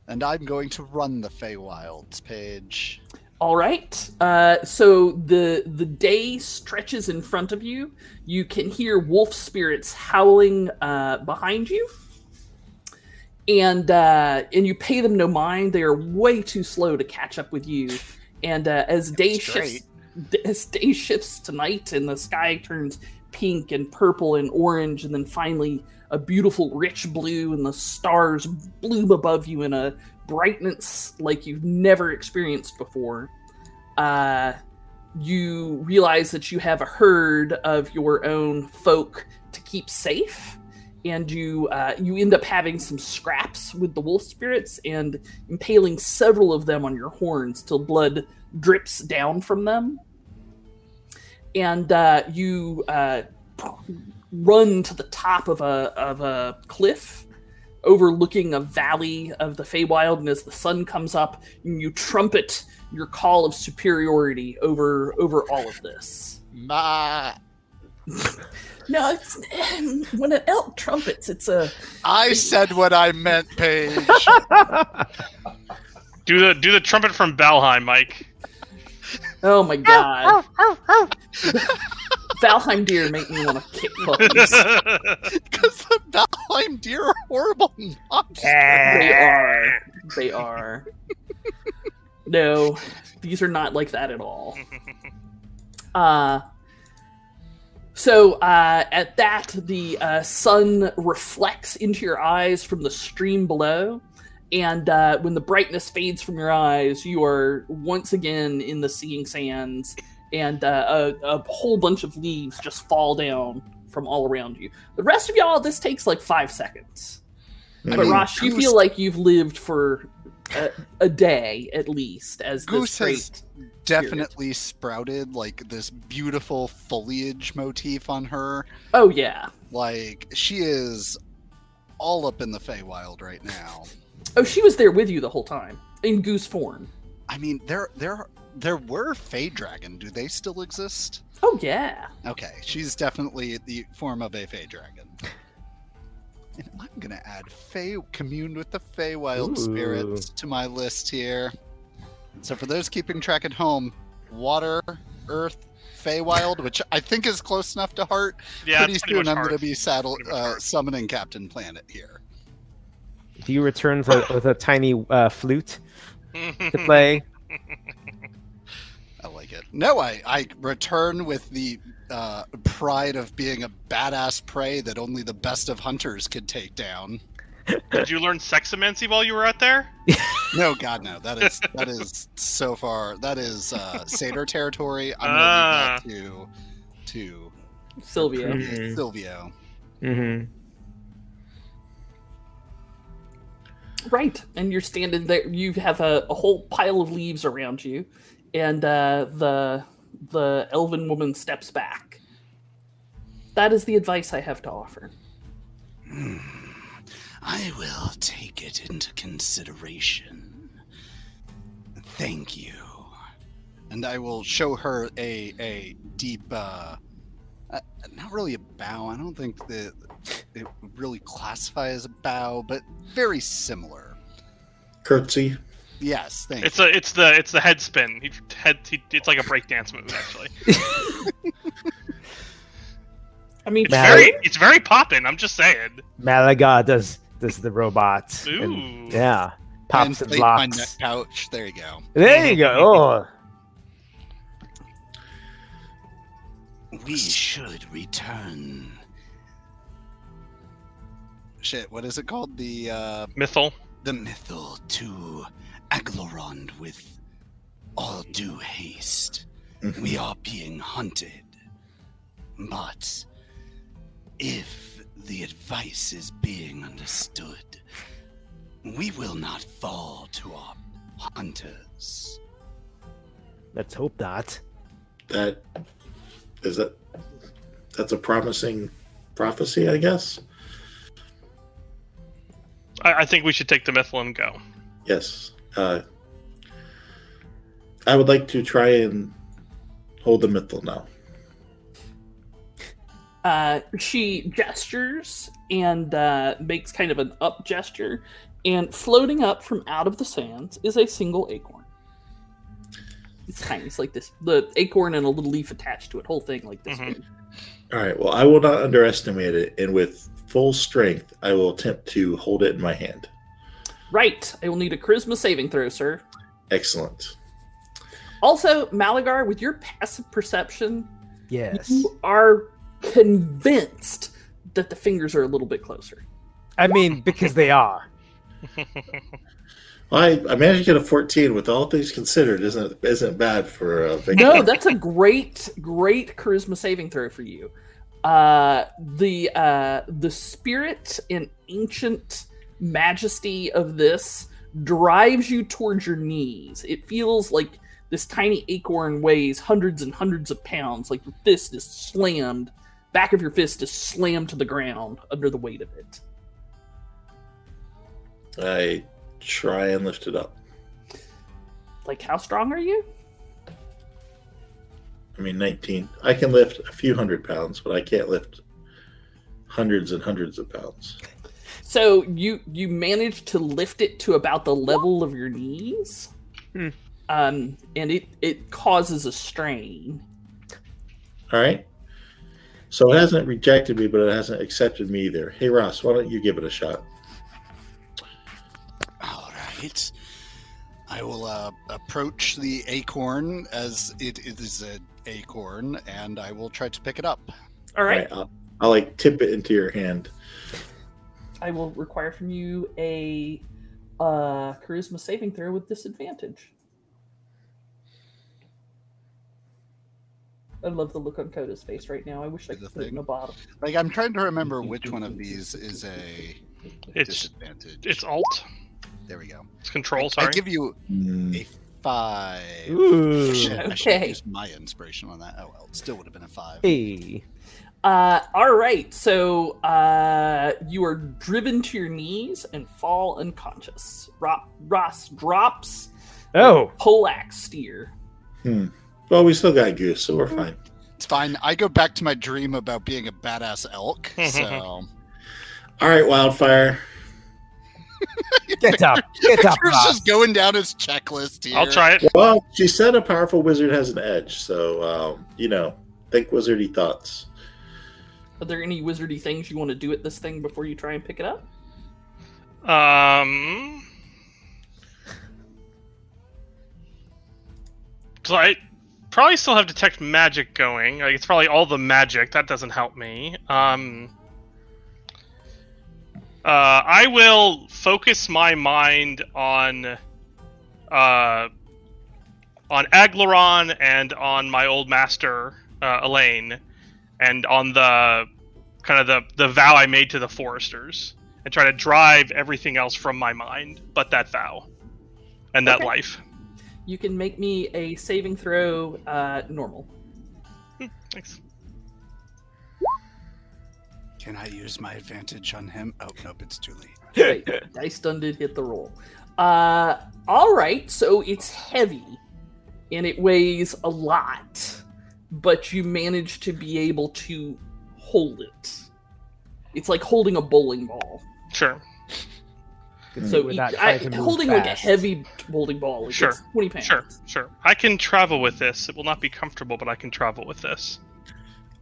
Speaker 5: And I'm going to run the Feywilds page.
Speaker 1: All right. Uh, so the the day stretches in front of you. You can hear wolf spirits howling uh, behind you, and uh, and you pay them no mind. They are way too slow to catch up with you. And uh, as day shifts, as day shifts to night, and the sky turns pink and purple and orange, and then finally a beautiful rich blue, and the stars bloom above you in a brightness like you've never experienced before. Uh, you realize that you have a herd of your own folk to keep safe, and you uh, you end up having some scraps with the wolf spirits and impaling several of them on your horns till blood drips down from them. And uh, you uh, run to the top of a of a cliff overlooking a valley of the Feywild, and as the sun comes up, you trumpet your call of superiority over over all of this.
Speaker 5: Ma,
Speaker 1: No, it's, when an elk trumpets, it's a
Speaker 5: I said what I meant, Paige.
Speaker 3: Do the do the trumpet from Valheim, Mike.
Speaker 1: oh my god. Valheim deer make me want to kick puppies.
Speaker 5: Because the Valheim deer are horrible monsters.
Speaker 1: they are. They are. no, these are not like that at all. Uh, so uh, at that, the uh, sun reflects into your eyes from the stream below. And uh, when the brightness fades from your eyes, you are once again in the Seeing Sands, and uh, a, a whole bunch of leaves just fall down from all around you. The rest of y'all, this takes like five seconds. But
Speaker 2: Mm,
Speaker 5: mean,
Speaker 1: Rosh, you
Speaker 5: Goose-
Speaker 1: feel like you've lived for a, a day at least as this
Speaker 5: Goose has
Speaker 1: great.
Speaker 5: definitely sprouted like this beautiful foliage motif on her.
Speaker 1: Oh yeah.
Speaker 5: Like she is all up in the Feywild right now.
Speaker 1: Oh, she was there with you the whole time in goose form.
Speaker 5: I mean, there there there were Fey Dragon. Do they still exist?
Speaker 1: Oh yeah.
Speaker 5: Okay, she's definitely the form of a Fey Dragon. And I'm gonna add Fey commune with the Feywild
Speaker 4: Ooh.
Speaker 5: spirits to my list here. So for those keeping track at home, water, earth, Feywild, which I think is close enough to heart.
Speaker 3: Yeah,
Speaker 5: pretty,
Speaker 3: it's pretty
Speaker 5: soon
Speaker 3: much
Speaker 5: I'm
Speaker 3: hard.
Speaker 5: gonna be saddle
Speaker 3: Pretty much
Speaker 5: uh,
Speaker 3: hard.
Speaker 5: summoning Captain Planet here.
Speaker 4: Do you return for, with a tiny uh, flute to play?
Speaker 5: I like it. No, I, I return with the uh, pride of being a badass prey that only the best of hunters could take down.
Speaker 3: Did you learn sexomancy while you were out there?
Speaker 5: No, God, no. That is that is so far. That is uh, Seder territory. I'm
Speaker 3: Ah.
Speaker 5: gonna leave that to
Speaker 1: Sylvia.
Speaker 5: to Silvio.
Speaker 4: Mm-hmm.
Speaker 1: Right. And you're standing there. You have a, a whole pile of leaves around you, and uh, the the elven woman steps back. That is the advice I have to offer.
Speaker 5: I will take it into consideration. Thank you. And I will show her a a deep, uh, uh, not really a bow. I don't think that it would really classify as a bow, but very similar.
Speaker 2: Curtsy.
Speaker 5: Yes, thank
Speaker 3: It's
Speaker 5: you.
Speaker 3: a it's the it's the head spin. He head he, it's like a breakdance move actually.
Speaker 1: I mean,
Speaker 3: It's
Speaker 4: Now-
Speaker 3: very it's very poppin'. I'm just saying.
Speaker 4: Malaga does does the robots. and-
Speaker 3: Ooh.
Speaker 4: yeah. Pops and
Speaker 5: plate my
Speaker 4: blocks.
Speaker 5: neck pouch. There you go.
Speaker 4: There you go. Oh,
Speaker 5: We should return. Shit, what is it called? The uh
Speaker 3: Mythal.
Speaker 5: the mythal to Aglarond with all due haste. We are being hunted. But if the advice is being understood, we will not fall to our hunters.
Speaker 4: Let's hope not.
Speaker 2: That is that. That's a promising prophecy, I guess.
Speaker 3: I, I think we should take the Mythal and go.
Speaker 2: Yes. Uh, I would like to try and hold the mithril now.
Speaker 1: Uh, she gestures and uh, makes kind of an up gesture, and floating up from out of the sands is a single acorn. It's tiny. It's like this the acorn and a little leaf attached to it, whole thing like this.
Speaker 3: Mhm.
Speaker 1: big.
Speaker 2: All right. Well, I will not underestimate it, and with full strength, I will attempt to hold it in my hand.
Speaker 1: Right. I will need a charisma saving throw, sir.
Speaker 2: Excellent.
Speaker 1: Also, Malagar, with your passive perception,
Speaker 4: Yes.
Speaker 1: you are convinced that the fingers are a little bit closer.
Speaker 4: I mean, because they are.
Speaker 2: Well, I, I managed to get a 14 with all things considered. Isn't isn't bad for a victim.
Speaker 1: No, that's a great, great charisma saving throw for you. Uh, the uh, the spirit and ancient majesty of this drives you towards your knees. It feels like this tiny acorn weighs hundreds and hundreds of pounds. Like your fist is slammed, back of your fist is slammed to the ground under the weight of it.
Speaker 2: I try and lift it up.
Speaker 1: Like, how strong are you?
Speaker 2: I mean, 19. I can lift a few hundred pounds, but I can't lift hundreds and hundreds of pounds.
Speaker 1: So you you manage to lift it to about the level of your knees,
Speaker 4: Hmm.
Speaker 1: um, and it it causes a strain.
Speaker 2: All right. So it hasn't rejected me, but it hasn't accepted me either. Hey, Ross, why don't you give it a shot?
Speaker 5: All right. I will uh, approach the acorn as it is an acorn, and I will try to pick it up.
Speaker 1: All right,
Speaker 2: I'll, I'll like tip it into your hand.
Speaker 1: I will require from you a uh, charisma saving throw with disadvantage. I love the look on Coda's face right now. I wish I
Speaker 5: The
Speaker 1: could put it in
Speaker 5: thing?
Speaker 1: the bottle.
Speaker 5: Like I'm trying to remember which one of these is a
Speaker 3: It's
Speaker 5: disadvantage.
Speaker 3: it's alt.
Speaker 5: There we go.
Speaker 3: It's control.
Speaker 5: I
Speaker 3: Sorry.
Speaker 5: give you
Speaker 2: Mm,
Speaker 5: five.
Speaker 4: Ooh.
Speaker 5: Shit, I should
Speaker 1: Okay.
Speaker 5: use my inspiration on that. Oh well, it still would have been a five.
Speaker 4: Hey.
Speaker 1: Uh, all right, so uh, you are driven to your knees and fall unconscious. Rop, Ross drops
Speaker 4: Oh.
Speaker 1: poleaxe steer.
Speaker 2: hmm. Well, we still got goose, so we're fine.
Speaker 5: It's fine. I go back to my dream about being a badass elk. So
Speaker 2: All right, wildfire.
Speaker 4: Get up. Get up.
Speaker 5: Peter's
Speaker 4: Rob.
Speaker 5: just going down his checklist here.
Speaker 3: I'll try it.
Speaker 2: Well, she said a powerful wizard has an edge, so um, you know, think wizardy thoughts.
Speaker 1: Are there any wizardy things you want to do at this thing before you try and pick it up?
Speaker 3: Um. So I probably still have detect magic going. Like it's probably all the magic that doesn't help me. Um. Uh, I will focus my mind on, uh, on Aglaron and on my old master uh, Elaine, and on the kind of the the vow I made to the foresters and try to drive everything else from my mind but that vow and that
Speaker 1: Okay.
Speaker 3: life.
Speaker 1: You can make me a saving throw, uh, normal.
Speaker 3: Thanks.
Speaker 5: Can I use my advantage on him? Oh nope, it's too late.
Speaker 1: Wait, dice done did hit the roll. Uh, all right, so it's heavy and it weighs a lot, but you manage to be able to hold it. It's like holding a bowling ball.
Speaker 3: Sure.
Speaker 4: Good thing
Speaker 1: So
Speaker 4: we're
Speaker 1: each-
Speaker 4: not
Speaker 1: I,
Speaker 4: trying to move
Speaker 1: holding like a
Speaker 4: fast.
Speaker 1: heavy bowling ball, like
Speaker 3: Sure,
Speaker 1: it's twenty pounds.
Speaker 3: Sure. Sure. I can travel with this. It will not be comfortable, but I can travel with this.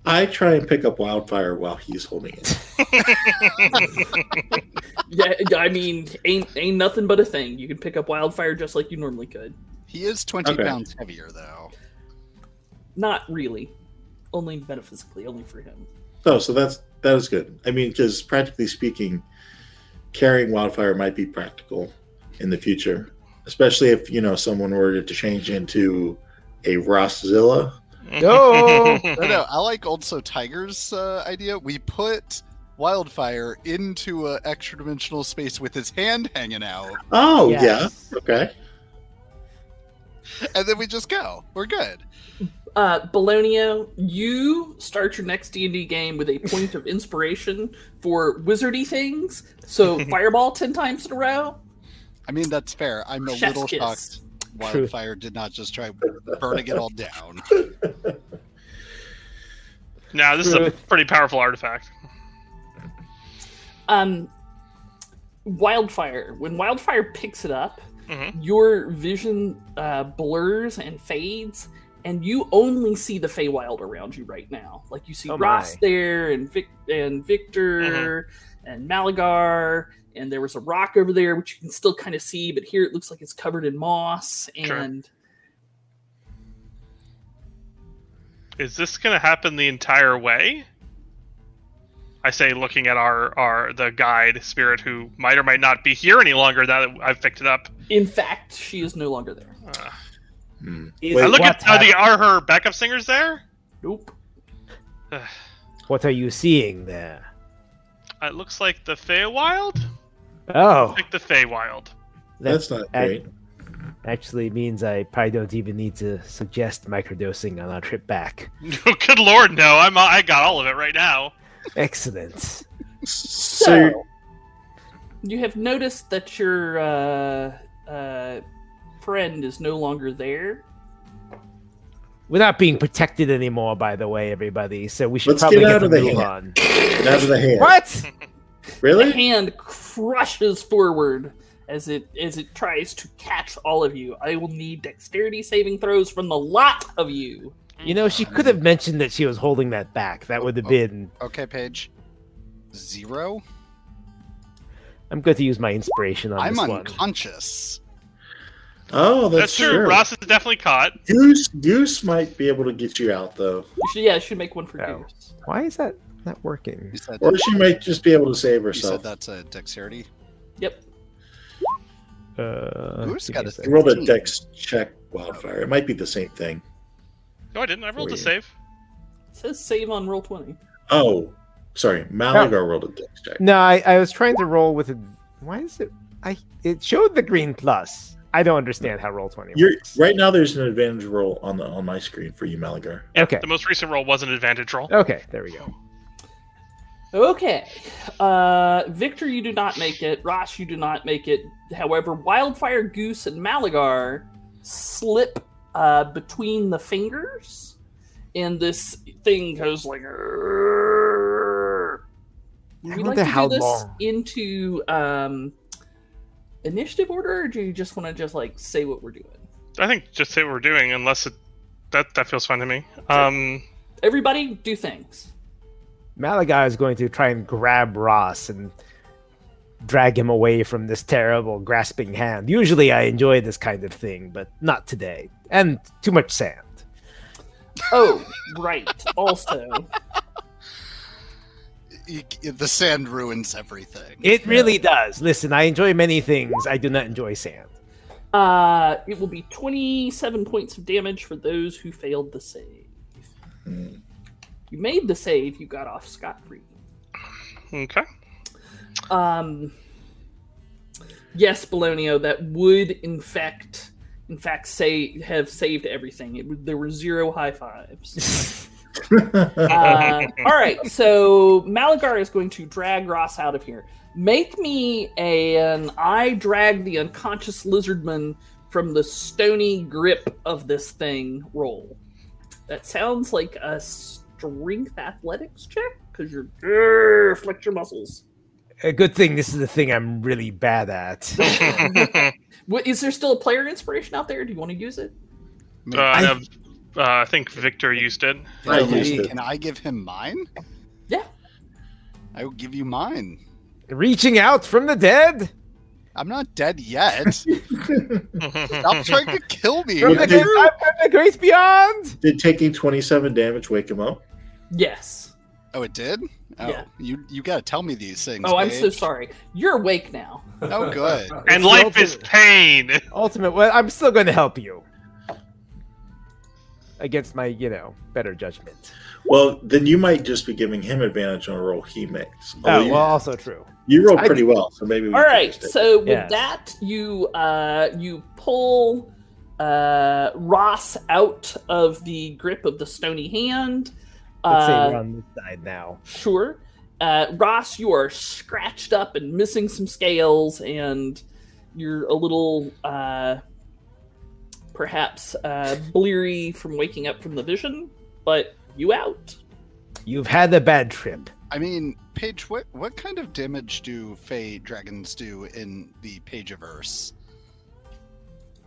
Speaker 2: I try and pick up wildfire while he's holding it.
Speaker 1: Yeah, yeah, I mean, ain't ain't nothing but a thing. You can pick up wildfire just like you normally could.
Speaker 5: He is twenty
Speaker 2: Okay.
Speaker 5: pounds heavier though.
Speaker 1: Not really. only metaphysically, only for him.
Speaker 2: No, so that's that is good. I mean, because practically speaking, carrying wildfire might be practical in the future, especially if you know someone were to change into a Rosszilla.
Speaker 4: Yo!
Speaker 5: No, no, I like also Tiger's uh, idea. We put Wildfire into an extra dimensional space with his hand hanging out,
Speaker 2: Oh
Speaker 1: Yes.
Speaker 2: yeah, okay.
Speaker 5: and then we just go. We're good.
Speaker 1: Uh, Bologna, you start your next D and D game with a point of inspiration for wizardy things. So fireball ten times in a row.
Speaker 5: I mean, that's fair. I'm a
Speaker 1: Chef's
Speaker 5: little
Speaker 1: kiss.
Speaker 5: shocked Wildfire did not just try burning it all down.
Speaker 3: Now this is a
Speaker 4: Truth.
Speaker 3: pretty powerful artifact.
Speaker 1: Um, wildfire. When wildfire picks it up,
Speaker 3: Mhm.
Speaker 1: your vision uh, blurs and fades, and you only see the Feywild around you right now. Like you see
Speaker 4: Oh my.
Speaker 1: Ross there, and Vic- and Victor, and Malagar, and there was a rock over there which you can still kind of see, but here it looks like it's covered in moss
Speaker 3: Sure.
Speaker 1: and.
Speaker 3: Is this gonna happen the entire way? I say, looking at our our the guide spirit who might or might not be here any longer. Now that I've picked it up,
Speaker 1: In fact, she is no longer there.
Speaker 3: uh,
Speaker 2: Hmm.
Speaker 4: Is-
Speaker 2: Wait,
Speaker 3: I look
Speaker 4: what's
Speaker 3: at are the
Speaker 4: hap-
Speaker 3: are her backup singers there?
Speaker 1: Nope.
Speaker 4: What are you seeing there?
Speaker 3: It looks like the Feywild.
Speaker 4: Oh,
Speaker 3: Like the Feywild.
Speaker 2: That's not great.
Speaker 4: ac- actually means I probably don't even need to suggest microdosing on our trip back.
Speaker 3: Good lord, no! I'm uh, I got all of it right now.
Speaker 4: Excellent.
Speaker 2: So, you're-
Speaker 1: You have noticed that your uh, uh, friend is no longer there.
Speaker 4: We're not being protected anymore, by the way, everybody. So we should
Speaker 2: Let's
Speaker 4: probably
Speaker 2: get
Speaker 4: get,
Speaker 2: out
Speaker 4: a
Speaker 2: of the
Speaker 4: move
Speaker 2: hand.
Speaker 4: on.
Speaker 2: out of the hand.
Speaker 4: What?
Speaker 1: The
Speaker 2: Really?
Speaker 1: hand crushes forward as it as it tries to catch all of you. I will need dexterity saving throws from the lot of you.
Speaker 4: You know, she could have mentioned that she was holding that back. That would have been.
Speaker 5: Okay, Paige. Zero.
Speaker 4: I'm going to use my inspiration on
Speaker 5: I'm
Speaker 4: this one.
Speaker 5: unconscious.
Speaker 2: Oh, that's,
Speaker 3: That's, true. Ross is definitely caught.
Speaker 2: Goose, Goose might be able to get you out though,
Speaker 1: You should, yeah, you should make one for
Speaker 4: Oh.
Speaker 1: Goose.
Speaker 4: Why is that not working?
Speaker 5: You said,
Speaker 2: or she might just be able to save
Speaker 5: you said
Speaker 2: herself.
Speaker 5: that's a dexterity.
Speaker 1: Yep.
Speaker 4: Uh,
Speaker 5: Goose
Speaker 4: give
Speaker 5: got
Speaker 4: me
Speaker 5: a
Speaker 4: sec.
Speaker 2: You rolled a
Speaker 5: Fifteen.
Speaker 2: dex check, Wildfire. It might be the same thing.
Speaker 3: No, I didn't. I rolled a
Speaker 2: Weird.
Speaker 3: save.
Speaker 1: It says save on roll twenty.
Speaker 2: Oh, sorry, Malagar rolled a dex check.
Speaker 4: No, I, I was trying to roll with it. Why is it? I it showed the green plus. I don't understand how roll twenty
Speaker 2: You're
Speaker 4: works.
Speaker 2: right now. There's an advantage roll on the on my screen for you, Malagar.
Speaker 4: Okay.
Speaker 3: The most recent roll was an advantage roll.
Speaker 4: Okay. There we go.
Speaker 1: Okay. Uh, Victor, you do not make it. Ross, you do not make it. However, Wildfire, Goose, and Malagar slip uh, between the fingers, and this thing goes like. "Arrgh."
Speaker 4: I
Speaker 1: We'd
Speaker 4: wonder how long.
Speaker 1: into um, initiative order, or do you just want to just like say what we're doing?
Speaker 3: I think just say what we're doing, unless it that that feels fine to me. Um,
Speaker 1: Everybody, do things.
Speaker 4: Malaga is going to try and grab Ross and drag him away from this terrible grasping hand. Usually, I enjoy this kind of thing, but not today. And too much sand.
Speaker 1: Oh, right. Also,
Speaker 5: You- you- the sand ruins everything.
Speaker 4: It really does. Listen, I enjoy many things. I do not enjoy sand.
Speaker 1: Uh, it will be 27 points of damage for those who failed the save.
Speaker 2: Hmm.
Speaker 1: You made the save, you got off scot free.
Speaker 3: okay.
Speaker 1: Um, yes, Bologna, that would infect, in fact, say have saved everything. It, would- there were zero high fives. Uh, all right, so Malagar is going to drag Ross out of here. Make me an I drag the unconscious lizardman from the stony grip of this thing roll. That sounds like a strength athletics check because you're grr, flex your muscles.
Speaker 4: A good thing this is the thing I'm really bad at.
Speaker 1: What, is there still a player inspiration out there? Do you want to use it?
Speaker 3: uh, I, have, uh, I think Victor used it.
Speaker 5: Can
Speaker 2: I
Speaker 5: I,
Speaker 2: used
Speaker 5: give-
Speaker 2: it.
Speaker 5: can I give him mine?
Speaker 1: Yeah.
Speaker 5: I will give you mine.
Speaker 4: Reaching out from the dead?
Speaker 5: I'm not dead yet. Stop trying to kill me.
Speaker 4: From the,
Speaker 2: did-
Speaker 4: gra- from the grace beyond.
Speaker 2: Did taking 27 damage wake him up?
Speaker 1: Yes.
Speaker 5: Oh, it did. Oh,
Speaker 1: Yeah.
Speaker 5: you you gotta tell me these things.
Speaker 1: Oh, I'm
Speaker 5: babe.
Speaker 1: so sorry. You're awake now.
Speaker 5: Oh, good.
Speaker 3: and life is pain.
Speaker 4: Ultimate. Well, I'm still going to help you against my, you know, better judgment.
Speaker 2: Well, then you might just be giving him advantage on a roll he makes.
Speaker 4: Oh,
Speaker 2: Although you,
Speaker 4: well, also true.
Speaker 2: you roll
Speaker 4: I-
Speaker 2: pretty well, so maybe. We
Speaker 1: All
Speaker 2: can
Speaker 1: right.
Speaker 2: just take
Speaker 1: So with
Speaker 4: Yes.
Speaker 1: that, you uh, you pull uh, Ross out of the grip of the stony hand.
Speaker 4: Let's say
Speaker 1: Uh,
Speaker 4: we're on this side now.
Speaker 1: Sure. Uh, Ross, you are scratched up and missing some scales, and you're a little, uh, perhaps, uh, bleary from waking up from the vision, but you out.
Speaker 4: You've had the bad trip.
Speaker 5: I mean, Paige, what what kind of damage do Fey dragons do in the Pageverse?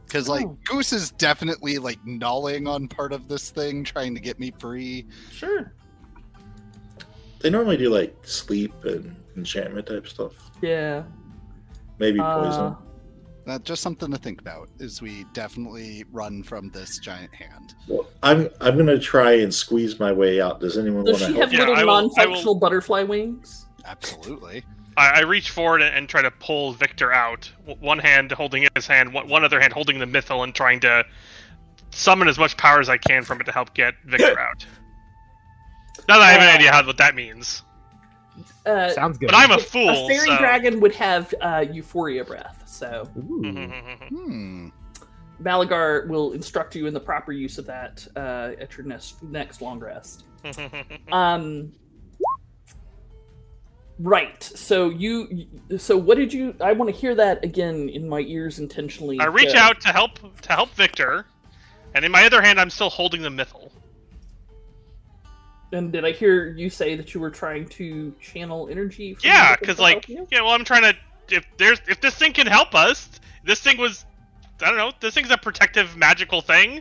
Speaker 5: Because like
Speaker 1: Oh.
Speaker 5: Goose is definitely like gnawing on part of this thing, trying to get me free.
Speaker 1: Sure.
Speaker 2: They normally do like sleep and enchantment type stuff.
Speaker 1: Yeah.
Speaker 2: Maybe poison.
Speaker 1: Uh,
Speaker 5: That's just something to think about. Is we definitely run from this giant hand?
Speaker 2: Well, I'm I'm gonna try and squeeze my way out. Does anyone want
Speaker 1: does
Speaker 2: to
Speaker 1: she
Speaker 2: help?
Speaker 1: have
Speaker 3: Yeah,
Speaker 1: little
Speaker 3: I will- I will-
Speaker 1: non-functional butterfly wings?
Speaker 5: Absolutely.
Speaker 3: I, I reach forward and, and try to pull Victor out. W- One hand holding his hand, one, one other hand holding the mythil, and trying to summon as much power as I can from it to help get Victor out. Now that I have an
Speaker 1: Uh,
Speaker 3: idea how what that means,
Speaker 1: Uh,
Speaker 4: Sounds good.
Speaker 3: but I'm a
Speaker 1: a
Speaker 3: fool.
Speaker 1: fairy
Speaker 3: so-
Speaker 1: dragon would have uh, euphoria breath, so
Speaker 3: Mm-hmm.
Speaker 4: Ooh.
Speaker 5: Hmm.
Speaker 1: Malagar will instruct you in the proper use of that uh, at your next, next long rest. Um. Right. So you. So what did you? I want to hear that again in my ears intentionally.
Speaker 3: I reach
Speaker 1: Joe.
Speaker 3: out to help to help Victor, and in my other hand, I'm still holding the mythil.
Speaker 1: And did I hear you say that you were trying to channel energy? From
Speaker 3: Yeah,
Speaker 1: Malagard
Speaker 3: because
Speaker 1: to
Speaker 3: like,
Speaker 1: help you?
Speaker 3: yeah, well, I'm trying to. If there's, if this thing can help us, this thing was, I don't know, this thing's a protective magical thing.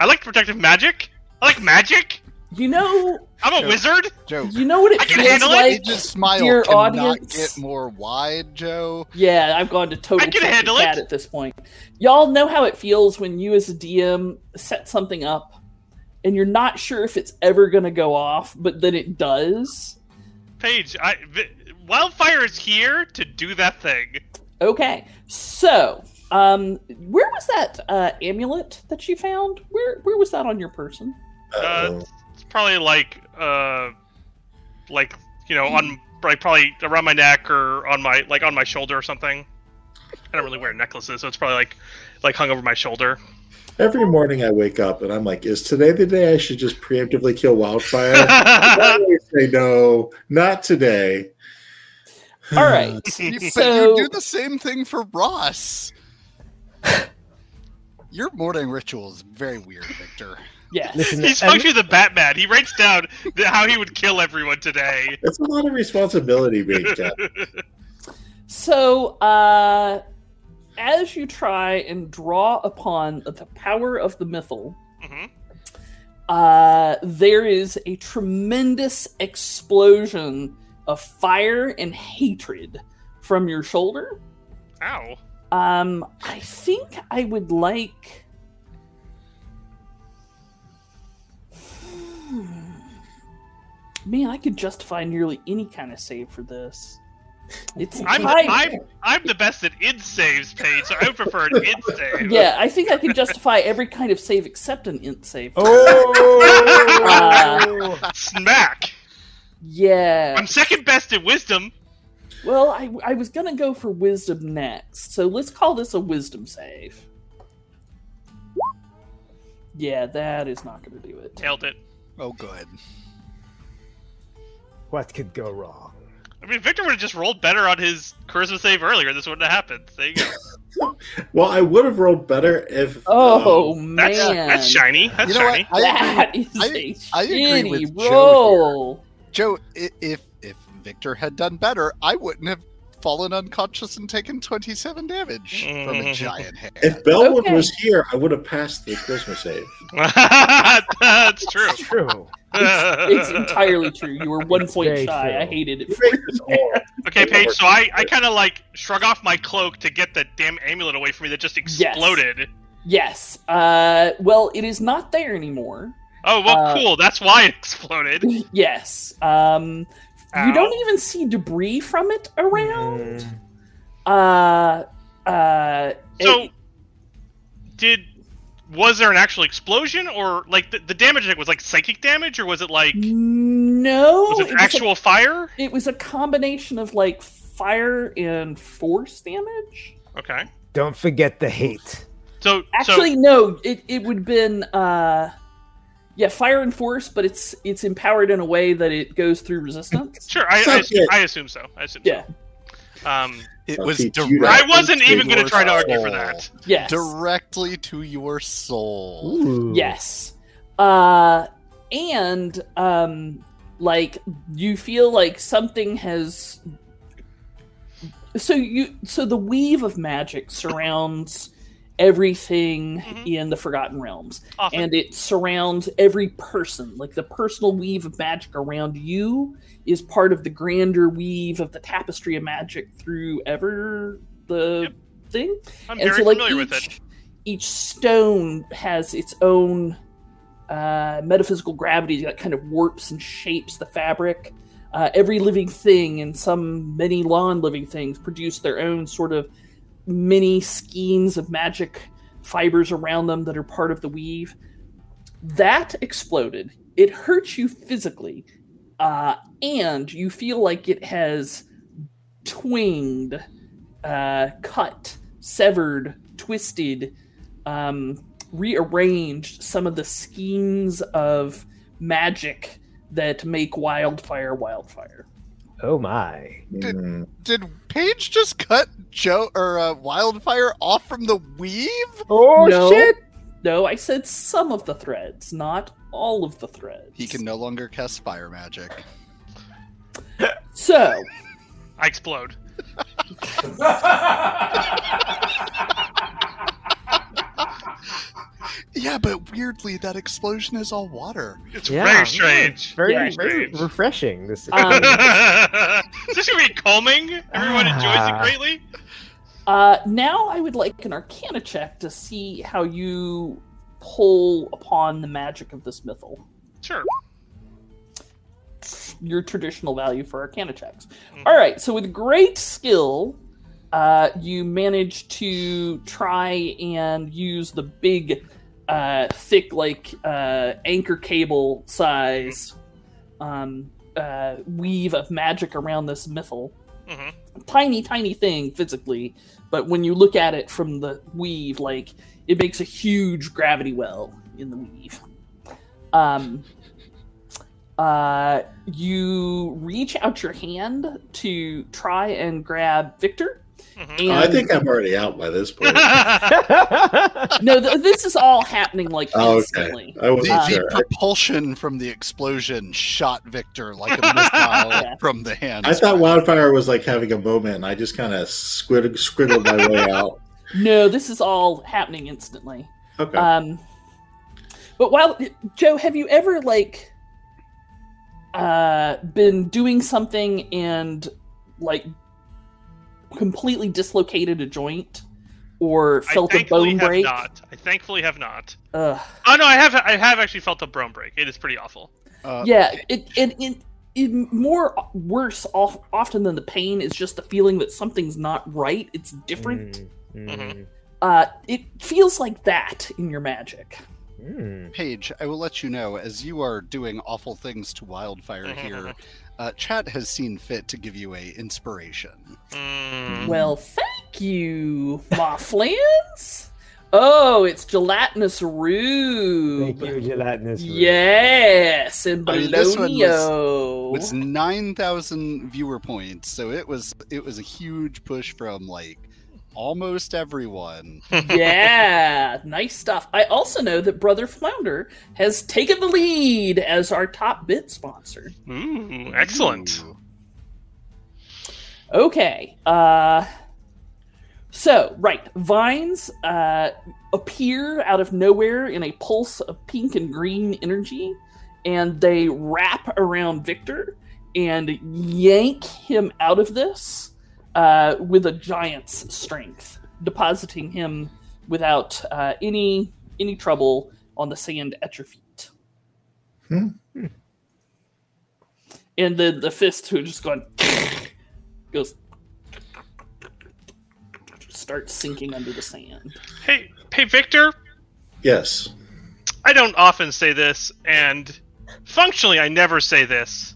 Speaker 3: I like protective magic. I like magic.
Speaker 1: You know.
Speaker 3: I'm a
Speaker 5: Sure.
Speaker 3: wizard.
Speaker 5: Joke.
Speaker 1: You know what it
Speaker 3: I can
Speaker 1: feels
Speaker 3: handle it.
Speaker 1: like.
Speaker 5: Page's smile
Speaker 1: dear
Speaker 5: cannot
Speaker 1: audience-
Speaker 5: get more wide, Joe.
Speaker 1: Yeah, I've gone to total
Speaker 3: I can
Speaker 1: tit for
Speaker 3: handle it.
Speaker 1: tat at this point. Y'all know how it feels when you, as a DM, set something up, and you're not sure if it's ever going to go off, but then it does.
Speaker 3: Paige, I, vi- Wildfire is here to do that thing.
Speaker 1: Okay, so um, where was that uh, amulet that you found? Where where was that on your person?
Speaker 3: Uh,
Speaker 2: Uh-oh.
Speaker 3: it's- it's probably like, uh, like you know, on like probably around my neck or on my like on my shoulder or something. I don't really wear necklaces, so it's probably like, like hung over my shoulder.
Speaker 2: Every morning I wake up and I'm like, is today the day I should just preemptively kill wildfire? I
Speaker 3: I
Speaker 2: always say no, not today.
Speaker 1: All right,
Speaker 5: You-
Speaker 1: So-
Speaker 5: but you do the same thing for Ross. Your morning ritual is very weird, Victor.
Speaker 1: yes,
Speaker 4: Listen,
Speaker 3: He's
Speaker 4: and-
Speaker 3: actually the Batman. He writes down th- how he would kill everyone today.
Speaker 2: That's a lot of responsibility being kept.
Speaker 1: So, uh, as you try and draw upon the power of the mythal,
Speaker 3: Mhm.
Speaker 1: uh, there is a tremendous explosion of fire and hatred from your shoulder.
Speaker 3: Ow.
Speaker 1: Um, I think I would like. Hmm. Man, I could justify nearly any kind of save for this. It's
Speaker 3: I'm,
Speaker 1: tight.
Speaker 3: I'm, I'm the best at id saves, Paige, so I would prefer an id save.
Speaker 1: Yeah, I think I can justify every kind of save except an int save.
Speaker 4: Oh.
Speaker 3: Smack.
Speaker 1: Yeah.
Speaker 3: I'm second best at wisdom.
Speaker 1: Well, I, I was gonna go for wisdom next, so let's call this a wisdom save. Yeah, that is not gonna do it.
Speaker 3: Nailed it.
Speaker 5: Oh, good.
Speaker 4: what could go wrong?
Speaker 3: I mean, Victor would have just rolled better on his charisma save earlier. This wouldn't have happened. There you go.
Speaker 2: Well, I would have rolled better if.
Speaker 1: Oh
Speaker 2: um,
Speaker 1: man,
Speaker 3: That's, that's shiny. That's
Speaker 5: you know
Speaker 3: shiny.
Speaker 5: what? I agree.
Speaker 1: That is
Speaker 5: I- I
Speaker 1: a
Speaker 5: agree
Speaker 1: shitty
Speaker 5: with Joe here.
Speaker 1: roll.
Speaker 5: Joe, i- if if Victor had done better, I wouldn't have fallen unconscious and taken 27 damage from a
Speaker 3: Mhm.
Speaker 5: giant hand.
Speaker 2: if Bellwood
Speaker 1: Okay.
Speaker 2: was here, I would have passed the Christmas save.
Speaker 3: that's true.
Speaker 4: True.
Speaker 1: It's, it's entirely true. You were one point
Speaker 4: very
Speaker 1: shy.
Speaker 4: true.
Speaker 1: I hated it.
Speaker 2: You make this all.
Speaker 3: Okay, Paige, so I, I kind of like shrug off my cloak to get the damn amulet away from me that just exploded.
Speaker 1: Yes. Uh, well, it is not there anymore.
Speaker 3: Oh, well,
Speaker 1: Uh,
Speaker 3: cool. That's why it exploded.
Speaker 1: Yes. Um, you
Speaker 3: Ow.
Speaker 1: don't even see debris from it around.
Speaker 4: Mm.
Speaker 1: Uh,
Speaker 3: Mm.
Speaker 1: uh,
Speaker 3: So,
Speaker 1: it-
Speaker 3: did. Was there an actual explosion, or like the, the damage like, was like psychic damage, or was it like
Speaker 1: no.
Speaker 3: was
Speaker 1: it
Speaker 3: it
Speaker 1: was a-
Speaker 3: actual fire?
Speaker 1: it was a combination of like fire and force damage.
Speaker 3: Okay,
Speaker 4: Don't forget the hate.
Speaker 3: so
Speaker 1: Actually, no. It it would have been uh, yeah, fire and force, but it's it's empowered in a way that it goes through resistance.
Speaker 3: so sure, I, I,
Speaker 2: Suck
Speaker 3: assume,
Speaker 2: it.
Speaker 3: I assume so. I assume
Speaker 1: Yeah.
Speaker 3: so. Um,
Speaker 5: It
Speaker 2: I'll
Speaker 5: was
Speaker 2: teach
Speaker 5: directly
Speaker 2: you that.
Speaker 3: I wasn't even going to
Speaker 5: your
Speaker 3: try to argue for
Speaker 5: soul.
Speaker 3: that.
Speaker 1: Yes.
Speaker 5: Directly to your soul.
Speaker 4: Ooh.
Speaker 1: Yes. Uh, and um, like you feel like something has. So you so the weave of magic surrounds everything
Speaker 3: Mhm.
Speaker 1: in the Forgotten Realms.
Speaker 3: Often.
Speaker 1: and it surrounds every person. Like the personal weave of magic around you is part of the grander weave of the tapestry of magic through ever the
Speaker 3: Yep.
Speaker 1: thing.
Speaker 3: I'm
Speaker 1: and
Speaker 3: very
Speaker 1: so, like
Speaker 3: familiar
Speaker 1: each,
Speaker 3: with it.
Speaker 1: each stone has its own uh, metaphysical gravity that kind of warps and shapes the fabric. Uh, every living thing and some many non-living things produce their own sort of mini skeins of magic fibers around them that are part of the weave. That exploded. It hurts you physically, uh, and you feel like it has twinged, uh, cut, severed, twisted, um, rearranged some of the schemes of magic that make wildfire wildfire.
Speaker 4: Oh my.
Speaker 2: Mm,
Speaker 5: Did Paige just cut Joe or uh, Wildfire off from the weave?
Speaker 4: Oh
Speaker 1: No.
Speaker 4: shit!
Speaker 1: No, I said some of the threads, not all of the threads.
Speaker 5: He can no longer cast fire magic.
Speaker 1: So,
Speaker 3: I explode.
Speaker 5: Yeah, but weirdly, that explosion is all water.
Speaker 3: It's
Speaker 4: Yeah.
Speaker 3: very strange.
Speaker 4: Very,
Speaker 1: Yeah.
Speaker 4: very refreshing. This.
Speaker 1: Um,
Speaker 3: Is this gonna be calming? Everyone enjoys it
Speaker 4: Ah.
Speaker 3: greatly.
Speaker 1: Uh, now I would like an Arcana check to see how you pull upon the magic of this mythal.
Speaker 3: Sure.
Speaker 1: Your traditional value for Arcana checks.
Speaker 3: Mhm.
Speaker 1: All right, so with great skill, uh, you manage to try and use the big, uh, thick, like uh, anchor cable size um, uh, weave of magic around this mythal
Speaker 3: hmm
Speaker 1: tiny, tiny thing physically, but when you look at it from the weave, like it makes a huge gravity well in the weave. Um, uh, you reach out your hand to try and grab Victor.
Speaker 3: hmm
Speaker 1: And
Speaker 2: I think I'm already out by this point.
Speaker 1: no, th- this is all happening like
Speaker 2: Oh, okay.
Speaker 1: instantly.
Speaker 2: I
Speaker 5: The,
Speaker 2: wasn't
Speaker 1: Uh,
Speaker 5: the
Speaker 2: sure. I,
Speaker 5: propulsion from the explosion shot Victor like a missile from the hand.
Speaker 2: I thought Wildfire was like having a moment, and I just kind of squid- squiggled my way out.
Speaker 1: No, this is all happening instantly.
Speaker 2: Okay.
Speaker 4: Uh,
Speaker 1: Um, but while Joe, have you ever like uh, been doing something and like completely dislocated a joint or felt
Speaker 3: I
Speaker 1: a
Speaker 3: thankfully
Speaker 1: bone
Speaker 3: have
Speaker 1: break?
Speaker 3: not. I thankfully have not.
Speaker 1: Ugh.
Speaker 3: Oh no, I have. I have actually felt a bone break. It is pretty awful.
Speaker 5: Uh,
Speaker 1: yeah, it it, it it more worse off, often than the pain is just the feeling that something's not right. It's different.
Speaker 4: Mm,
Speaker 3: Mhm.
Speaker 1: Uh, it feels like that in your magic. Mm-hmm.
Speaker 4: mm,
Speaker 5: Paige, I will let you know as you are doing awful things to Wildfire here. Uh, chat has seen fit to give you a inspiration.
Speaker 3: Mm.
Speaker 1: Well, thank you, my friends. Oh, it's gelatinous
Speaker 4: Thank
Speaker 1: rube.
Speaker 4: you, gelatinous. Root.
Speaker 1: Yes, and
Speaker 5: I mean, this one
Speaker 1: bologna.
Speaker 5: It's nine thousand viewer points, so it was it was a huge push from like almost everyone.
Speaker 1: yeah, nice stuff. I also know that Brother Flounder has taken the lead as our top bit sponsor.
Speaker 3: Ooh, excellent.
Speaker 5: Ooh.
Speaker 1: Okay. Uh so, right, vines uh, appear out of nowhere in a pulse of pink and green energy and they wrap around Victor and yank him out of this uh, with a giant's strength, depositing him without uh, any any trouble on the sand at your feet.
Speaker 2: Hmm.
Speaker 1: And the the fist who just going goes starts sinking under the sand.
Speaker 3: Hey, hey, Victor.
Speaker 2: Yes.
Speaker 3: I don't often say this, and functionally, I never say this.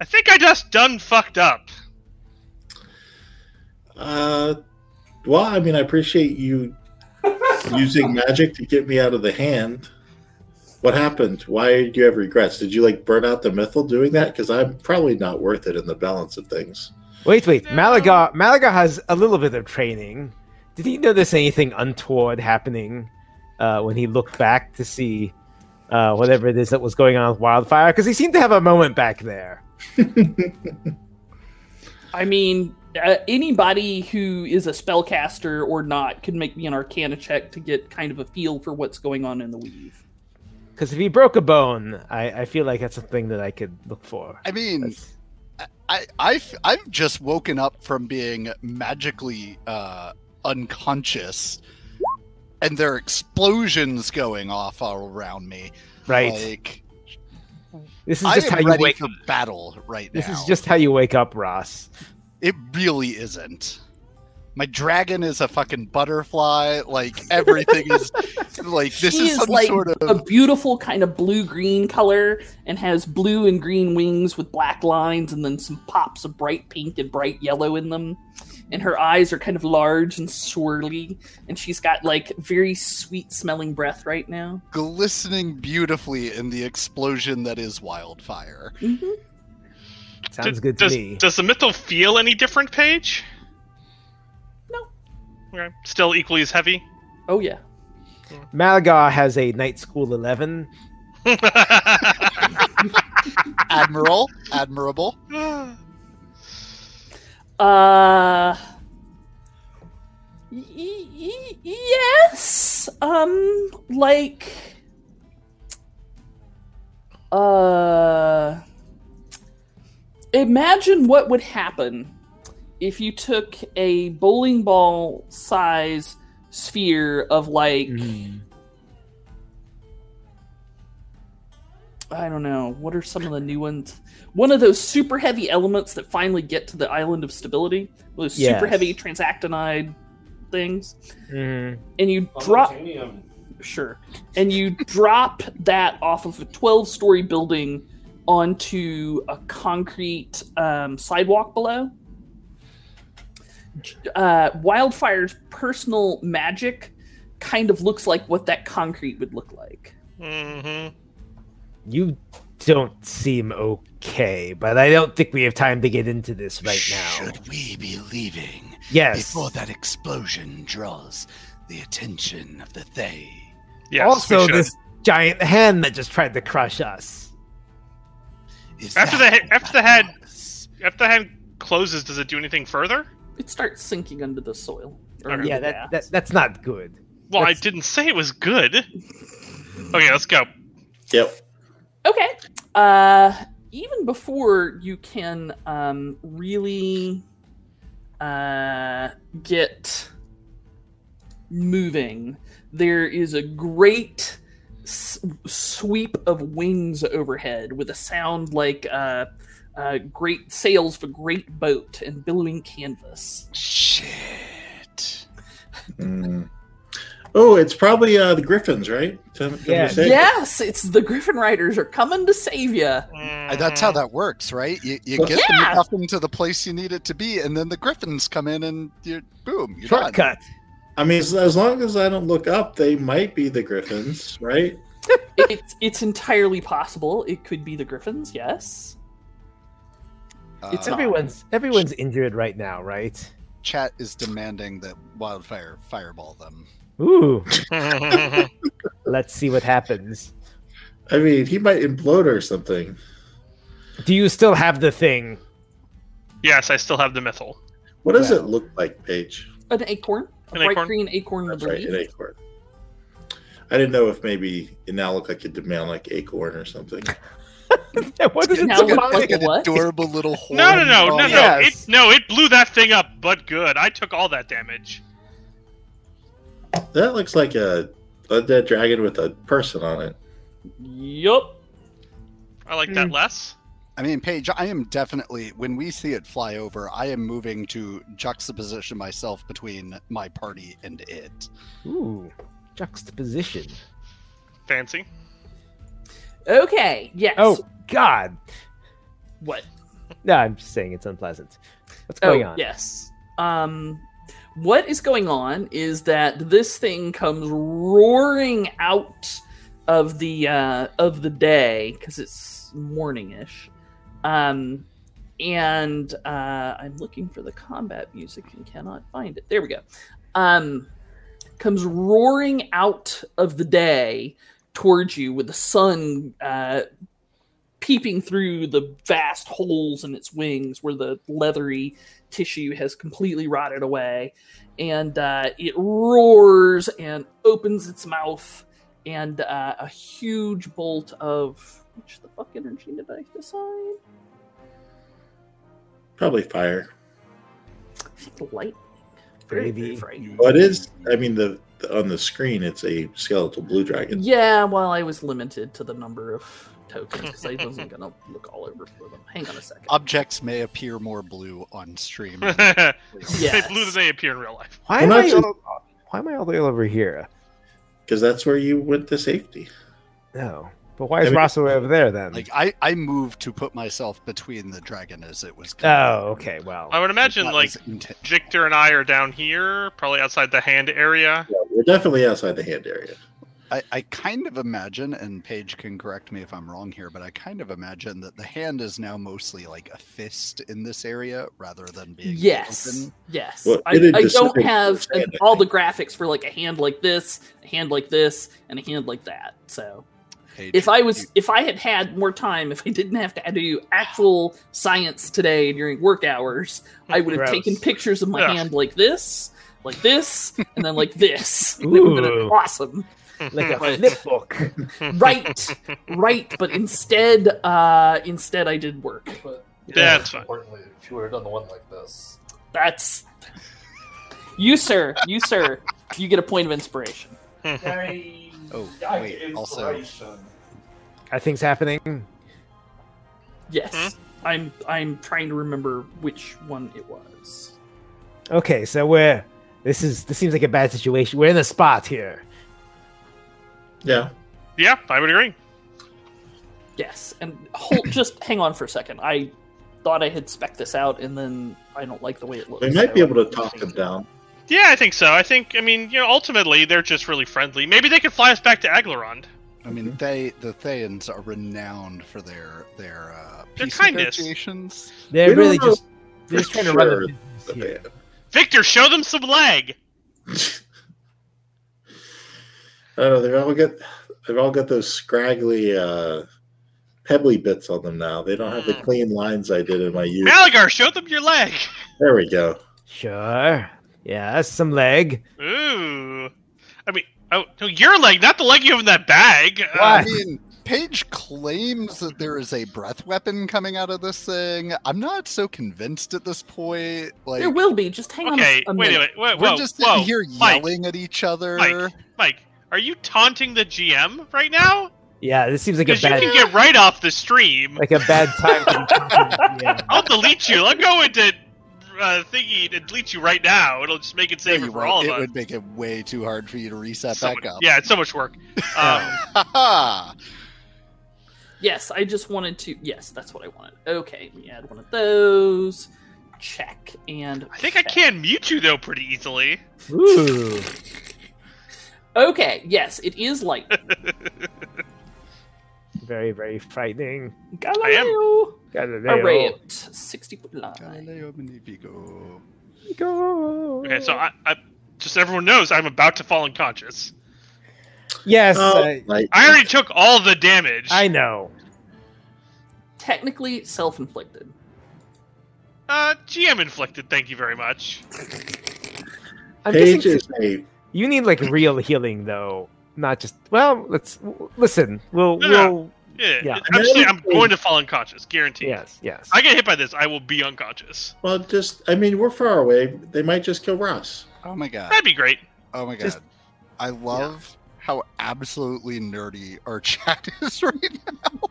Speaker 3: I think I just done fucked up.
Speaker 2: Uh, well, I mean, I appreciate you using magic to get me out of the hand. What happened? Why do you have regrets? Did you like burn out the mithril doing that? Because I'm probably not worth it in the balance of things.
Speaker 4: Wait, wait.
Speaker 3: No.
Speaker 4: Malaga Malaga has a little bit of training. Did he notice anything untoward happening uh, when he looked back to see uh, whatever it is that was going on with wildfire? Because he seemed to have a moment back there.
Speaker 1: I mean, uh, anybody who is a spellcaster or not can make me an Arcana check to get kind of a feel for what's going on in the weave.
Speaker 4: Because if he broke a bone, I, I feel like that's something that I could look for.
Speaker 5: I mean,
Speaker 4: That's-
Speaker 5: I, I've I've just woken up from being magically uh, unconscious, and there are explosions going off all around me.
Speaker 4: right.
Speaker 5: Like
Speaker 4: this is
Speaker 5: I
Speaker 4: just
Speaker 5: am
Speaker 4: how you
Speaker 5: ready
Speaker 4: wake
Speaker 5: for
Speaker 4: up.
Speaker 5: battle right now.
Speaker 4: This is just how you wake up, Ross.
Speaker 5: it really isn't. My dragon is a fucking butterfly. Like everything is like this
Speaker 1: she
Speaker 5: is,
Speaker 1: is,
Speaker 5: some
Speaker 1: like
Speaker 5: sort of
Speaker 1: a beautiful kind of blue green color and has blue and green wings with black lines and then some pops of bright pink and bright yellow in them. And her eyes are kind of large and swirly, and she's got like very sweet smelling breath right now.
Speaker 5: glistening beautifully in the explosion that is wildfire.
Speaker 1: hmm
Speaker 4: Sounds
Speaker 3: D-
Speaker 4: good to
Speaker 3: does,
Speaker 4: me.
Speaker 3: Does the mithril feel any different, Paige?
Speaker 1: No.
Speaker 3: Okay. Still equally as heavy.
Speaker 1: Oh, yeah.
Speaker 4: Malaga has a night school 11.
Speaker 3: Mm-hmm.
Speaker 5: Admiral, admirable.
Speaker 1: Uh. Y- y- yes. Um. Like. Uh. Imagine what would happen if you took a bowling ball size sphere of like
Speaker 4: Mm.
Speaker 5: Mm-hmm.
Speaker 1: I don't know. What are some of the new ones? One of those super heavy elements that finally get to the island of stability. Those super
Speaker 4: Yes.
Speaker 1: heavy transactinide things.
Speaker 4: Mhm.
Speaker 1: And you drop
Speaker 7: Titanium.
Speaker 1: sure. And you drop that off of a twelve story building onto a concrete um, sidewalk below. Uh, Wildfire's personal magic kind of looks like what that concrete would look like.
Speaker 3: hmm
Speaker 4: You don't seem okay, but I don't think we have time to get into this right now.
Speaker 5: Should we be leaving
Speaker 4: Yes.
Speaker 5: before that explosion draws the attention of the Thay?
Speaker 3: Yes,
Speaker 4: also,
Speaker 3: we should.
Speaker 4: this giant hen that just tried to crush us.
Speaker 5: Is
Speaker 3: After
Speaker 5: that
Speaker 3: the he- after the head-
Speaker 5: what that was?
Speaker 3: If the hand closes, does it do anything further?
Speaker 1: It starts sinking under the soil. Or
Speaker 3: Okay.
Speaker 1: under
Speaker 4: Yeah,
Speaker 1: the
Speaker 4: that,
Speaker 1: ground.
Speaker 4: that that's not good.
Speaker 3: Well,
Speaker 4: That's-
Speaker 3: I didn't say it was good. Okay, let's go.
Speaker 2: Yep.
Speaker 1: Okay. Uh, even before you can um, really uh, get moving, there is a great s- sweep of wings overhead with a sound like uh, uh, great sails of a great boat and billowing canvas.
Speaker 5: Shit.
Speaker 2: Mm. Oh, it's probably uh, the Griffins, right? Can- can we
Speaker 4: Yeah.
Speaker 2: say?
Speaker 1: Yes, it's the Griffin Riders are coming to save you.
Speaker 5: Uh, That's
Speaker 3: Mm-hmm.
Speaker 5: how that works, right? You, you
Speaker 2: Well,
Speaker 5: get
Speaker 1: yeah.
Speaker 5: the MacGuffin to the place you need it to be, and then the Griffins come in and you boom, you're done.
Speaker 4: Shortcut.
Speaker 2: I mean, as, as long as I don't look up, they might be the Griffins, right?
Speaker 1: it's it's entirely possible it could be the Griffins. Yes. It's
Speaker 5: Uh,
Speaker 1: not-
Speaker 4: Everyone's everyone's injured right now, right?
Speaker 5: chat is demanding that wildfire fireball them.
Speaker 4: Ooh,
Speaker 3: that.
Speaker 4: let's see what happens.
Speaker 2: I mean, he might implode or something.
Speaker 4: Do you still have the thing?
Speaker 3: yes, I still have the mithril.
Speaker 2: What does it
Speaker 4: Well.
Speaker 2: look like, Paige?
Speaker 1: An acorn. A
Speaker 3: An
Speaker 1: bright
Speaker 3: acorn?
Speaker 1: green acorn with
Speaker 2: That's
Speaker 1: a
Speaker 2: right,
Speaker 1: leaf.
Speaker 2: an acorn. I didn't know if maybe it now looked like a demonic acorn or something.
Speaker 4: what is it?
Speaker 1: Now
Speaker 5: It's like, a,
Speaker 1: look
Speaker 4: demonic?
Speaker 5: like an
Speaker 1: what?
Speaker 5: adorable little horn.
Speaker 3: No, no, no,
Speaker 5: on
Speaker 3: no,
Speaker 5: it.
Speaker 3: no. It,
Speaker 4: Yes.
Speaker 3: no, it blew that thing up, but good. I took all that damage.
Speaker 2: That looks like a undead dragon with a person on it.
Speaker 1: Yup.
Speaker 3: I like that less.
Speaker 5: I mean, Paige, I am definitely when we see it fly over, I am moving to juxtaposition myself between my party and it.
Speaker 4: Ooh, juxtaposition.
Speaker 3: Fancy.
Speaker 1: Okay. Yes.
Speaker 4: Oh God!
Speaker 1: What?
Speaker 4: No, I'm just saying it's unpleasant. What's
Speaker 1: Oh,
Speaker 4: going on?
Speaker 1: yes. Um, what is going on is that this thing comes roaring out of the uh, of the day because it's morningish, um, and uh, I'm looking for the combat music and cannot find it. There we go. Um, comes roaring out of the day towards you with the sun uh, peeping through the vast holes in its wings where the leathery tissue has completely rotted away. And uh, it roars and opens its mouth, and uh, a huge bolt of. Which the fuck energy did I decide?
Speaker 2: Probably fire.
Speaker 1: I think lightning. Very, very
Speaker 4: Maybe.
Speaker 1: frightening.
Speaker 2: What is? I mean, the, the on the screen, it's a skeletal blue dragon.
Speaker 1: Yeah, well, I was limited to the number of tokens because I wasn't going to look all over for them. Hang on a second.
Speaker 5: Objects may appear more blue on stream.
Speaker 3: They
Speaker 1: Yes.
Speaker 3: blew that they appear in real life.
Speaker 4: Why
Speaker 2: Well,
Speaker 4: am I?
Speaker 2: that's-
Speaker 4: All, why am I all the way over here?
Speaker 2: Because that's where you went to safety.
Speaker 4: No, Oh. but why
Speaker 2: I
Speaker 4: is
Speaker 2: mean-
Speaker 4: Ross away over there then?
Speaker 5: Like I, I moved to put myself between the dragon as it was. coming.
Speaker 4: oh, okay. Well,
Speaker 3: I would imagine
Speaker 5: That
Speaker 3: like
Speaker 5: was inten-
Speaker 3: Victor and I are down here, probably outside the hand area.
Speaker 2: Yeah, we're definitely outside the hand area.
Speaker 5: I, I kind of imagine, and Paige can correct me if I'm wrong here, but I kind of imagine that the hand is now mostly like a fist in this area rather than being
Speaker 1: Yes.
Speaker 5: open.
Speaker 1: Yes.
Speaker 2: Well,
Speaker 1: I,
Speaker 2: it is
Speaker 1: I don't
Speaker 2: specific
Speaker 1: have
Speaker 2: for a hand,
Speaker 1: an-
Speaker 2: I
Speaker 1: all the graphics for like a hand like this, a hand like this, and a hand like that. So
Speaker 5: Paige,
Speaker 1: if I
Speaker 5: you-
Speaker 1: was, if I had had more time, if I didn't have to do actual science today during work hours, I would have
Speaker 4: Gross.
Speaker 1: taken pictures of my
Speaker 3: Ugh.
Speaker 1: hand like this, like this, and then like this. It would have been
Speaker 4: Ooh.
Speaker 1: awesome.
Speaker 4: like a flip book.
Speaker 1: Right, right. But instead, uh, instead I did work.
Speaker 8: But
Speaker 3: That's fine.
Speaker 8: importantly, if you would have done the one like this,
Speaker 1: That's you, sir. You, sir. You get a point of inspiration.
Speaker 7: Yay.
Speaker 5: Oh,
Speaker 7: Yay,
Speaker 5: wait, also,
Speaker 7: inspiration.
Speaker 4: Are things happening?
Speaker 1: Yes.
Speaker 4: Hmm?
Speaker 1: I'm I'm trying to remember which one it was.
Speaker 4: Okay, so we're. This is. This seems like a bad situation. We're in a spot here.
Speaker 2: Yeah.
Speaker 3: Yeah, I would agree.
Speaker 1: Yes. And hold just hang on for a second. I thought I had spec this out and then I don't like the way it looks.
Speaker 2: We might be
Speaker 1: so
Speaker 2: able to
Speaker 1: I'm
Speaker 2: talk them
Speaker 1: changing it.
Speaker 2: down.
Speaker 3: Yeah, I think so. I think I mean, you know, ultimately they're just really friendly. Maybe they could fly us back to Aglarond.
Speaker 5: I mean, they the Thayans are renowned for their their uh,
Speaker 3: Their
Speaker 5: peace
Speaker 3: kindness.
Speaker 5: negotiations.
Speaker 4: They're
Speaker 2: We don't
Speaker 4: really
Speaker 2: know
Speaker 4: just. They're
Speaker 2: for
Speaker 4: just trying to run
Speaker 2: sure
Speaker 4: the business
Speaker 2: But
Speaker 4: here.
Speaker 2: yeah.
Speaker 3: Victor, show them some leg.
Speaker 2: I don't know. They've all got they've all got those scraggly, uh, pebbly bits on them now. They don't have the
Speaker 3: Mm.
Speaker 2: clean lines I did in my youth.
Speaker 3: Malagar, show them your leg.
Speaker 2: There we go.
Speaker 4: Sure. Yeah, that's some leg.
Speaker 3: Ooh. I mean, oh, no, your leg, not the leg you have in that bag. Uh,
Speaker 5: I
Speaker 4: Why?
Speaker 5: mean, Paige claims that there is a breath weapon coming out of this thing. I'm not so convinced at this point. Like,
Speaker 1: There will be, just hang
Speaker 3: okay,
Speaker 1: on a
Speaker 3: wait
Speaker 1: minute.
Speaker 3: a minute. Wait,
Speaker 5: we're
Speaker 3: whoa,
Speaker 5: just sitting
Speaker 3: whoa.
Speaker 5: here
Speaker 3: Mike.
Speaker 5: yelling at each other.
Speaker 3: Mike. Mike, are you taunting the GM right now?
Speaker 4: Yeah, this seems like a
Speaker 3: Because you
Speaker 4: bad.
Speaker 3: can get right off the stream.
Speaker 4: Like a bad time. to be- yeah.
Speaker 3: I'll delete you. I'm going to uh, thingy and delete you right now. It'll just make it
Speaker 5: No,
Speaker 3: safer
Speaker 5: you
Speaker 3: for
Speaker 5: won't.
Speaker 3: all of
Speaker 5: it
Speaker 3: us.
Speaker 5: would make it way too hard for you to reset
Speaker 3: So
Speaker 5: back
Speaker 3: much-
Speaker 5: up.
Speaker 3: yeah, it's so much work. Um,
Speaker 5: Um,
Speaker 1: Yes, I just wanted to yes, that's what I wanted. Okay, let me add one of those. Check and
Speaker 3: I think I
Speaker 1: check.
Speaker 3: can mute you though pretty easily.
Speaker 4: Ooh.
Speaker 1: Okay, yes, it is light.
Speaker 4: Very, very frightening.
Speaker 1: Galileo.
Speaker 3: am-
Speaker 4: Galileo.
Speaker 5: oh.
Speaker 1: Array at sixty foot line.
Speaker 5: Galileo Magnifico.
Speaker 4: Go.
Speaker 3: Okay, so I, I just so everyone knows I'm about to fall unconscious.
Speaker 4: yes,
Speaker 2: Oh,
Speaker 4: I,
Speaker 2: like,
Speaker 3: I already took all the damage.
Speaker 4: I know.
Speaker 1: Technically self inflicted.
Speaker 3: uh, GM inflicted. Thank you very much.
Speaker 4: I'm
Speaker 2: Paige
Speaker 4: guessing
Speaker 2: is a
Speaker 4: you need like real healing though. not just well. Let's listen. We'll
Speaker 3: No, no.
Speaker 4: we'll
Speaker 3: Yeah.
Speaker 4: Yeah.
Speaker 3: Actually, I'm going to fall unconscious, guaranteed.
Speaker 4: yes yes.
Speaker 3: I get hit by this, I will be unconscious.
Speaker 2: Well, just I mean, we're far away. They might just kill Ross.
Speaker 5: Oh my god.
Speaker 3: That'd be great.
Speaker 5: Oh my god.
Speaker 2: Just-
Speaker 5: I love how absolutely nerdy our chat is right now.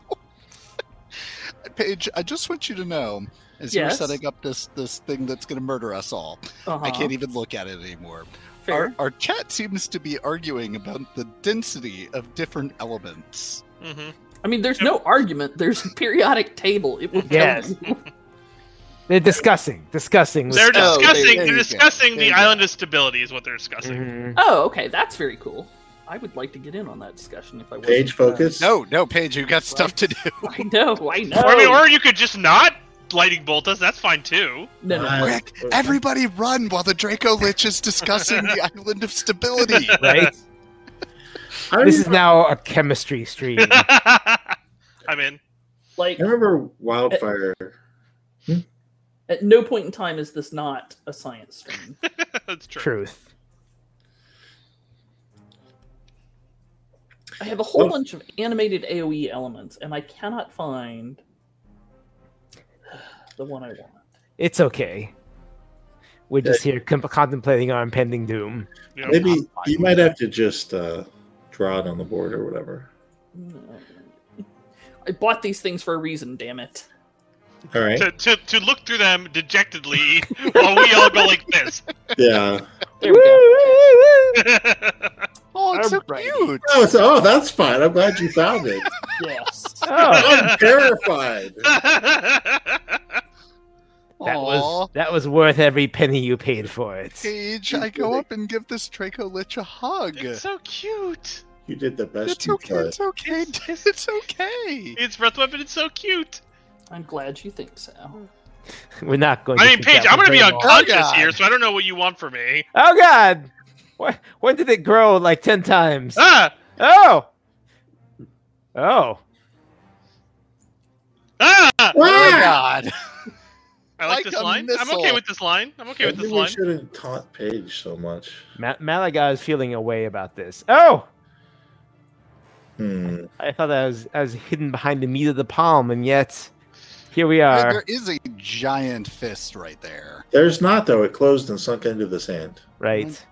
Speaker 5: Paige, I just want you to know as
Speaker 1: Yes?
Speaker 5: you're setting up this this thing that's going to murder us all. I
Speaker 1: Uh-huh.
Speaker 5: can't even look at it anymore.
Speaker 1: Fair.
Speaker 5: Our, our chat seems to be arguing about the density of different elements.
Speaker 3: hmm
Speaker 1: I mean, there's no argument. There's a periodic table. It will tell
Speaker 4: Yes.
Speaker 1: you.
Speaker 4: They're discussing discussing.
Speaker 3: They're
Speaker 5: Oh, there-
Speaker 3: discussing.
Speaker 5: there
Speaker 3: they're
Speaker 5: you go.
Speaker 3: discussing
Speaker 5: There
Speaker 3: the
Speaker 5: you go.
Speaker 3: island of stability is what they're discussing.
Speaker 4: Mhm.
Speaker 1: Oh, okay, that's very cool. I would like to get in on that discussion if I was.
Speaker 2: Page focus. Uh,
Speaker 5: No, no, Paige, you got stuff to do.
Speaker 1: I know, I know.
Speaker 3: Or, I mean, or you could just not lightning bolt us. That's fine too.
Speaker 1: no, no,
Speaker 2: Uh,
Speaker 5: Quick, everybody run while the Draco Lich is discussing the island of stability.
Speaker 4: Right.
Speaker 2: I
Speaker 4: this is
Speaker 2: remember,
Speaker 4: now a chemistry stream.
Speaker 3: Mm-hmm. I'm in.
Speaker 1: like
Speaker 2: I remember wildfire.
Speaker 1: at no point in time is this not a science stream.
Speaker 3: That's true.
Speaker 4: Truth.
Speaker 1: I have a whole
Speaker 2: Oh.
Speaker 1: bunch of animated AOE elements, and I cannot find the one I want.
Speaker 4: It's okay. We're just here com- contemplating our impending doom.
Speaker 3: Yeah.
Speaker 2: Maybe you might have to just uh, draw it on the board or whatever.
Speaker 1: No. I bought these things for a reason. Damn it!
Speaker 2: All right.
Speaker 3: To, to, to look through them dejectedly while we all go like this.
Speaker 2: Yeah.
Speaker 1: There we go.
Speaker 5: Oh, it's so
Speaker 6: Alrighty.
Speaker 5: cute.
Speaker 2: Oh, so, oh, that's fine. I'm glad you found it.
Speaker 1: Yes.
Speaker 4: Oh,
Speaker 2: I'm terrified.
Speaker 4: that
Speaker 5: Aw.
Speaker 4: was that was worth every penny you paid for it.
Speaker 5: Paige, I go up and give this Draco Lich a hug.
Speaker 3: it's so cute.
Speaker 2: You did the best
Speaker 5: It's
Speaker 2: you
Speaker 5: okay,
Speaker 2: could.
Speaker 5: it's okay,
Speaker 3: It's-
Speaker 5: it's okay.
Speaker 3: It's breath weapon. It's so cute.
Speaker 1: I'm glad you think so.
Speaker 4: We're not going.
Speaker 3: I
Speaker 4: to
Speaker 3: mean,
Speaker 4: kick
Speaker 3: Paige,
Speaker 4: out
Speaker 3: I'm
Speaker 4: the
Speaker 3: gonna be
Speaker 4: brainwash.
Speaker 3: unconscious
Speaker 5: Oh, God.
Speaker 3: here, so I don't know what you want from me.
Speaker 4: Oh God! What? When did it grow like ten times?
Speaker 3: Ah,
Speaker 4: Oh! Oh!
Speaker 3: ah!
Speaker 5: Oh my god.
Speaker 3: I like,
Speaker 5: Like
Speaker 3: this
Speaker 5: a
Speaker 3: line. I'm
Speaker 5: missile.
Speaker 3: okay with this line. I'm okay with
Speaker 2: Maybe
Speaker 3: this
Speaker 2: we
Speaker 3: line.
Speaker 2: shouldn't taunt Paige so much.
Speaker 4: Ma- Malaga is feeling a way about this. Oh!
Speaker 2: Hmm.
Speaker 4: I thought I was I was hidden behind the meat of the palm, and yet here we are.
Speaker 5: There is a giant fist right there.
Speaker 2: There's not though. It closed and sunk into the sand.
Speaker 4: Right?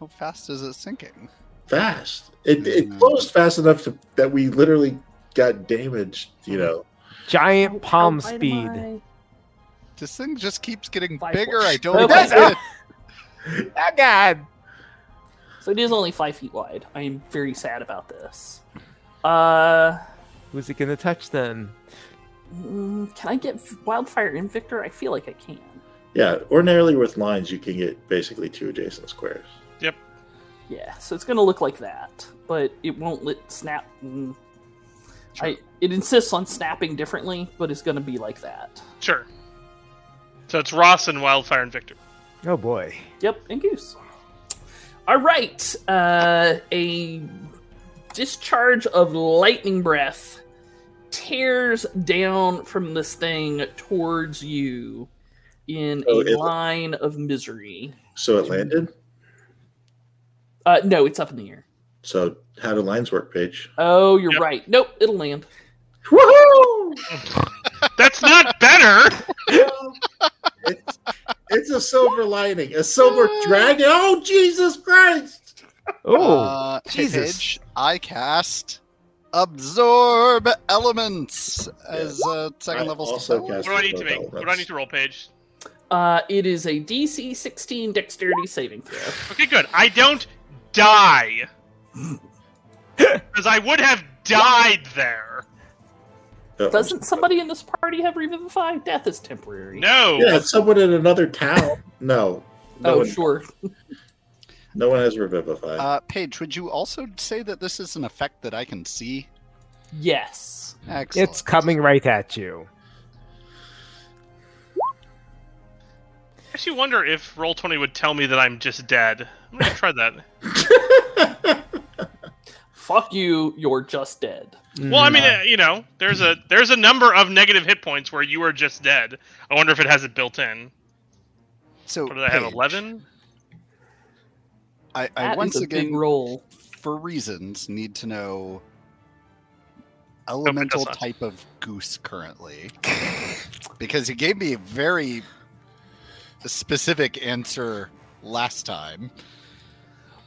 Speaker 5: How fast is it sinking?
Speaker 2: Fast. It, it
Speaker 5: Mhm.
Speaker 2: closed fast enough to, that we literally got damaged. You know.
Speaker 4: Giant palm
Speaker 1: Why am
Speaker 4: speed.
Speaker 1: I-
Speaker 5: This thing just keeps getting
Speaker 1: Five
Speaker 5: bigger.
Speaker 1: foot.
Speaker 5: I don't
Speaker 1: Okay.
Speaker 5: get it.
Speaker 4: Oh God!
Speaker 1: So it is only five feet wide. I am very sad about this. Uh,
Speaker 4: Who's it gonna touch then?
Speaker 1: mm, can I get wildfire Invictor? I feel like I can.
Speaker 2: Yeah. Ordinarily with lines, you can get basically two adjacent squares.
Speaker 1: Yeah, so it's gonna look like that, but it won't let snap. mm. I, it insists on snapping differently, but it's gonna be like that.
Speaker 3: Sure. So it's Ross and Wildfire and Victor.
Speaker 4: Oh boy!
Speaker 1: Yep, and goose. All right, uh, a discharge of lightning breath tears down from this thing towards you in
Speaker 2: Oh,
Speaker 1: a
Speaker 2: it-
Speaker 1: line of misery.
Speaker 2: So it landed.
Speaker 1: Uh, no, it's up in the air.
Speaker 2: So how do lines work, Paige?
Speaker 1: Oh, you're
Speaker 3: Yep.
Speaker 1: right. Nope, it'll land.
Speaker 2: Woohoo!
Speaker 3: That's not better.
Speaker 2: it's, it's a silver lining, a silver dragon. Oh Jesus Christ!
Speaker 4: Oh,
Speaker 5: Uh, hey,
Speaker 4: Jesus.
Speaker 5: Paige, I cast Absorb Elements as a second
Speaker 2: I
Speaker 5: level
Speaker 2: also
Speaker 5: spell.
Speaker 2: cast-
Speaker 3: What do I need to make? What do I need to roll, Paige?
Speaker 1: Uh, it is a DC 16 dexterity saving throw.
Speaker 3: Okay, good. I don't die. Because I would have died there.
Speaker 2: Uh-oh.
Speaker 1: Doesn't somebody in this party have revivify? Death is temporary.
Speaker 3: No.
Speaker 2: Yeah, it's someone in another town. No, no
Speaker 1: oh,
Speaker 2: one,
Speaker 1: sure.
Speaker 2: no one has revivify.
Speaker 5: Uh, Paige, would you also say that this is an effect that I can see?
Speaker 1: Yes.
Speaker 5: Excellent.
Speaker 1: Uh,
Speaker 4: it's coming right at you.
Speaker 3: I actually wonder if roll twenty would tell me that I'm just dead. I'm gonna try that.
Speaker 1: Fuck you, you're just dead.
Speaker 3: Well, I
Speaker 4: Mm.
Speaker 3: mean, uh, you know, there's a there's a number of negative hit points where you are just dead. I wonder if it has it built in.
Speaker 5: So
Speaker 3: What did I have?
Speaker 5: Paige,
Speaker 3: Eleven.
Speaker 5: I,
Speaker 1: That
Speaker 5: I
Speaker 1: is
Speaker 5: once
Speaker 1: a big
Speaker 5: again
Speaker 1: roll.
Speaker 5: for reasons, need to know elemental
Speaker 3: does not.
Speaker 5: type of goose currently. because he gave me a very specific answer last time.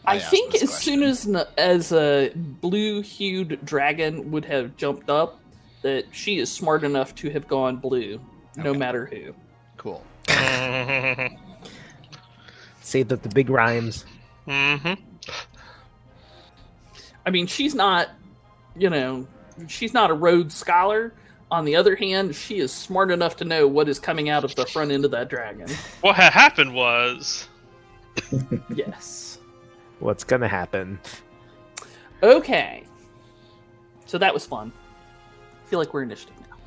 Speaker 1: I
Speaker 5: asked
Speaker 1: think
Speaker 5: this
Speaker 1: as
Speaker 5: question.
Speaker 1: soon as n- as a blue-hued dragon would have jumped up, that she is smart enough to have gone blue, no
Speaker 5: Okay.
Speaker 1: matter who.
Speaker 5: Cool.
Speaker 4: Saved up the big rhymes.
Speaker 3: Mhm.
Speaker 1: I mean, she's not, you know, she's not a Rhodes scholar. On the other hand, she is smart enough to know what is coming out of the front end of that dragon.
Speaker 3: What had happened was
Speaker 1: Yes.
Speaker 4: What's gonna happen?
Speaker 1: Okay. So that was fun. I feel like we're initiative now.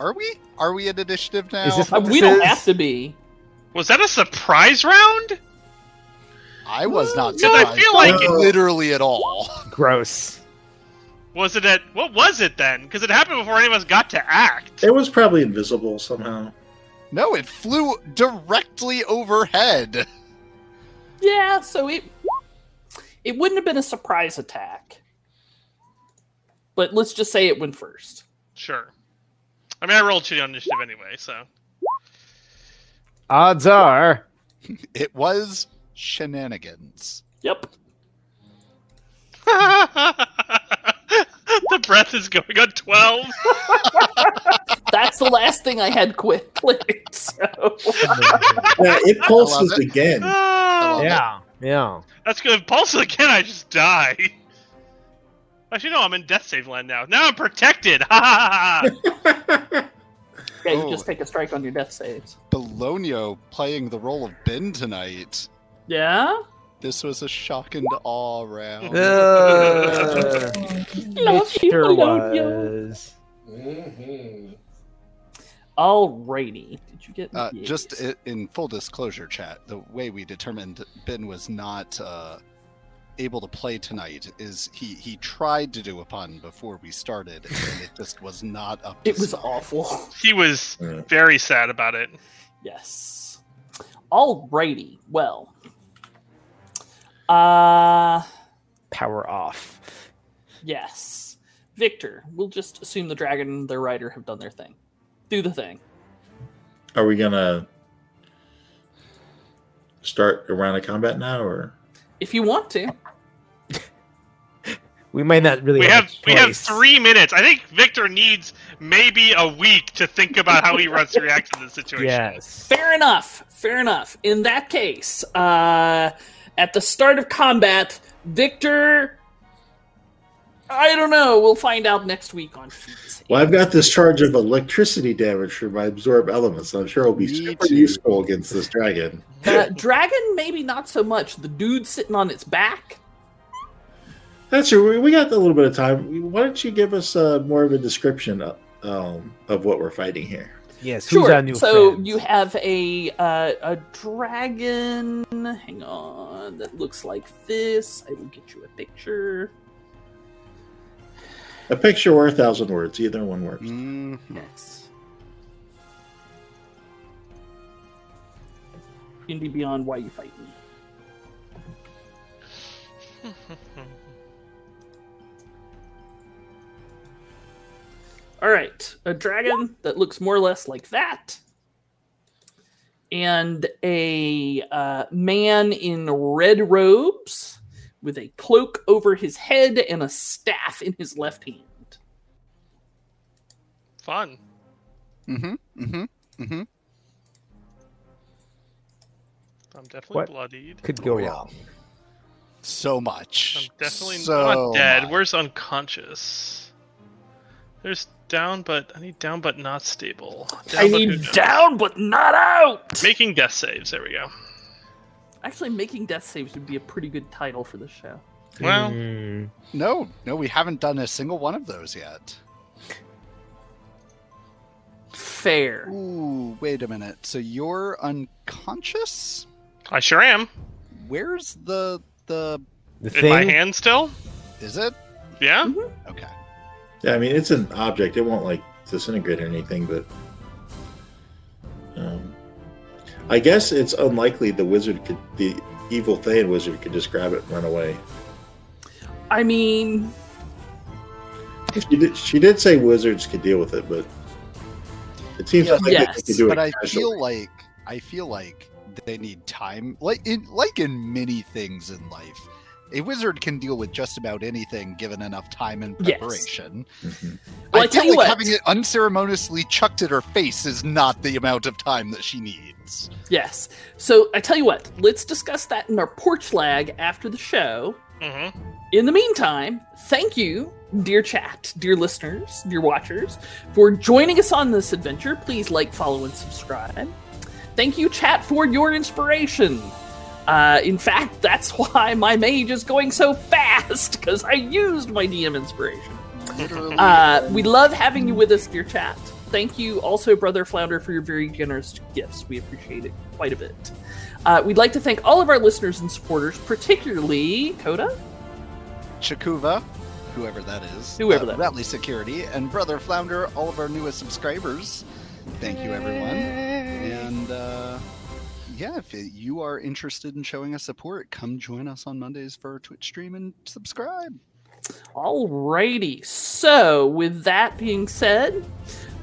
Speaker 5: Are we? Are we at initiative now?
Speaker 4: Is this
Speaker 1: Uh,
Speaker 4: what
Speaker 1: we don't
Speaker 4: is?
Speaker 1: have to be.
Speaker 3: was that a surprise round?
Speaker 5: I was not
Speaker 3: Because I
Speaker 5: surprised.
Speaker 3: feel like it-
Speaker 5: literally at all.
Speaker 4: Gross.
Speaker 3: was it at what was it then? Because it happened before any of us got to act.
Speaker 2: It was probably invisible somehow.
Speaker 5: No, it flew directly overhead.
Speaker 1: Yeah, so it it wouldn't have been a surprise attack. But let's just say it went first.
Speaker 3: Sure. I mean, I rolled shitty on initiative anyway, so
Speaker 4: Odds are
Speaker 5: It was shenanigans.
Speaker 1: Yep.
Speaker 3: the breath is going on twelve.
Speaker 1: That's the last thing I had quit clicked. So
Speaker 2: Yeah, it pulses
Speaker 5: it.
Speaker 2: again.
Speaker 3: Ah,
Speaker 4: Yeah. Yeah.
Speaker 3: That's good. Pulse again. I just die. Actually, no. I'm in death save land now. Now I'm protected. Ha ha ha, ha.
Speaker 1: yeah, you
Speaker 5: Oh.
Speaker 1: just take a strike on your death saves.
Speaker 5: Bologna playing the role of Ben tonight.
Speaker 1: Yeah?
Speaker 5: This was a shock and awe round.
Speaker 4: Uh,
Speaker 1: Love
Speaker 4: it
Speaker 1: you,
Speaker 4: sure
Speaker 1: love you.
Speaker 4: was.
Speaker 8: Mm-hmm.
Speaker 1: Alrighty. Oh, Did you get
Speaker 5: Uh,
Speaker 1: yes.
Speaker 5: just i- in full disclosure, chat, the way we determined Ben was not uh, able to play tonight is he, he tried to do a pun before we started, and it just was not up to
Speaker 1: it was
Speaker 5: snuff.
Speaker 1: awful.
Speaker 3: He was
Speaker 2: Yeah.
Speaker 3: very sad about it.
Speaker 1: Yes. Alrighty. Well. Uh
Speaker 4: Power off.
Speaker 1: yes. Victor, we'll just assume the dragon and the rider have done their thing. Do the thing.
Speaker 2: Are we gonna start a round of combat now, or
Speaker 1: If you want to.
Speaker 4: We might not really.
Speaker 3: We
Speaker 4: have,
Speaker 3: have
Speaker 4: a
Speaker 3: we have
Speaker 4: choice.
Speaker 3: three minutes. I think Victor needs maybe a week to think about how he wants to react to this situation.
Speaker 4: Yes.
Speaker 1: Fair enough. Fair enough. In that case, uh, at the start of combat, Victor. I don't know. We'll find out next week on Feats.
Speaker 2: Well, I've got this charge of electricity damage for my absorb elements. I'm sure it'll be
Speaker 5: Me
Speaker 2: super
Speaker 5: too.
Speaker 2: useful against this dragon.
Speaker 1: Uh, dragon, maybe not so much. The dude sitting on its back.
Speaker 2: That's true. We- We got a little bit of time. Why don't you give us uh, more of a description of, um, of what we're fighting here?
Speaker 4: Yes. Who's
Speaker 1: Sure.
Speaker 4: our new
Speaker 1: so
Speaker 4: friend?
Speaker 1: you have a uh, a dragon. Hang on, that looks like this. I will get you a picture.
Speaker 2: A picture or a thousand words, either one works.
Speaker 5: Mhm.
Speaker 1: Yes. Indie Beyond, why you fight me? All right, a dragon that looks more or less like that, and a uh, man in red robes with a cloak over his head and a staff in his left hand.
Speaker 3: Fun.
Speaker 5: Mhm. Mhm. Mhm.
Speaker 3: I'm definitely
Speaker 4: What?
Speaker 3: bloodied.
Speaker 4: could go
Speaker 5: Oh, yeah.
Speaker 4: wrong.
Speaker 5: So
Speaker 3: I'm
Speaker 5: much.
Speaker 3: definitely
Speaker 5: so
Speaker 3: not dead.
Speaker 5: much.
Speaker 3: Where's unconscious? There's down, but I need down, but not stable. Down,
Speaker 1: I
Speaker 3: but
Speaker 1: need
Speaker 3: who knows?
Speaker 1: down, but not out.
Speaker 3: Making death saves. There we go.
Speaker 1: Actually, making death saves would be a pretty good title for this show.
Speaker 3: Well,
Speaker 4: Hmm.
Speaker 5: No, no, we haven't done a single one of those yet.
Speaker 1: Fair.
Speaker 5: Ooh, wait a minute. So you're unconscious?
Speaker 3: I sure am.
Speaker 5: Where's the the
Speaker 4: The
Speaker 3: In my
Speaker 4: thing.
Speaker 3: hand still.
Speaker 5: is it?
Speaker 3: Yeah.
Speaker 5: Okay.
Speaker 2: Yeah, I mean, it's an object. It won't, like, disintegrate or anything, but. Um, I guess it's unlikely the wizard could, the evil Thane wizard could just grab it and run away.
Speaker 1: I mean,
Speaker 2: She did, she did say wizards could deal with it, but it seems
Speaker 5: Yeah,
Speaker 2: like
Speaker 1: yes,
Speaker 2: they could do it.
Speaker 5: but I
Speaker 2: casually.
Speaker 5: feel like I feel like they need time, like in like in many things in life. A wizard can deal with just about anything given enough time and
Speaker 1: Yes.
Speaker 5: preparation.
Speaker 2: Mhm.
Speaker 1: Well, I
Speaker 5: I
Speaker 1: tell
Speaker 5: feel
Speaker 1: you
Speaker 5: like
Speaker 1: what.
Speaker 5: having it unceremoniously chucked at her face is not the amount of time that she needs.
Speaker 1: yes. So I tell you what, let's discuss that in our porch lag after the show.
Speaker 3: Mm-hmm.
Speaker 1: In the meantime, thank you, dear chat, dear listeners, dear watchers, for joining us on this adventure. Please like, follow, and subscribe. Thank you, chat, for your inspiration. Uh, in fact, that's why my mage is going so fast because I used my DM inspiration.
Speaker 5: Literally.
Speaker 1: Uh, we love having you with us, dear chat. Thank you also, Brother Flounder, for your very generous gifts. We appreciate it quite a bit. Uh, we'd like to thank all of our listeners and supporters, particularly Coda.
Speaker 5: Chakuva, whoever that is,
Speaker 1: Whoever
Speaker 5: uh,
Speaker 1: that
Speaker 5: Ratley Security, and Brother Flounder, all of our newest subscribers. Thank you, everyone. And uh, yeah, if you are interested in showing us support, come join us on Mondays for our Twitch stream and subscribe.
Speaker 1: Alrighty. So, with that being said,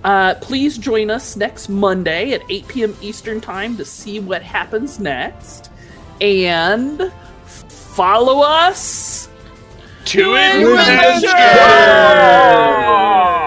Speaker 1: uh, please join us next Monday at 8 p.m. Eastern Time to see what happens next. And follow us
Speaker 3: Two
Speaker 1: to
Speaker 3: in
Speaker 1: adventure!
Speaker 3: adventure!